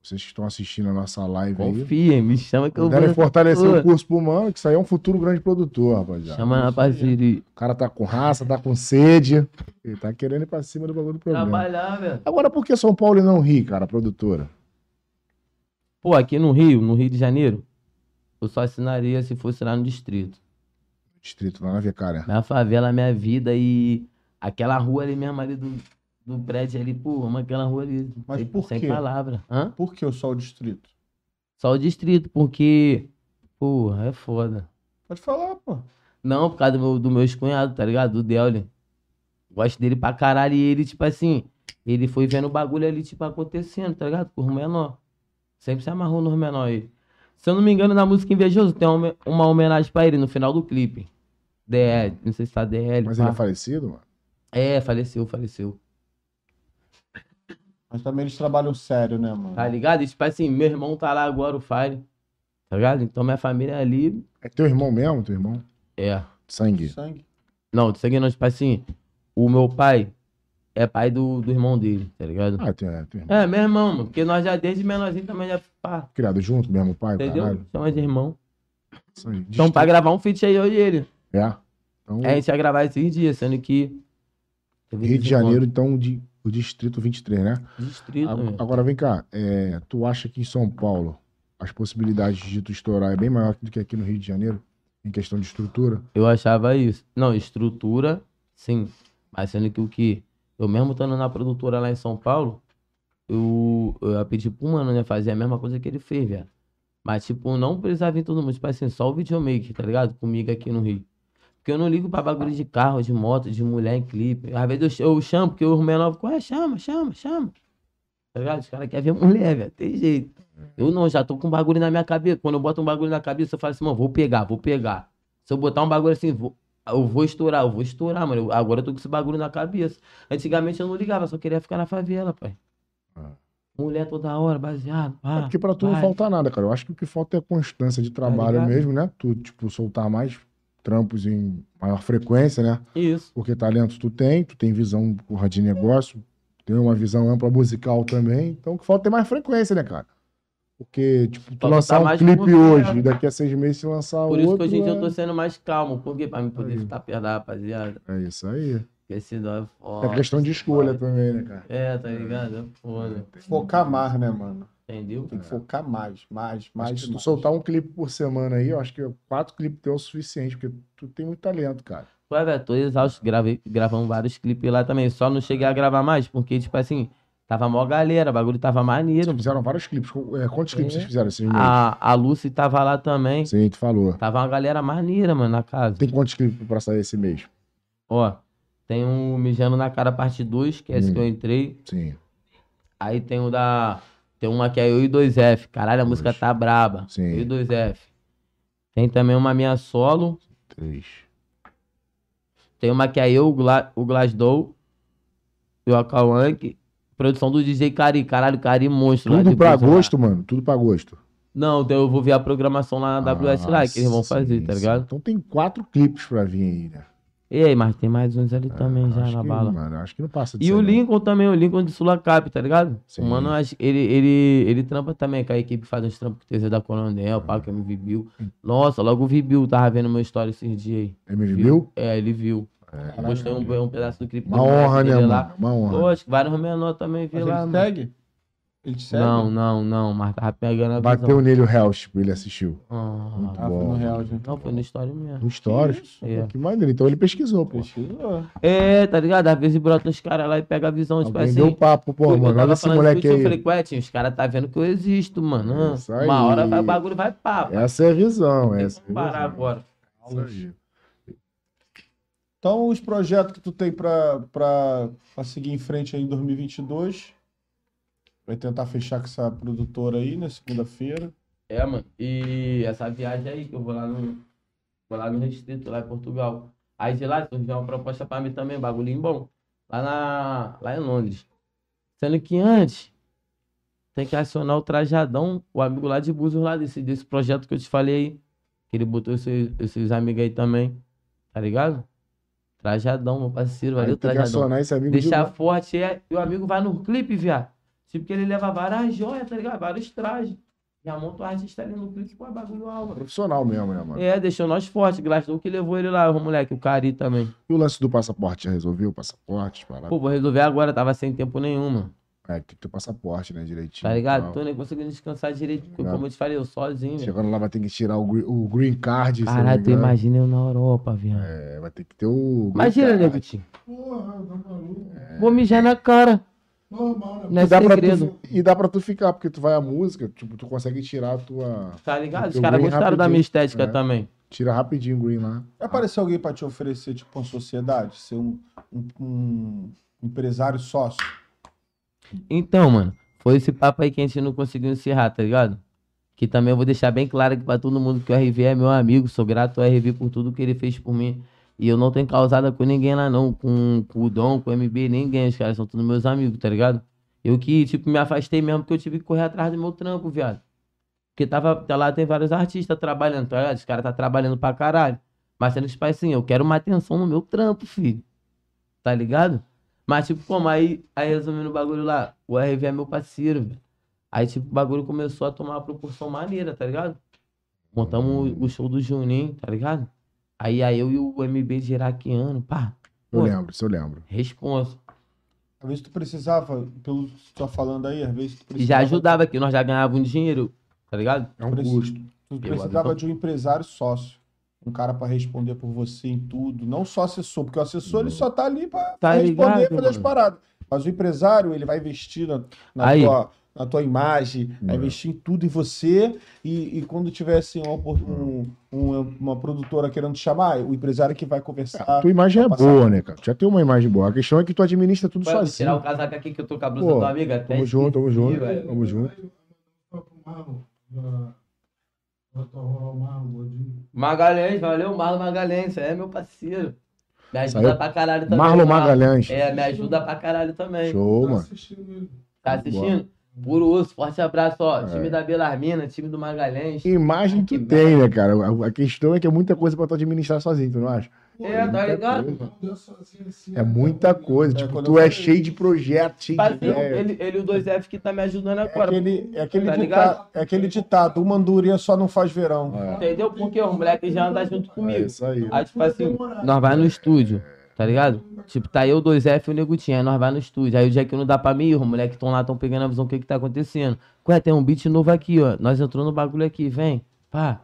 Speaker 2: Vocês que estão assistindo a nossa live aí,
Speaker 3: Confia, me chama que eu
Speaker 2: puderem
Speaker 3: vou.
Speaker 2: fortalecer
Speaker 3: Pô.
Speaker 2: o curso pro mano, que isso aí é um futuro grande produtor, rapaziada.
Speaker 3: Chama na parceria.
Speaker 2: O cara tá com raça, tá com sede. Ele tá querendo ir pra cima do bagulho do problema.
Speaker 3: Trabalhar, velho.
Speaker 2: Agora, por que São Paulo e não ri, cara, produtora?
Speaker 3: Pô, aqui no Rio, no Rio de Janeiro, eu só assinaria se fosse lá no distrito.
Speaker 2: Distrito lá na Vicaria.
Speaker 3: Minha favela, minha vida e aquela rua ali mesmo ali do, do prédio ali, pô, amo aquela rua ali.
Speaker 1: Mas
Speaker 3: sem,
Speaker 1: por
Speaker 3: Sem
Speaker 1: quê?
Speaker 3: palavra. Hã?
Speaker 1: Por que o Sol Distrito?
Speaker 3: Só o distrito, porque, porra, é foda.
Speaker 1: Pode falar, pô.
Speaker 3: Não, por causa do meu, do meu ex-cunhado, tá ligado? Do Delly. Gosto dele pra caralho. E ele, tipo assim, ele foi vendo o bagulho ali, tipo, acontecendo, tá ligado? Com os menor. Sempre se amarrou nos menor aí. Se eu não me engano, na música Invejoso tem uma, uma homenagem pra ele no final do clipe. DL, não sei se tá DL.
Speaker 2: Mas
Speaker 3: pá.
Speaker 2: ele é falecido, mano?
Speaker 3: É, faleceu, faleceu.
Speaker 1: Mas também eles trabalham sério, né, mano?
Speaker 3: Tá ligado? E, tipo assim, meu irmão tá lá agora, o Fire. Tá ligado? Então minha família ali
Speaker 2: É teu irmão mesmo, teu irmão?
Speaker 3: é.
Speaker 2: De Sangue.
Speaker 1: Sangue.
Speaker 3: Não, de sangue não, tipo assim, o meu pai é pai do, do irmão dele, tá ligado?
Speaker 2: Ah, teu, é, teu irmão.
Speaker 3: É, meu irmão, mano. Porque nós já desde menorzinho também já. Pá,
Speaker 2: Criado junto, mesmo pai,
Speaker 3: entendeu?
Speaker 2: É, caralho.
Speaker 3: Chama de irmão.
Speaker 2: Isso aí.
Speaker 3: Então, pra gravar um feat aí, eu e ele.
Speaker 2: É. Então,
Speaker 3: Aí a gente ia gravar esses dias, sendo que.
Speaker 2: Rio de Janeiro, então, de, o Distrito 23, né?
Speaker 3: Distrito,
Speaker 2: Agora-
Speaker 3: meu.
Speaker 2: Agora, vem cá. é, tu acha que em São Paulo as possibilidades de tu estourar é bem maior do que aqui no Rio de Janeiro? Em questão de estrutura?
Speaker 3: Eu achava isso. Não, estrutura, sim. Mas sendo que o que? Eu mesmo estando na produtora lá em São Paulo, eu, eu ia pedir pro mano, né? Fazer a mesma coisa que ele fez, velho. Mas, tipo, não precisava vir todo mundo. Tipo assim, só o videomaker, tá ligado? Comigo aqui no Rio. Porque eu não ligo pra bagulho de carro, de moto, de mulher em clipe. Às vezes eu, eu chamo, porque os menores ficam, é, chama, chama, chama. Tá ligado? Os caras querem ver mulher, velho. Tem jeito. Eu não, já tô com um bagulho na minha cabeça. Quando eu boto um bagulho na cabeça, eu falo assim, mano, vou pegar, vou pegar. Se eu botar um bagulho assim, vou- eu vou estourar, eu vou estourar, mano. Eu- agora eu tô com esse bagulho na cabeça. Antigamente eu não ligava, só queria ficar na favela, pai.
Speaker 2: Ah.
Speaker 3: Mulher toda hora, baseado,
Speaker 2: É
Speaker 3: pá.
Speaker 2: porque pra tu não
Speaker 3: Ah, vai. Tá
Speaker 2: falta nada, cara. Eu acho que o que falta é constância de trabalho
Speaker 3: ligado?
Speaker 2: mesmo, né? Tu, tipo, soltar mais trampos em maior frequência, né?
Speaker 3: Isso.
Speaker 2: Porque talento tu tem, tu tem visão porra, de negócio, tem uma visão ampla musical também. Então o que falta é mais frequência, né, cara? Porque, tipo, tu
Speaker 3: Falta
Speaker 2: lançar um
Speaker 3: mais
Speaker 2: clipe
Speaker 3: confiança.
Speaker 2: hoje, daqui a seis meses se lançar
Speaker 3: Por
Speaker 2: outro.
Speaker 3: isso que hoje em dia
Speaker 2: é...
Speaker 3: eu tô sendo mais calmo, porque pra mim poder
Speaker 2: Aí.
Speaker 3: ficar perto da rapaziada.
Speaker 2: é isso aí.
Speaker 3: Esse dó é foda.
Speaker 2: É questão de escolha também, né, cara?
Speaker 3: É, tá ligado? É foda.
Speaker 1: Focar mais, né, mano?
Speaker 3: Entendeu?
Speaker 1: Tem que focar mais, mais,
Speaker 2: Mas
Speaker 1: mais.
Speaker 2: se É. tu
Speaker 1: mais.
Speaker 2: soltar um clipe por semana aí, eu acho que quatro clipes teu é o suficiente, porque tu tem muito talento, cara.
Speaker 3: Ué, velho, tô exausto. Gravei, gravamos vários clipes lá também. Só não cheguei a gravar mais, porque, tipo assim, tava mó galera, o bagulho tava maneiro.
Speaker 2: Vocês fizeram vários clipes. Qu- é, Quantos clipes
Speaker 3: É.
Speaker 2: vocês fizeram assim?
Speaker 3: A, a Lucy tava lá também.
Speaker 2: Sim, tu falou.
Speaker 3: Tava uma galera maneira, mano, na casa.
Speaker 2: Tem quantos clipes pra sair esse mês?
Speaker 3: Ó, tem um Mijando na Cara parte 2, que é esse
Speaker 2: Hum.
Speaker 3: que eu entrei.
Speaker 2: Sim,
Speaker 3: Aí tem o da. Tem uma que é Eu e 2F. Caralho, a música
Speaker 2: Dois.
Speaker 3: tá braba.
Speaker 2: Sim.
Speaker 3: Eu e 2F. Tem também uma minha solo.
Speaker 2: três.
Speaker 3: Tem uma que é eu, o, Gla, o Glasdow e o Akawank. Produção do DJ Cari. Caralho, Cari monstro. lá
Speaker 2: Tudo
Speaker 3: de né?
Speaker 2: pra
Speaker 3: Brusque, lá.
Speaker 2: agosto, mano. Tudo pra agosto.
Speaker 3: Não, então eu vou ver a programação lá na WS lá, que eles vão
Speaker 2: Ah,
Speaker 3: fazer,
Speaker 2: sim,
Speaker 3: tá
Speaker 2: sim.
Speaker 3: ligado?
Speaker 2: Então tem quatro clipes pra vir aí, né?
Speaker 3: E aí, mas tem mais uns ali também já
Speaker 2: Ah, acho
Speaker 3: na
Speaker 2: que,
Speaker 3: bala.
Speaker 2: Mano, acho que não passa
Speaker 3: E
Speaker 2: cem,
Speaker 3: o
Speaker 2: não.
Speaker 3: Lincoln também, o Lincoln de Sulacap, tá ligado?
Speaker 2: Sim.
Speaker 3: O mano, acho- ele, ele, ele trampa também, que a equipe faz uns trampos com o TZ da Coronel, pá, que MV Bill.
Speaker 2: Hum.
Speaker 3: Nossa, logo o Vibil tava vendo meu story esses dias aí.
Speaker 2: MV Bill?
Speaker 3: É, ele viu.
Speaker 2: É.
Speaker 3: Eu Postei um, um pedaço do clipe
Speaker 2: Uma
Speaker 3: do moleque
Speaker 2: honra, né,
Speaker 3: dele
Speaker 2: mano?
Speaker 3: é lá.
Speaker 2: Uma honra.
Speaker 3: Pô, acho que vários menor também
Speaker 1: Mas
Speaker 3: viu
Speaker 1: ele
Speaker 3: lá,
Speaker 1: te
Speaker 3: mano.
Speaker 1: segue? Ele te segue?
Speaker 3: Não, não, não, mas tava pegando a
Speaker 2: Bateu
Speaker 3: visão.
Speaker 2: nele o Hells, tipo, ele assistiu.
Speaker 3: Ah,
Speaker 2: Muito
Speaker 1: Ah, foi
Speaker 2: bom.
Speaker 1: no real, gente.
Speaker 3: não, foi no story mesmo.
Speaker 2: No Stories.
Speaker 3: isso? É.
Speaker 2: Que maneiro. Então ele pesquisou, pô.
Speaker 1: Pesquisou.
Speaker 3: É, tá ligado? Às vezes brota os caras lá e pega a visão, tipo
Speaker 2: Alguém
Speaker 3: assim.
Speaker 2: deu um papo, pô,
Speaker 3: eu
Speaker 2: mano.
Speaker 3: tava
Speaker 2: Olha esse
Speaker 3: falando
Speaker 2: moleque
Speaker 3: isso, Eu falei,
Speaker 2: aí.
Speaker 3: Quetinho, os caras tá vendo que eu existo, mano. Ah,
Speaker 2: Isso aí.
Speaker 3: Uma hora vai, o bagulho vai papo.
Speaker 2: Essa é a visão,
Speaker 3: Tem
Speaker 2: essa. é
Speaker 3: que
Speaker 2: a
Speaker 3: parar
Speaker 2: visão.
Speaker 3: agora.
Speaker 2: Isso aí.
Speaker 1: Então, os projetos que tu tem pra, pra, pra seguir em frente aí em 2022, vai tentar fechar com essa produtora aí, né, segunda-feira.
Speaker 3: É, mano. E essa viagem aí que eu vou lá no. Vou lá no Restrito, lá em Portugal. Aí de lá surgiu uma proposta pra mim também, bagulhinho bom. Lá na. Lá em Londres. Sendo que antes. Tem que acionar o Trajadão, o amigo lá de Búzios, lá desse, desse projeto que eu te falei aí. Que ele botou esses, esses amigos aí também. Tá ligado? Trajadão, meu parceiro.
Speaker 2: Aí
Speaker 3: Valeu,
Speaker 2: tem que
Speaker 3: Trajadão.
Speaker 2: acionar esse amigo de
Speaker 3: Deixar forte é. E o amigo vai no clipe, viado. Tipo que ele leva várias joias, tá ligado? Vários trajes. Já monta o artista ali no clipe com a bagulho alma.
Speaker 2: profissional mesmo, né, mano?
Speaker 3: É, deixou nós forte. Glaston que levou ele lá, o moleque, o Cari também.
Speaker 2: E o lance do passaporte já resolveu? Passaporte, parada.
Speaker 3: Pô, vou resolver agora, tava sem tempo nenhum, mano.
Speaker 2: É, tem que ter passaporte, né, direitinho.
Speaker 3: Tá ligado?
Speaker 2: e
Speaker 3: Tô
Speaker 2: tal.
Speaker 3: nem conseguindo descansar direito, porque,
Speaker 2: Ligado.
Speaker 3: como eu te falei, eu sozinho. velho.
Speaker 2: Chegando lá vai ter que tirar o, gre- o green card. se eu não me
Speaker 3: Caralho, tu
Speaker 2: engano.
Speaker 3: imagina eu na Europa, viado.
Speaker 2: É, vai ter que ter o. green
Speaker 3: Imagina,
Speaker 2: card.
Speaker 3: nego, tio.
Speaker 4: Porra, tá maluco.
Speaker 3: Vou mijar na cara.
Speaker 4: Normal, né?
Speaker 3: Não é
Speaker 2: E dá, pra
Speaker 3: segredo.
Speaker 2: tu, e dá pra tu ficar, porque tu vai a música, tipo, tu consegue tirar a tua.
Speaker 3: Tá ligado? Os
Speaker 2: Eu
Speaker 3: caras
Speaker 2: ganhei
Speaker 3: gostaram da
Speaker 2: rapidinho.
Speaker 3: minha estética
Speaker 2: É.
Speaker 3: também.
Speaker 2: Tira rapidinho o green lá.
Speaker 1: Vai aparecer alguém pra te oferecer, tipo, uma sociedade, ser um, um- um empresário sócio.
Speaker 3: Então, mano, foi esse papo aí que a gente não conseguiu encerrar, tá ligado? Que também eu vou deixar bem claro aqui pra todo mundo que o RV é meu amigo, sou grato ao RV por tudo que ele fez por mim. E eu não tenho causada com ninguém lá não, com, com o Dom, com o MB, ninguém, os caras são todos meus amigos, tá ligado? Eu que, tipo, me afastei mesmo porque eu tive que correr atrás do meu trampo, viado. Porque tava, tá lá tem vários artistas trabalhando, tá ligado? Os caras tá trabalhando pra caralho. Mas sendo tipo assim, eu quero uma atenção no meu trampo, filho. Tá ligado? Mas, tipo, como aí, aí resumindo o bagulho lá, o RV é meu parceiro, velho. Aí, tipo, o bagulho começou a tomar uma proporção maneira, tá ligado? Montamos o, o show do Juninho, tá ligado? Aí, aí eu e o MB de Iraquiano, pá,
Speaker 2: Eu
Speaker 3: Pô.
Speaker 2: lembro, isso eu lembro.
Speaker 3: responsa.
Speaker 1: Às vezes tu precisava, pelo que tu tá falando aí, às vezes tu
Speaker 3: E
Speaker 1: precisava.
Speaker 3: já ajudava aqui, nós já ganhávamos dinheiro, tá ligado?
Speaker 2: É um
Speaker 1: Preci-
Speaker 2: custo.
Speaker 1: Tu
Speaker 3: Eu
Speaker 1: precisava
Speaker 3: adoro.
Speaker 1: de um empresário sócio. Um cara pra responder por você em tudo. Não só assessor, porque o assessor ele só tá ali pra
Speaker 3: Uhum. Tá
Speaker 1: responder e
Speaker 3: ligado,
Speaker 1: fazer as
Speaker 3: mano?
Speaker 1: paradas. Mas o empresário, ele vai investir na, na
Speaker 3: Aí.
Speaker 1: tua, na tua imagem, vai
Speaker 2: É.
Speaker 1: investir em tudo em você. E, e quando tiver assim, uma, opor- um- um- uma produtora querendo te chamar, o empresário que vai
Speaker 2: A
Speaker 1: conversar.
Speaker 2: tua imagem é
Speaker 1: Tá
Speaker 2: boa, né, cara? Já tem uma imagem boa. A questão é que tu administra tudo
Speaker 3: Vai vou tirar o
Speaker 2: sozinho.
Speaker 3: casaco aqui que eu tô com a blusa
Speaker 2: Pô,
Speaker 3: da amiga. até
Speaker 2: Tamo junto, tamo
Speaker 3: esqueci,
Speaker 2: junto.
Speaker 3: velho.
Speaker 2: Tamo junto.
Speaker 4: Vai pro Marlon. Vai- Vai torrar o Marlon, Godinho.
Speaker 3: Magalhães, valeu, Marlon Magalhães, é meu parceiro. Me ajuda
Speaker 2: Saiu.
Speaker 3: pra caralho também.
Speaker 2: Marlon
Speaker 3: Marlon.
Speaker 2: Magalhães.
Speaker 3: É, me ajuda pra caralho também.
Speaker 2: Show,
Speaker 4: Tá
Speaker 2: mano.
Speaker 4: assistindo ele.
Speaker 3: Tá assistindo? Puro osso, forte abraço, ó.
Speaker 2: É.
Speaker 3: Time da Belarmina, time do Magalhães.
Speaker 2: Imagem
Speaker 3: Que
Speaker 2: tu tem, né, cara? A- A questão é que é muita coisa pra tu administrar sozinho, tu não acha?
Speaker 3: É, tá ligado? mano?
Speaker 4: Não deu sozinho assim.
Speaker 2: É muita coisa.
Speaker 1: É,
Speaker 2: Tipo,
Speaker 1: quando
Speaker 2: tu
Speaker 1: eu
Speaker 2: é
Speaker 1: fui-
Speaker 2: cheio de projetos, cheio de
Speaker 3: Parceiro,
Speaker 2: ideia.
Speaker 3: Tipo assim, ele, ele e o 2F que tá me ajudando
Speaker 1: É
Speaker 3: agora.
Speaker 1: aquele, é aquele
Speaker 3: Tá ligado?
Speaker 1: ditado, é aquele ditado, uma andorinha só não faz verão.
Speaker 2: É,
Speaker 3: Entendeu? Porque os moleques já andam junto
Speaker 2: é
Speaker 3: comigo.
Speaker 2: isso aí.
Speaker 3: Aí, tipo assim, nós vai no estúdio. Tá ligado? Tipo, tá eu, 2F e o Nego Tinha. Aí nós vai no estúdio. Aí o Jack não dá pra mim, os moleques tão lá, tão pegando a visão do que que tá acontecendo. Ué, tem um beat novo aqui, ó. Nós entrou no bagulho aqui, vem. Pá.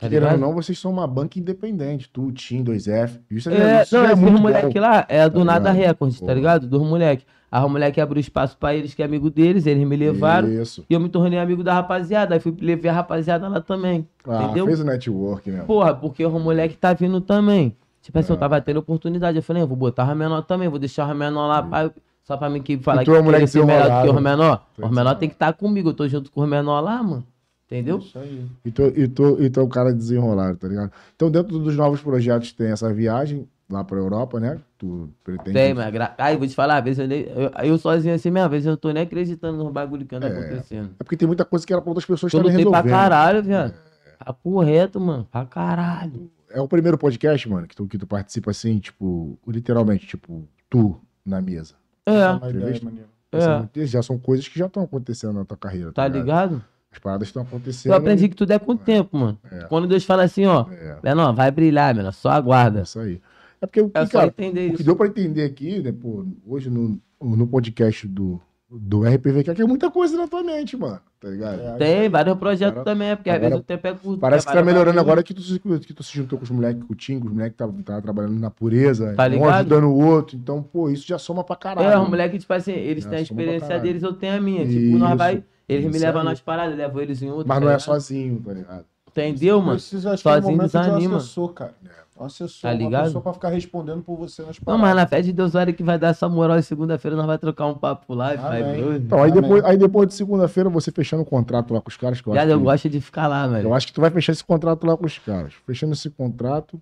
Speaker 3: Tá
Speaker 2: Querendo ou
Speaker 3: ligado?
Speaker 2: não, vocês são uma banca independente. Tu, Tim, 2F. Isso
Speaker 3: É,
Speaker 2: isso
Speaker 3: não,
Speaker 2: já
Speaker 3: é
Speaker 2: muito
Speaker 3: dos moleque
Speaker 2: bom.
Speaker 3: lá, é do
Speaker 2: tá
Speaker 3: Nada
Speaker 2: ligado?
Speaker 3: Records, tá
Speaker 2: Porra.
Speaker 3: ligado? Dos moleque. Aí os moleque abriu espaço pra eles, que é amigo deles, eles me levaram.
Speaker 2: Isso.
Speaker 3: E eu me tornei amigo da rapaziada. Aí fui levar a rapaziada lá também.
Speaker 2: Ah,
Speaker 3: entendeu?
Speaker 2: fez o network, né?
Speaker 3: Porra, porque o moleque tá vindo também. Tipo
Speaker 2: É.
Speaker 3: assim, eu tava tendo oportunidade. Eu falei, eu vou botar o Ramenor também, vou deixar o Ramenor lá, pai. Só pra mim que falar
Speaker 2: E tu é um
Speaker 3: que
Speaker 2: É. moleque
Speaker 3: ser melhor do que
Speaker 2: desenrolado.
Speaker 3: o Ramenor.
Speaker 2: Tu é
Speaker 3: O Ramenor tem que estar comigo, eu tô junto com o Ramenor lá, mano. Entendeu?
Speaker 1: Isso aí.
Speaker 2: E tô, e tô, e tô o cara desenrolar, tá ligado? Então, dentro dos novos projetos, tem essa viagem lá pra Europa, né? Tu pretende.
Speaker 3: Tem, mas gra... Aí, vou te falar, às vezes eu, nem- eu, eu sozinho assim mesmo, às vezes eu não tô nem acreditando no bagulho que anda
Speaker 2: É.
Speaker 3: acontecendo.
Speaker 2: É porque tem muita coisa que era pra outras pessoas né?
Speaker 3: Eu
Speaker 2: estarem
Speaker 3: lutei pra
Speaker 2: resolvendo.
Speaker 3: caralho, viado. Papo reto, mano. Pra caralho.
Speaker 2: É o primeiro podcast, mano, que tu, que tu participa assim, tipo, literalmente, tipo, tu na mesa.
Speaker 3: É,
Speaker 1: Uma ideia,
Speaker 2: Entrevista?
Speaker 1: maneiro.
Speaker 2: Essa
Speaker 3: é.
Speaker 2: notícia Assim, Já são coisas que já estão acontecendo na tua carreira.
Speaker 3: Tá ligado?
Speaker 2: As paradas estão
Speaker 3: Eu
Speaker 2: acontecendo.
Speaker 3: aprendi que tudo é com o tempo, mano.
Speaker 2: é. É.
Speaker 3: Quando Deus fala assim, ó,
Speaker 2: É,
Speaker 3: Menor, vai brilhar, menor, só aguarda.
Speaker 2: é isso aí. É porque o que,
Speaker 3: É só
Speaker 2: cara,
Speaker 3: entender
Speaker 2: o que
Speaker 3: isso.
Speaker 2: deu pra entender aqui, né, pô, hoje no, no podcast do, do RPVQ, é que é muita coisa na tua mente, mano. Tá ligado?
Speaker 1: É,
Speaker 3: Tem vários projetos
Speaker 2: né? Agora-
Speaker 3: também, porque às
Speaker 2: agora-
Speaker 3: vezes o tempo é curto.
Speaker 2: Parece que
Speaker 3: é
Speaker 2: tá
Speaker 3: vários
Speaker 2: melhorando
Speaker 3: bagulhos.
Speaker 2: agora que tu, se- que tu se juntou com os moleques, com o Tingo, os moleques tá, tá trabalhando na pureza,
Speaker 3: Tá
Speaker 2: um
Speaker 3: ligado?
Speaker 2: ajudando o outro. Então, pô, isso já soma pra caralho.
Speaker 3: É, os moleques, tipo assim, eles
Speaker 2: É,
Speaker 3: têm a
Speaker 2: soma pra
Speaker 3: experiência
Speaker 2: caralho.
Speaker 3: deles, eu tenho a minha. Tipo, nós
Speaker 2: Isso.
Speaker 3: vai. Eles me
Speaker 2: Isso
Speaker 3: levam
Speaker 2: aí.
Speaker 3: nas paradas, eu levo eles em outro.
Speaker 2: Mas
Speaker 3: tá
Speaker 2: não é
Speaker 3: ligado?
Speaker 2: sozinho, tá ligado?
Speaker 3: Entendeu, mano?
Speaker 1: Precisa, acho que é um
Speaker 3: sozinho
Speaker 1: momento de um
Speaker 3: desanima.
Speaker 1: assessor, cara.
Speaker 2: É.
Speaker 1: Um assessor,
Speaker 3: Tá
Speaker 1: uma
Speaker 3: ligado?
Speaker 1: pessoa pra ficar respondendo por você nas
Speaker 3: Não, mas na fé de Deus, olha que vai dar essa moral e segunda-feira nós vai trocar um papo lá, vai,
Speaker 1: Amém.
Speaker 3: doido.
Speaker 2: Então, aí
Speaker 1: Amém.
Speaker 2: depois, aí depois de segunda-feira, você fechando o contrato lá com os caras, que eu
Speaker 3: Viado,
Speaker 2: acho
Speaker 3: eu
Speaker 2: que-
Speaker 3: gosto de ficar lá,
Speaker 2: Eu
Speaker 3: velho.
Speaker 2: acho que tu vai fechar esse contrato lá com os caras. Fechando esse contrato,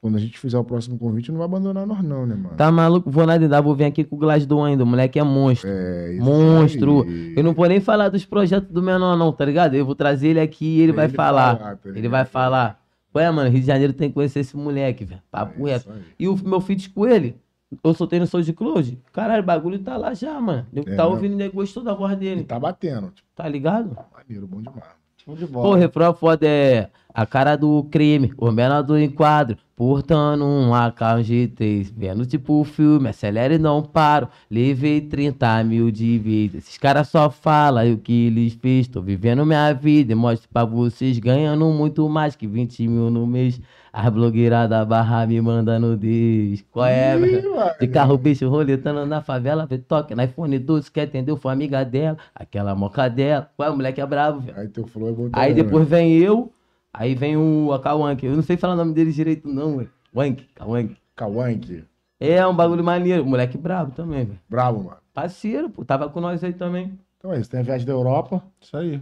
Speaker 2: quando a gente fizer o próximo convite, não vai abandonar nós, não, né, mano?
Speaker 3: Tá maluco? Vou nada dar, vou vir aqui com o Glasdow ainda. O moleque é monstro.
Speaker 2: É isso
Speaker 3: Monstro.
Speaker 2: aí.
Speaker 3: Eu não vou nem falar dos projetos do menor, não, tá ligado? Eu vou trazer ele aqui e ele vai falar.
Speaker 2: tá
Speaker 3: Ele
Speaker 2: ligado?
Speaker 3: vai falar, ué, mano, Rio de Janeiro tem que conhecer esse moleque, velho. Papo
Speaker 2: É
Speaker 3: reto.
Speaker 2: isso aí.
Speaker 3: E o meu feat com ele, eu soltei no Soul de Cloud. Caralho, o bagulho tá lá já, mano. Eu
Speaker 2: É,
Speaker 3: tá
Speaker 2: né?
Speaker 3: ouvindo, ele gostou da voz
Speaker 2: Ele
Speaker 3: dele,
Speaker 2: tá batendo. Tipo,
Speaker 3: tá ligado?
Speaker 2: maneiro, bom demais.
Speaker 1: Show de
Speaker 3: Pô, o
Speaker 1: bola.
Speaker 3: refrão foda é a cara do crime, o menor do enquadro, portando um AK-G3, vendo tipo o filme, acelera e não paro, levei 30 mil de vida, esses caras só falam o que eles fez, tô vivendo minha vida e mostro pra vocês, ganhando muito mais que 20 mil no mês, as blogueiras da barra me mandando diz, qual é,
Speaker 2: Ih,
Speaker 3: velho?
Speaker 2: mano.
Speaker 3: De carro, bicho, roletando na favela, vê toque na iPhone 12, quer entender, foi amiga dela, aquela moca dela, ué, o moleque é brabo, velho.
Speaker 2: Aí teu flow é bom
Speaker 3: Aí
Speaker 2: também,
Speaker 3: depois vem eu, aí vem o Akawank. Eu não sei falar o nome dele direito, não, velho. Wank, Kawank.
Speaker 2: né? Kawank.
Speaker 3: É um bagulho maneiro. Moleque brabo também, velho.
Speaker 2: Bravo, mano.
Speaker 3: Parceiro, pô. Tava com nós aí também.
Speaker 2: Então é isso. Tem a viagem da Europa.
Speaker 1: Isso aí.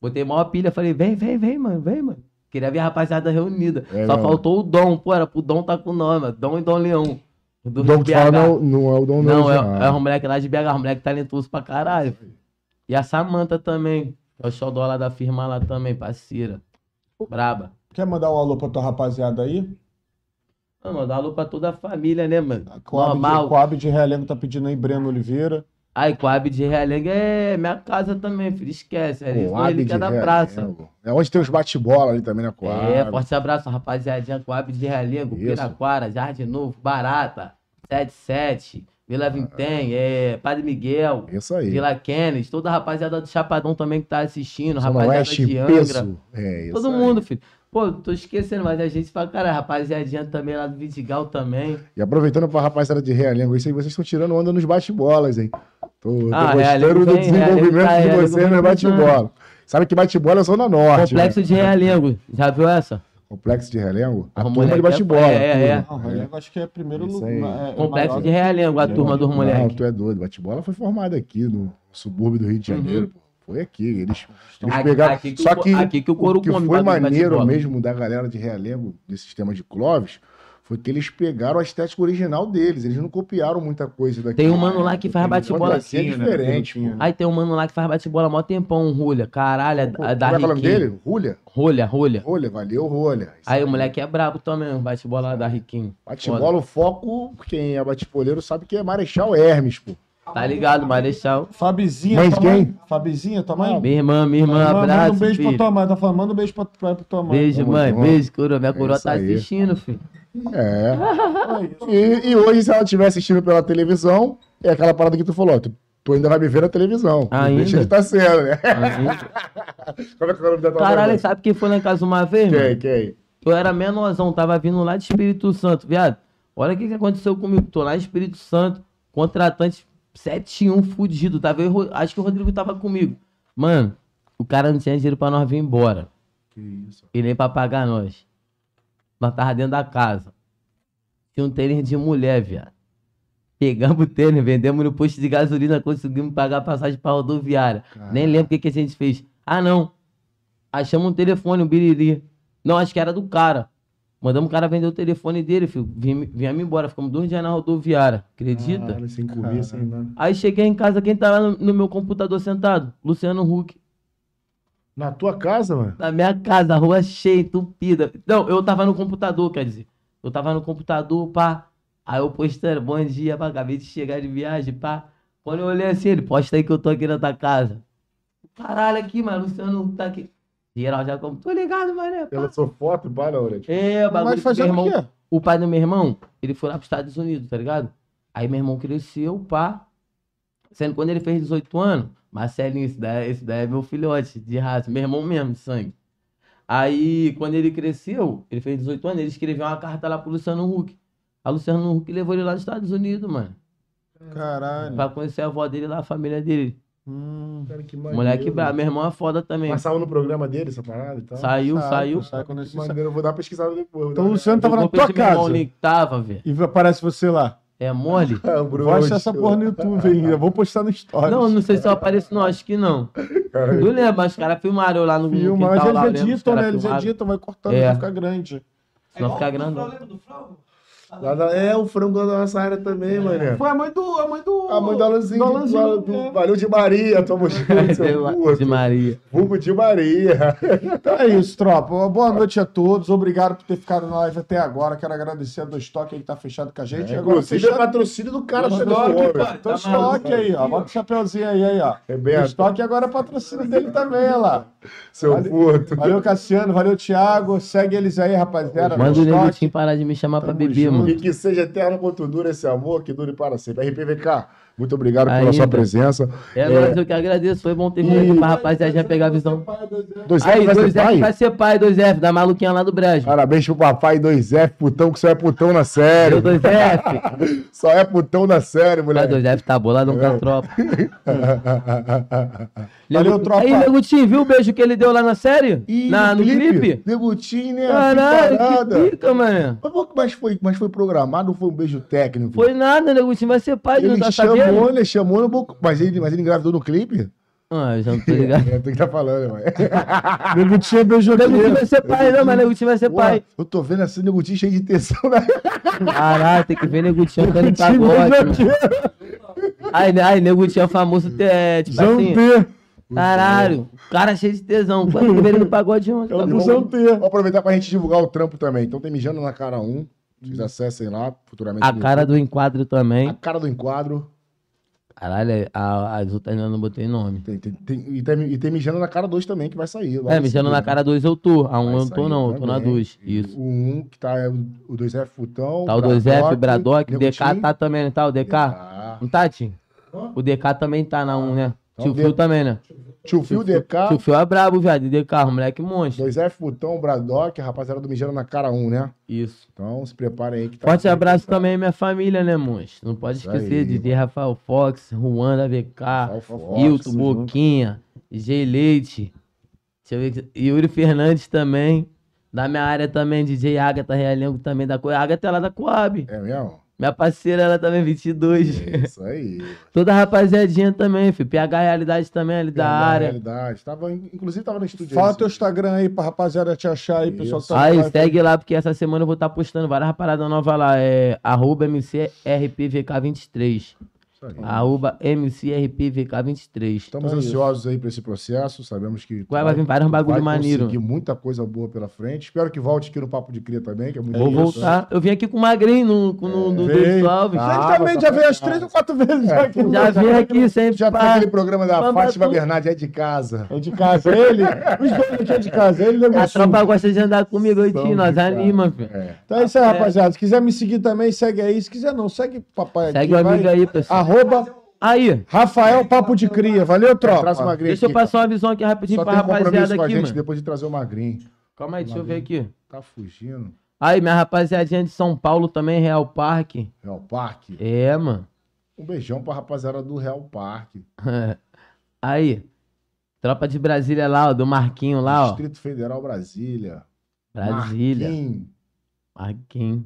Speaker 3: Botei maior pilha, falei, vem, vem, vem, mano, vem, mano. Queria ver a rapaziada reunida.
Speaker 2: É,
Speaker 3: Só
Speaker 2: não.
Speaker 3: faltou o Dom, pô, era pro Dom tá com nós, mano. Dom e Dom Leão. Do
Speaker 2: O Dom
Speaker 3: Rio
Speaker 2: que fala
Speaker 3: BH.
Speaker 2: não, não é o Dom
Speaker 3: Não, é,
Speaker 2: não.
Speaker 3: é um moleque lá de BH, um moleque talentoso pra caralho. E a Samanta também. É o xodó lá da firma lá também, parceira. Braba.
Speaker 1: Quer mandar um alô pra tua rapaziada aí?
Speaker 3: Mano, mandar alô pra toda a família, né, mano?
Speaker 1: A Coab, de,
Speaker 3: Normal.
Speaker 1: Coab de Realengo tá pedindo aí, Breno Oliveira.
Speaker 3: Aí, Coab de Realengo é minha casa também, filho. Esquece. É isso
Speaker 2: Coab de
Speaker 3: ali que é da
Speaker 2: Realengo.
Speaker 3: praça.
Speaker 2: É onde tem os bate-bola ali também né? na Coab.
Speaker 3: É, forte abraço, rapaziadinha. Coab de Realengo,
Speaker 2: Isso.
Speaker 3: Piraquara, Jardim Novo, Barata, 77, Vila Vintém, é, Padre Miguel,
Speaker 2: Isso aí.
Speaker 3: Vila Kennedy, toda a rapaziada do Chapadão também que tá assistindo,
Speaker 2: Zona
Speaker 3: rapaziada
Speaker 2: Oeste,
Speaker 3: de Angra.
Speaker 2: peso. É isso
Speaker 3: Todo
Speaker 2: aí.
Speaker 3: mundo, filho. Pô, tô esquecendo, mas a gente pra caralho, rapaziadinha também lá do Vidigal também.
Speaker 2: E aproveitando pra rapaziada de Realengo, isso aí vocês estão tirando onda nos bate-bolas, hein? Tô, tô
Speaker 3: Ah,
Speaker 2: gostando
Speaker 3: Realengo
Speaker 2: do
Speaker 3: vem,
Speaker 2: desenvolvimento
Speaker 3: Realengo tá,
Speaker 2: de
Speaker 3: Realengo
Speaker 2: vocês
Speaker 3: vem
Speaker 2: no bate-bola. Sabe que bate-bola é Zona Norte.
Speaker 3: Complexo
Speaker 2: né?
Speaker 3: de Realengo, já viu essa?
Speaker 2: Complexo de Realengo? A
Speaker 3: Os
Speaker 2: turma
Speaker 3: moleque
Speaker 2: de
Speaker 3: é-
Speaker 2: bate-bola.
Speaker 3: é,
Speaker 2: a
Speaker 3: é,
Speaker 2: turma.
Speaker 3: é.
Speaker 1: Não, Realengo acho que é primeiro
Speaker 2: Isso
Speaker 1: lugar.
Speaker 2: aí.
Speaker 1: é- é
Speaker 3: Complexo
Speaker 1: maior-
Speaker 3: de Realengo, a turma dos
Speaker 2: Não,
Speaker 3: moleques.
Speaker 2: tu é doido. Bate-bola foi formada aqui no subúrbio do Rio
Speaker 3: Uhum.
Speaker 2: de Janeiro. pô. Foi aqui. Eles, eles
Speaker 3: Aqui-
Speaker 2: pegaram.
Speaker 3: aqui que o
Speaker 2: Só
Speaker 3: co-
Speaker 2: que,
Speaker 3: aqui que o couro
Speaker 2: que
Speaker 3: come
Speaker 2: foi
Speaker 3: bagulho de
Speaker 2: maneiro
Speaker 3: bate-bola.
Speaker 2: mesmo da galera de Realengo, desse sistema de Clóvis, foi que eles pegaram a estética original deles. Eles não copiaram muita coisa daqui.
Speaker 3: Tem um mano lá que faz bate-bola. assim,
Speaker 2: aqui é
Speaker 1: Peluquinho, né?
Speaker 2: diferente,
Speaker 1: Peluquinho.
Speaker 2: pô.
Speaker 3: Aí tem um mano lá que faz bate-bola mó tempão, um rolha. Caralho, é da-
Speaker 2: Como é
Speaker 3: é
Speaker 2: que
Speaker 3: da
Speaker 2: é o nome
Speaker 3: Riquinho.
Speaker 2: dele? Rulha?
Speaker 3: Rolha, rolha.
Speaker 2: Rolha, valeu, Rolha. Isso
Speaker 3: Aí o moleque é brabo também, um bate-bola lá da Riquinho.
Speaker 2: Bate-bola, o foco, quem é bate-boleiro sabe que é Marechal Hermes, pô.
Speaker 3: Tá ligado, Marechal?
Speaker 1: Fabizinha,
Speaker 2: Mas
Speaker 1: tua
Speaker 2: quem?
Speaker 1: mãe- Fabizinha, tua mãe?
Speaker 3: Minha irmã, minha irmã,
Speaker 1: Manda- Manda
Speaker 3: abraço,
Speaker 1: um beijo pra
Speaker 3: filho.
Speaker 1: tua mãe. Tá falando, manda um beijo pra, pra, pra tua mãe.
Speaker 3: Beijo,
Speaker 2: Tamo
Speaker 3: mãe.
Speaker 2: junto.
Speaker 3: Beijo, coroa. Minha
Speaker 2: É
Speaker 3: coroa
Speaker 2: isso
Speaker 3: tá
Speaker 2: aí.
Speaker 3: assistindo, filho.
Speaker 2: É. E, e hoje, se ela estiver assistindo pela televisão, é aquela parada que tu falou, ó, tu, tu ainda vai me ver na televisão. Não
Speaker 3: Ah, Ainda?
Speaker 2: Deixa de estar sendo, né?
Speaker 3: Ainda.
Speaker 2: Como é que é o nome da tua
Speaker 3: Caralho, tá
Speaker 2: mãe?
Speaker 3: sabe quem foi lá em casa uma vez, mano?
Speaker 2: Quem, quem?
Speaker 3: Eu era menorzão, tava vindo lá de Espírito Santo, viado. Olha o que, que aconteceu comigo. Tô lá em Espírito Santo, contratante 7-1 fudido. Tava eu e Ro- acho que o Rodrigo tava comigo. Mano, o cara não tinha dinheiro pra nós vir embora.
Speaker 2: Que isso.
Speaker 3: E nem pra pagar nós. Nós tava dentro da casa. Tinha um tênis de mulher, viado. Pegamos o tênis, vendemos no posto de gasolina, conseguimos pagar a passagem pra rodoviária. Ah. Nem lembro o que, que a gente fez. Ah, não. Achamos um telefone, um biriri. Não, acho que era do cara. Mandamos o cara vender o telefone dele, filho. Vim- Viemos embora, ficamos dois dias na rodoviária. Acredita?
Speaker 2: Caralho, sem comer, sem nada.
Speaker 3: Aí cheguei em casa, quem tá lá no, no meu computador sentado? Luciano Huck.
Speaker 2: Na tua casa, mano?
Speaker 3: Na minha casa, a rua cheia, entupida. Não, eu tava no computador, quer dizer. Eu tava no computador, pá. Aí eu postando, bom dia, pá, acabei de chegar de viagem, pá. Quando eu olhei assim, ele, posta aí que eu tô aqui na tua casa. Caralho, aqui, mano, Luciano Huck tá aqui. Geral já como, tô ligado, mané,
Speaker 2: Ela
Speaker 3: pá.
Speaker 2: só foto né? e para, olha.
Speaker 3: É, bagulho
Speaker 1: Mas
Speaker 3: que
Speaker 1: fazendo
Speaker 3: meu irmão
Speaker 1: o quê?
Speaker 3: o pai do meu irmão, ele foi lá pros Estados Unidos, tá ligado? Aí meu irmão cresceu, pá. Sendo que quando ele fez 18 anos, Marcelinho, esse daí, esse daí é meu filhote de raça, meu irmão mesmo, de sangue. Aí, quando ele cresceu, ele fez 18 anos, ele escreveu uma carta lá pro Luciano Huck. A Luciano Huck levou ele lá nos Estados Unidos, mano.
Speaker 1: Caralho.
Speaker 3: Pra conhecer a avó dele lá, a família dele.
Speaker 1: Hum,
Speaker 2: Cara, que
Speaker 3: Moleque
Speaker 2: maneiro.
Speaker 3: brabo. Meu irmão é foda também.
Speaker 2: Passava no programa dele essa parada e tal.
Speaker 3: Saiu,
Speaker 1: sai,
Speaker 3: saiu.
Speaker 1: Sai quando
Speaker 2: Que
Speaker 1: esse-
Speaker 2: maneiro, eu vou dar uma pesquisada depois.
Speaker 1: Então o Luciano
Speaker 3: Eu
Speaker 1: tava na
Speaker 3: vou ver
Speaker 1: tua
Speaker 3: se meu irmão
Speaker 1: casa.
Speaker 3: link tava, velho.
Speaker 1: E aparece você lá.
Speaker 3: É mole?
Speaker 1: Vou achar essa porra no YouTube ainda. Vou postar no stories.
Speaker 3: Não, não sei se eu apareço, não. Acho que não.
Speaker 2: Caralho.
Speaker 3: Tu lembra, os caras filmaram eu lá no no
Speaker 1: Filma, mas
Speaker 3: quintal
Speaker 1: eles
Speaker 3: tá lá, eu lembro, os
Speaker 1: editam,
Speaker 3: caras
Speaker 1: né? Eles
Speaker 3: filmaram.
Speaker 1: editam, vai cortando,
Speaker 3: É.
Speaker 1: vai ficar grande.
Speaker 3: Senão fica grandão.
Speaker 2: Lá da- É, o frango lá da nossa área também, mané.
Speaker 1: Foi a mãe do. A mãe do.
Speaker 2: A mãe do Alanzinho.
Speaker 1: Do Alanzinho,
Speaker 2: do Alan- do-
Speaker 1: é.
Speaker 2: Valeu de Maria, tamo junto,
Speaker 3: Sei
Speaker 2: seu
Speaker 3: lá,
Speaker 2: puto.
Speaker 3: É, de Maria.
Speaker 2: Vulgo de Maria.
Speaker 1: Então é isso, tropa. Uma Boa noite a todos. Obrigado por ter ficado na live até agora. Quero agradecer a Do Estoque aí que tá fechado com a gente. E agora
Speaker 2: Inclusive, é
Speaker 1: fechado.
Speaker 2: patrocínio do cara do
Speaker 1: Do
Speaker 2: nome,
Speaker 1: Estoque,
Speaker 2: velho.
Speaker 1: pá. Do Estoque aí, ó. Bota o chapeuzinho aí, aí, ó. Do
Speaker 2: Rebeto,
Speaker 1: Estoque agora é patrocínio dele também, olha lá.
Speaker 2: seu
Speaker 1: Valeu.
Speaker 2: puto.
Speaker 1: Valeu, Cassiano. Valeu, Thiago. Segue eles aí, rapaziada.
Speaker 3: Manda
Speaker 1: Do
Speaker 3: o
Speaker 1: Estoque.
Speaker 3: Negutinho parar de me chamar pra
Speaker 1: Tamo
Speaker 3: beber,
Speaker 1: junto.
Speaker 3: mano.
Speaker 2: E que seja eterno quanto dura esse amor, que dure para sempre. RPVK, muito obrigado pela
Speaker 3: Ainda.
Speaker 2: sua presença.
Speaker 3: É, mas eu que agradeço. Foi bom ter vindo pra então. rapaziada já pegar a visão.
Speaker 2: Dois
Speaker 3: Aí,
Speaker 2: vai ser
Speaker 3: 2F
Speaker 2: pai?
Speaker 3: vai ser pai, 2F, da maluquinha lá do Brejo.
Speaker 2: Parabéns pro papai 2F, putão, que só é putão na série.
Speaker 3: Meu 2F.
Speaker 2: Só é putão na série,
Speaker 3: Vai,
Speaker 2: moleque.
Speaker 3: 2F tá boladão com a tropa.
Speaker 1: Valeu,
Speaker 3: Nego-
Speaker 1: tropa.
Speaker 3: Aí, Negutinho, viu o beijo que ele deu lá na série?
Speaker 2: Ih,
Speaker 3: Na, no clipe?
Speaker 2: Debutinho, né?
Speaker 3: Caralho,
Speaker 2: parada.
Speaker 3: que pica, mano.
Speaker 2: Mas, pô, mas foi, mas foi programado ou foi um beijo técnico?
Speaker 3: Foi nada, Negutinho, vai ser pai, não
Speaker 2: Ele
Speaker 3: tá sabendo?
Speaker 2: chamou, né? ele chamou, no boc- mas ele, mas ele engravidou no clipe?
Speaker 3: Ah, eu já não tô ligado.
Speaker 2: É, tu que tá falando, mano.
Speaker 1: Nego Tinha beijou
Speaker 3: Nego Tim vai ser pai, não, mas Nego Tim vai ser
Speaker 2: Porra,
Speaker 3: pai.
Speaker 2: eu tô vendo assim, o Negutinho cheio de né? tensão na
Speaker 3: Caralho, tem que ver Nego Tim cantando
Speaker 1: Tim beijou
Speaker 3: pagode. Ai, né, ai, Nego Tim é o famoso, é, tipo
Speaker 1: um
Speaker 3: assim,
Speaker 1: Zambê.
Speaker 3: caralho, o cara cheio de tesão. Quando que vê ele no pagode ontem?
Speaker 2: Ela
Speaker 3: tá
Speaker 1: Do
Speaker 2: não
Speaker 3: bom?
Speaker 2: usou-
Speaker 1: Zambê.
Speaker 2: Vou aproveitar pra gente divulgar o trampo também. Então tem Mijando na Cara 1. Vocês acessem lá, futuramente.
Speaker 3: Hum. A
Speaker 2: no
Speaker 3: cara
Speaker 2: YouTube.
Speaker 3: do enquadro
Speaker 2: A
Speaker 3: também.
Speaker 2: cara do enquadro.
Speaker 3: Caralho, é, a- as outras ainda não botei nome.
Speaker 2: Tem- tem- tem- e, tem, e tem Mijando na Cara 2 também, que vai sair. logo
Speaker 3: É,
Speaker 2: em
Speaker 3: mijando
Speaker 2: seguida.
Speaker 3: na cara 2 eu tô. A
Speaker 2: Vai
Speaker 3: 1 eu não tô
Speaker 2: sair
Speaker 3: não, eu tô na
Speaker 2: também.
Speaker 3: 2. Isso.
Speaker 2: O 1, que tá é, o 2F Futão.
Speaker 3: Tá o 2F, Bradock, o
Speaker 2: Negutinho.
Speaker 3: DK tá também, não tá? O DK?
Speaker 2: Ah.
Speaker 3: Não tá, Tim? O DK também tá na 1, né?
Speaker 2: Então,
Speaker 3: Tio
Speaker 2: D-
Speaker 3: Fio também, né?
Speaker 2: Tio Fio,
Speaker 3: Tio
Speaker 2: DK,
Speaker 3: Fio é brabo, viado. DK, moleque monstro.
Speaker 2: 2F Futão, Bradock, rapaziada do Mijando na Cara 1, né?
Speaker 3: Isso.
Speaker 2: Então se preparem aí que tá.
Speaker 3: Forte
Speaker 2: aqui.
Speaker 3: abraço também à minha família, né, monstro? Não pode
Speaker 2: Isso
Speaker 3: esquecer
Speaker 2: aí,
Speaker 3: de ter Rafael Fox, Ruanda VK,
Speaker 2: Rafael Fox,
Speaker 3: Hilton
Speaker 2: junto.
Speaker 3: Boquinha, G Leite, deixa eu ver, que- Yuri Fernandes também. Da minha área também, DJ Agatha Realengo também da Coab. Agatha é lá da Coab.
Speaker 2: É mesmo?
Speaker 3: Minha parceira, ela também, 22.
Speaker 2: É isso aí.
Speaker 3: Toda a rapaziadinha também, filho. PH Realidade também, ali da área.
Speaker 2: Realidade. Tava, inclusive tava no estúdio.
Speaker 1: Fala
Speaker 2: aí,
Speaker 1: teu
Speaker 2: esse-
Speaker 1: Instagram aí pra rapaziada te achar aí, pessoal que tá na
Speaker 3: Aí,
Speaker 1: live.
Speaker 3: segue lá, porque essa semana tá eu vou estar postando várias paradas novas lá. É arroba MCRPVK23.
Speaker 2: Isso Isso aí.
Speaker 3: Arroba MCRPVK23.
Speaker 2: Estamos
Speaker 1: Então é
Speaker 2: ansiosos aí para esse processo, sabemos que
Speaker 3: Vai, vai vir vários bagulho maneiro.
Speaker 2: conseguir muita coisa boa pela frente. Espero que volte aqui no Papo de Cria também, que é muito
Speaker 3: Vou
Speaker 2: interessante.
Speaker 3: voltar. Eu vim aqui com o Magrinho no, com- no, do
Speaker 2: Vem.
Speaker 3: Dudu Alves.
Speaker 2: Ah,
Speaker 1: ele também
Speaker 2: botar
Speaker 1: já
Speaker 2: pra
Speaker 1: veio as
Speaker 2: casa.
Speaker 1: três ou quatro vezes já aqui. né?
Speaker 3: já vim aqui sempre.
Speaker 2: Já tem
Speaker 3: pá.
Speaker 2: aquele programa da
Speaker 3: Bamba
Speaker 2: Fátima
Speaker 3: tu.
Speaker 2: Bernardes, é de casa.
Speaker 1: É de casa ele, os dois aqui é de casa ele, né,
Speaker 3: A
Speaker 1: Gostinho?
Speaker 3: tropa gosta de andar comigo, eu e
Speaker 2: São
Speaker 3: Tio, nós
Speaker 2: de cara.
Speaker 3: anima, filho.
Speaker 2: É.
Speaker 1: Então é isso aí,
Speaker 3: É.
Speaker 1: rapaziada. Se quiser me seguir também, segue aí. Se quiser não, segue o
Speaker 2: É,
Speaker 1: papai
Speaker 3: Segue
Speaker 1: aqui.
Speaker 3: o
Speaker 1: vai.
Speaker 3: amigo aí, pessoal.
Speaker 1: Arroba
Speaker 3: Aí,
Speaker 1: Rafael Papo de Cria. Valeu,
Speaker 2: Traz o
Speaker 1: tropa.
Speaker 2: Magrinho
Speaker 3: deixa eu
Speaker 2: aqui, cara.
Speaker 3: passar uma visão aqui rapidinho
Speaker 2: Só
Speaker 3: pra
Speaker 2: tem um compromisso
Speaker 3: Tipo, rapaziada
Speaker 2: com a
Speaker 3: aqui,
Speaker 2: gente
Speaker 3: mano.
Speaker 2: depois de trazer o Magrinho.
Speaker 3: Calma aí, deixa eu ver aqui.
Speaker 2: Tá fugindo.
Speaker 3: Aí, minha rapaziadinha de São Paulo também, Real Parque.
Speaker 2: Real Parque.
Speaker 3: É, mano.
Speaker 2: Um beijão pra rapaziada do Real Parque.
Speaker 3: Aí, tropa de Brasília lá, ó, do Marquinho lá, ó.
Speaker 2: Distrito Federal Brasília.
Speaker 3: Brasília,
Speaker 2: Marquinhos.
Speaker 3: Marquinho.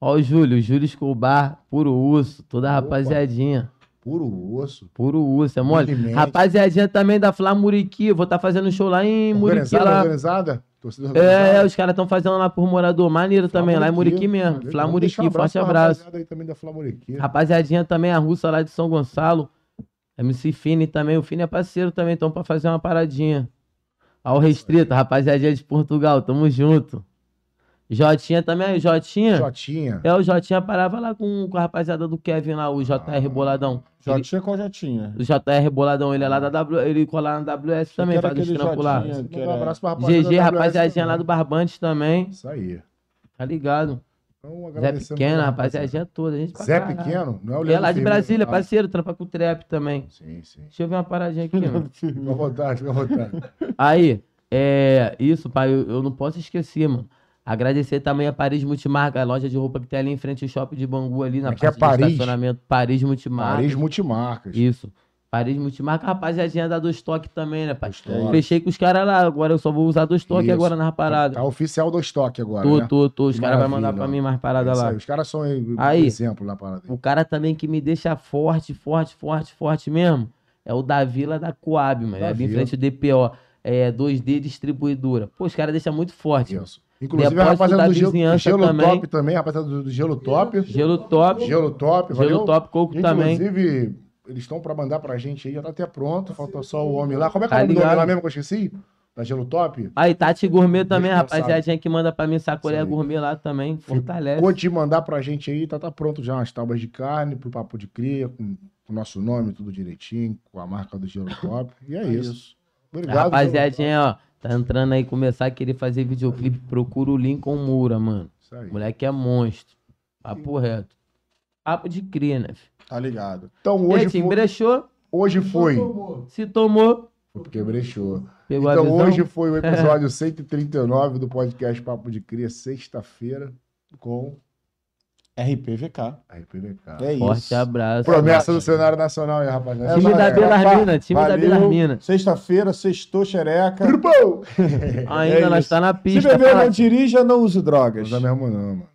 Speaker 3: Ó o Júlio, Júlio Escobar, Puro Urso, toda a
Speaker 2: Opa.
Speaker 3: rapaziadinha.
Speaker 2: Puro osso.
Speaker 3: Puro Urso, é mole.
Speaker 2: Humildemente.
Speaker 3: Rapaziadinha também da Flamuriqui, vou estar tá fazendo show lá em Muriqui
Speaker 2: Organizada,
Speaker 3: lá.
Speaker 2: organizada? Torcida
Speaker 3: É,
Speaker 2: organizada.
Speaker 3: é, os caras estão fazendo lá por morador, maneiro também, lá em Muriqui mesmo.
Speaker 2: Vamos
Speaker 3: Flamuriqui,
Speaker 2: deixar um
Speaker 3: forte
Speaker 2: pra
Speaker 3: abraço.
Speaker 2: rapaziada Aí também da Flamuriqui.
Speaker 3: Rapaziadinha também, a russa lá de São Gonçalo. MC Fini também. O Fini é parceiro também, então, pra fazer uma paradinha. Ao restrito, rapaziadinha de Portugal, tamo junto. Jotinha também, aí, Jotinha.
Speaker 2: Jotinha.
Speaker 3: É, o Jotinha parava lá com, com a rapaziada do Kevin lá,
Speaker 2: Ah,
Speaker 3: o JR Boladão.
Speaker 1: Já tinha qual já tinha?
Speaker 3: O JR Boladão, ele é lá
Speaker 2: Ah.
Speaker 3: da W, ele colar na WS também,
Speaker 1: que era
Speaker 3: faz os
Speaker 1: aquele
Speaker 3: trampos lá.
Speaker 1: Jotinha.
Speaker 2: Manda um abraço pra rapaziada
Speaker 3: GG,
Speaker 2: da WS
Speaker 3: rapaziadinha lá do
Speaker 2: também.
Speaker 3: Barbante também,
Speaker 2: Isso aí.
Speaker 3: tá ligado?
Speaker 2: Então,
Speaker 3: Zé
Speaker 2: agradecemos.
Speaker 3: Pequeno,
Speaker 2: também,
Speaker 3: rapaziadinha toda, gente pra
Speaker 2: Zé
Speaker 3: caralho.
Speaker 2: Pequeno? Não é o
Speaker 3: E é lá de
Speaker 2: Firmino.
Speaker 3: Brasília,
Speaker 2: Ah,
Speaker 3: parceiro, trampa com trap também.
Speaker 2: Sim, sim.
Speaker 3: Deixa eu ver uma paradinha aqui, mano.
Speaker 2: Fica à vontade, fica à vontade.
Speaker 3: Aí, é. Isso, pai, eu, eu não posso esquecer, mano. Agradecer também a Paris Multimarca, a loja de roupa que tem ali em frente ao shopping de Bangu, ali na
Speaker 2: Aqui é
Speaker 3: parte do
Speaker 2: Paris.
Speaker 3: estacionamento. Paris Multimarca.
Speaker 2: Paris Multimarcas.
Speaker 3: Isso. Paris Multimarca, rapaziadinha da do estoque também, né, pai?
Speaker 2: Estoque.
Speaker 3: Fechei com os caras lá, agora eu só vou usar do estoque
Speaker 2: Isso.
Speaker 3: agora nas paradas.
Speaker 2: Tá oficial do estoque agora,
Speaker 3: tô,
Speaker 2: né?
Speaker 3: tô, tô. Os
Speaker 2: Que
Speaker 3: caras vão mandar
Speaker 2: maravilha. É
Speaker 3: pra mim mais parada
Speaker 2: Isso
Speaker 3: lá.
Speaker 2: aí, Os caras são aí, um
Speaker 3: Aí.
Speaker 2: exemplo na parada.
Speaker 3: O cara também que me deixa forte, forte, forte, forte mesmo, é o da Vila da Coab, mano. É ali em
Speaker 2: Davi.
Speaker 3: frente ao DPO. É 2D distribuidora. Pô, os caras deixam muito forte. mano.
Speaker 2: Isso. Inclusive, a
Speaker 3: Depósito
Speaker 2: rapaziada
Speaker 3: da
Speaker 2: do Gelo,
Speaker 3: vizinhança
Speaker 2: Gelo
Speaker 3: também.
Speaker 2: Top também, a rapaziada do, do Gelo Top.
Speaker 3: Gelo top, gelo,
Speaker 2: Gelo Top, valeu.
Speaker 3: top, coco também.
Speaker 2: Inclusive, eles estão pra mandar pra gente aí, já tá até pronto, faltou só o homem lá. Como é que é o
Speaker 3: Tá
Speaker 2: nome do homem
Speaker 3: ligado.
Speaker 2: lá mesmo que eu esqueci? Da Gelo Top?
Speaker 3: Aí, Tati Gourmet também,
Speaker 2: Responsável.
Speaker 3: rapaziadinha que manda pra mim sacolé
Speaker 2: Isso aí.
Speaker 3: gourmet lá também. Fortalece.
Speaker 2: Pode mandar pra gente aí, tá, tá pronto já umas tábuas de carne pro Papo de Cria, com o nosso nome, tudo direitinho, com a marca do Gelo Top. E é, isso. Obrigado. Gelo Top.
Speaker 3: Rapaziadinha, ó, tá entrando aí, começar a querer fazer videoclipe, procura o Lincoln Moura, mano.
Speaker 2: Isso aí.
Speaker 3: Moleque é monstro. Papo reto. Papo de cria, né? filho?
Speaker 1: Tá ligado.
Speaker 2: Então, hoje
Speaker 3: Gente,
Speaker 2: foi...
Speaker 3: embrechou,
Speaker 2: Hoje foi...
Speaker 3: se tomou,
Speaker 2: Foi Porque brechou.
Speaker 3: pegou
Speaker 2: Então,
Speaker 3: a visão.
Speaker 2: hoje foi o episódio 139 do podcast Papo de Cria, sexta-feira, com
Speaker 1: RPVK.
Speaker 2: a RPVK.
Speaker 1: É
Speaker 3: Forte
Speaker 1: isso.
Speaker 3: abraço.
Speaker 2: Promessa do cenário nacional aí, rapaz.
Speaker 1: É
Speaker 3: Time da
Speaker 1: nóis,
Speaker 3: Belas
Speaker 1: rapaz.
Speaker 3: Minas, time da
Speaker 1: Valeu.
Speaker 3: Belas Minas.
Speaker 1: Sexta-feira, sextou xereca.
Speaker 2: Turbo!
Speaker 3: Ainda
Speaker 1: É
Speaker 3: nós
Speaker 1: isso.
Speaker 3: tá na
Speaker 1: Se
Speaker 2: É
Speaker 3: pista.
Speaker 1: beber,
Speaker 3: fala-
Speaker 2: né?
Speaker 1: não dirija, não use drogas.
Speaker 2: Não dá mesmo não, mano.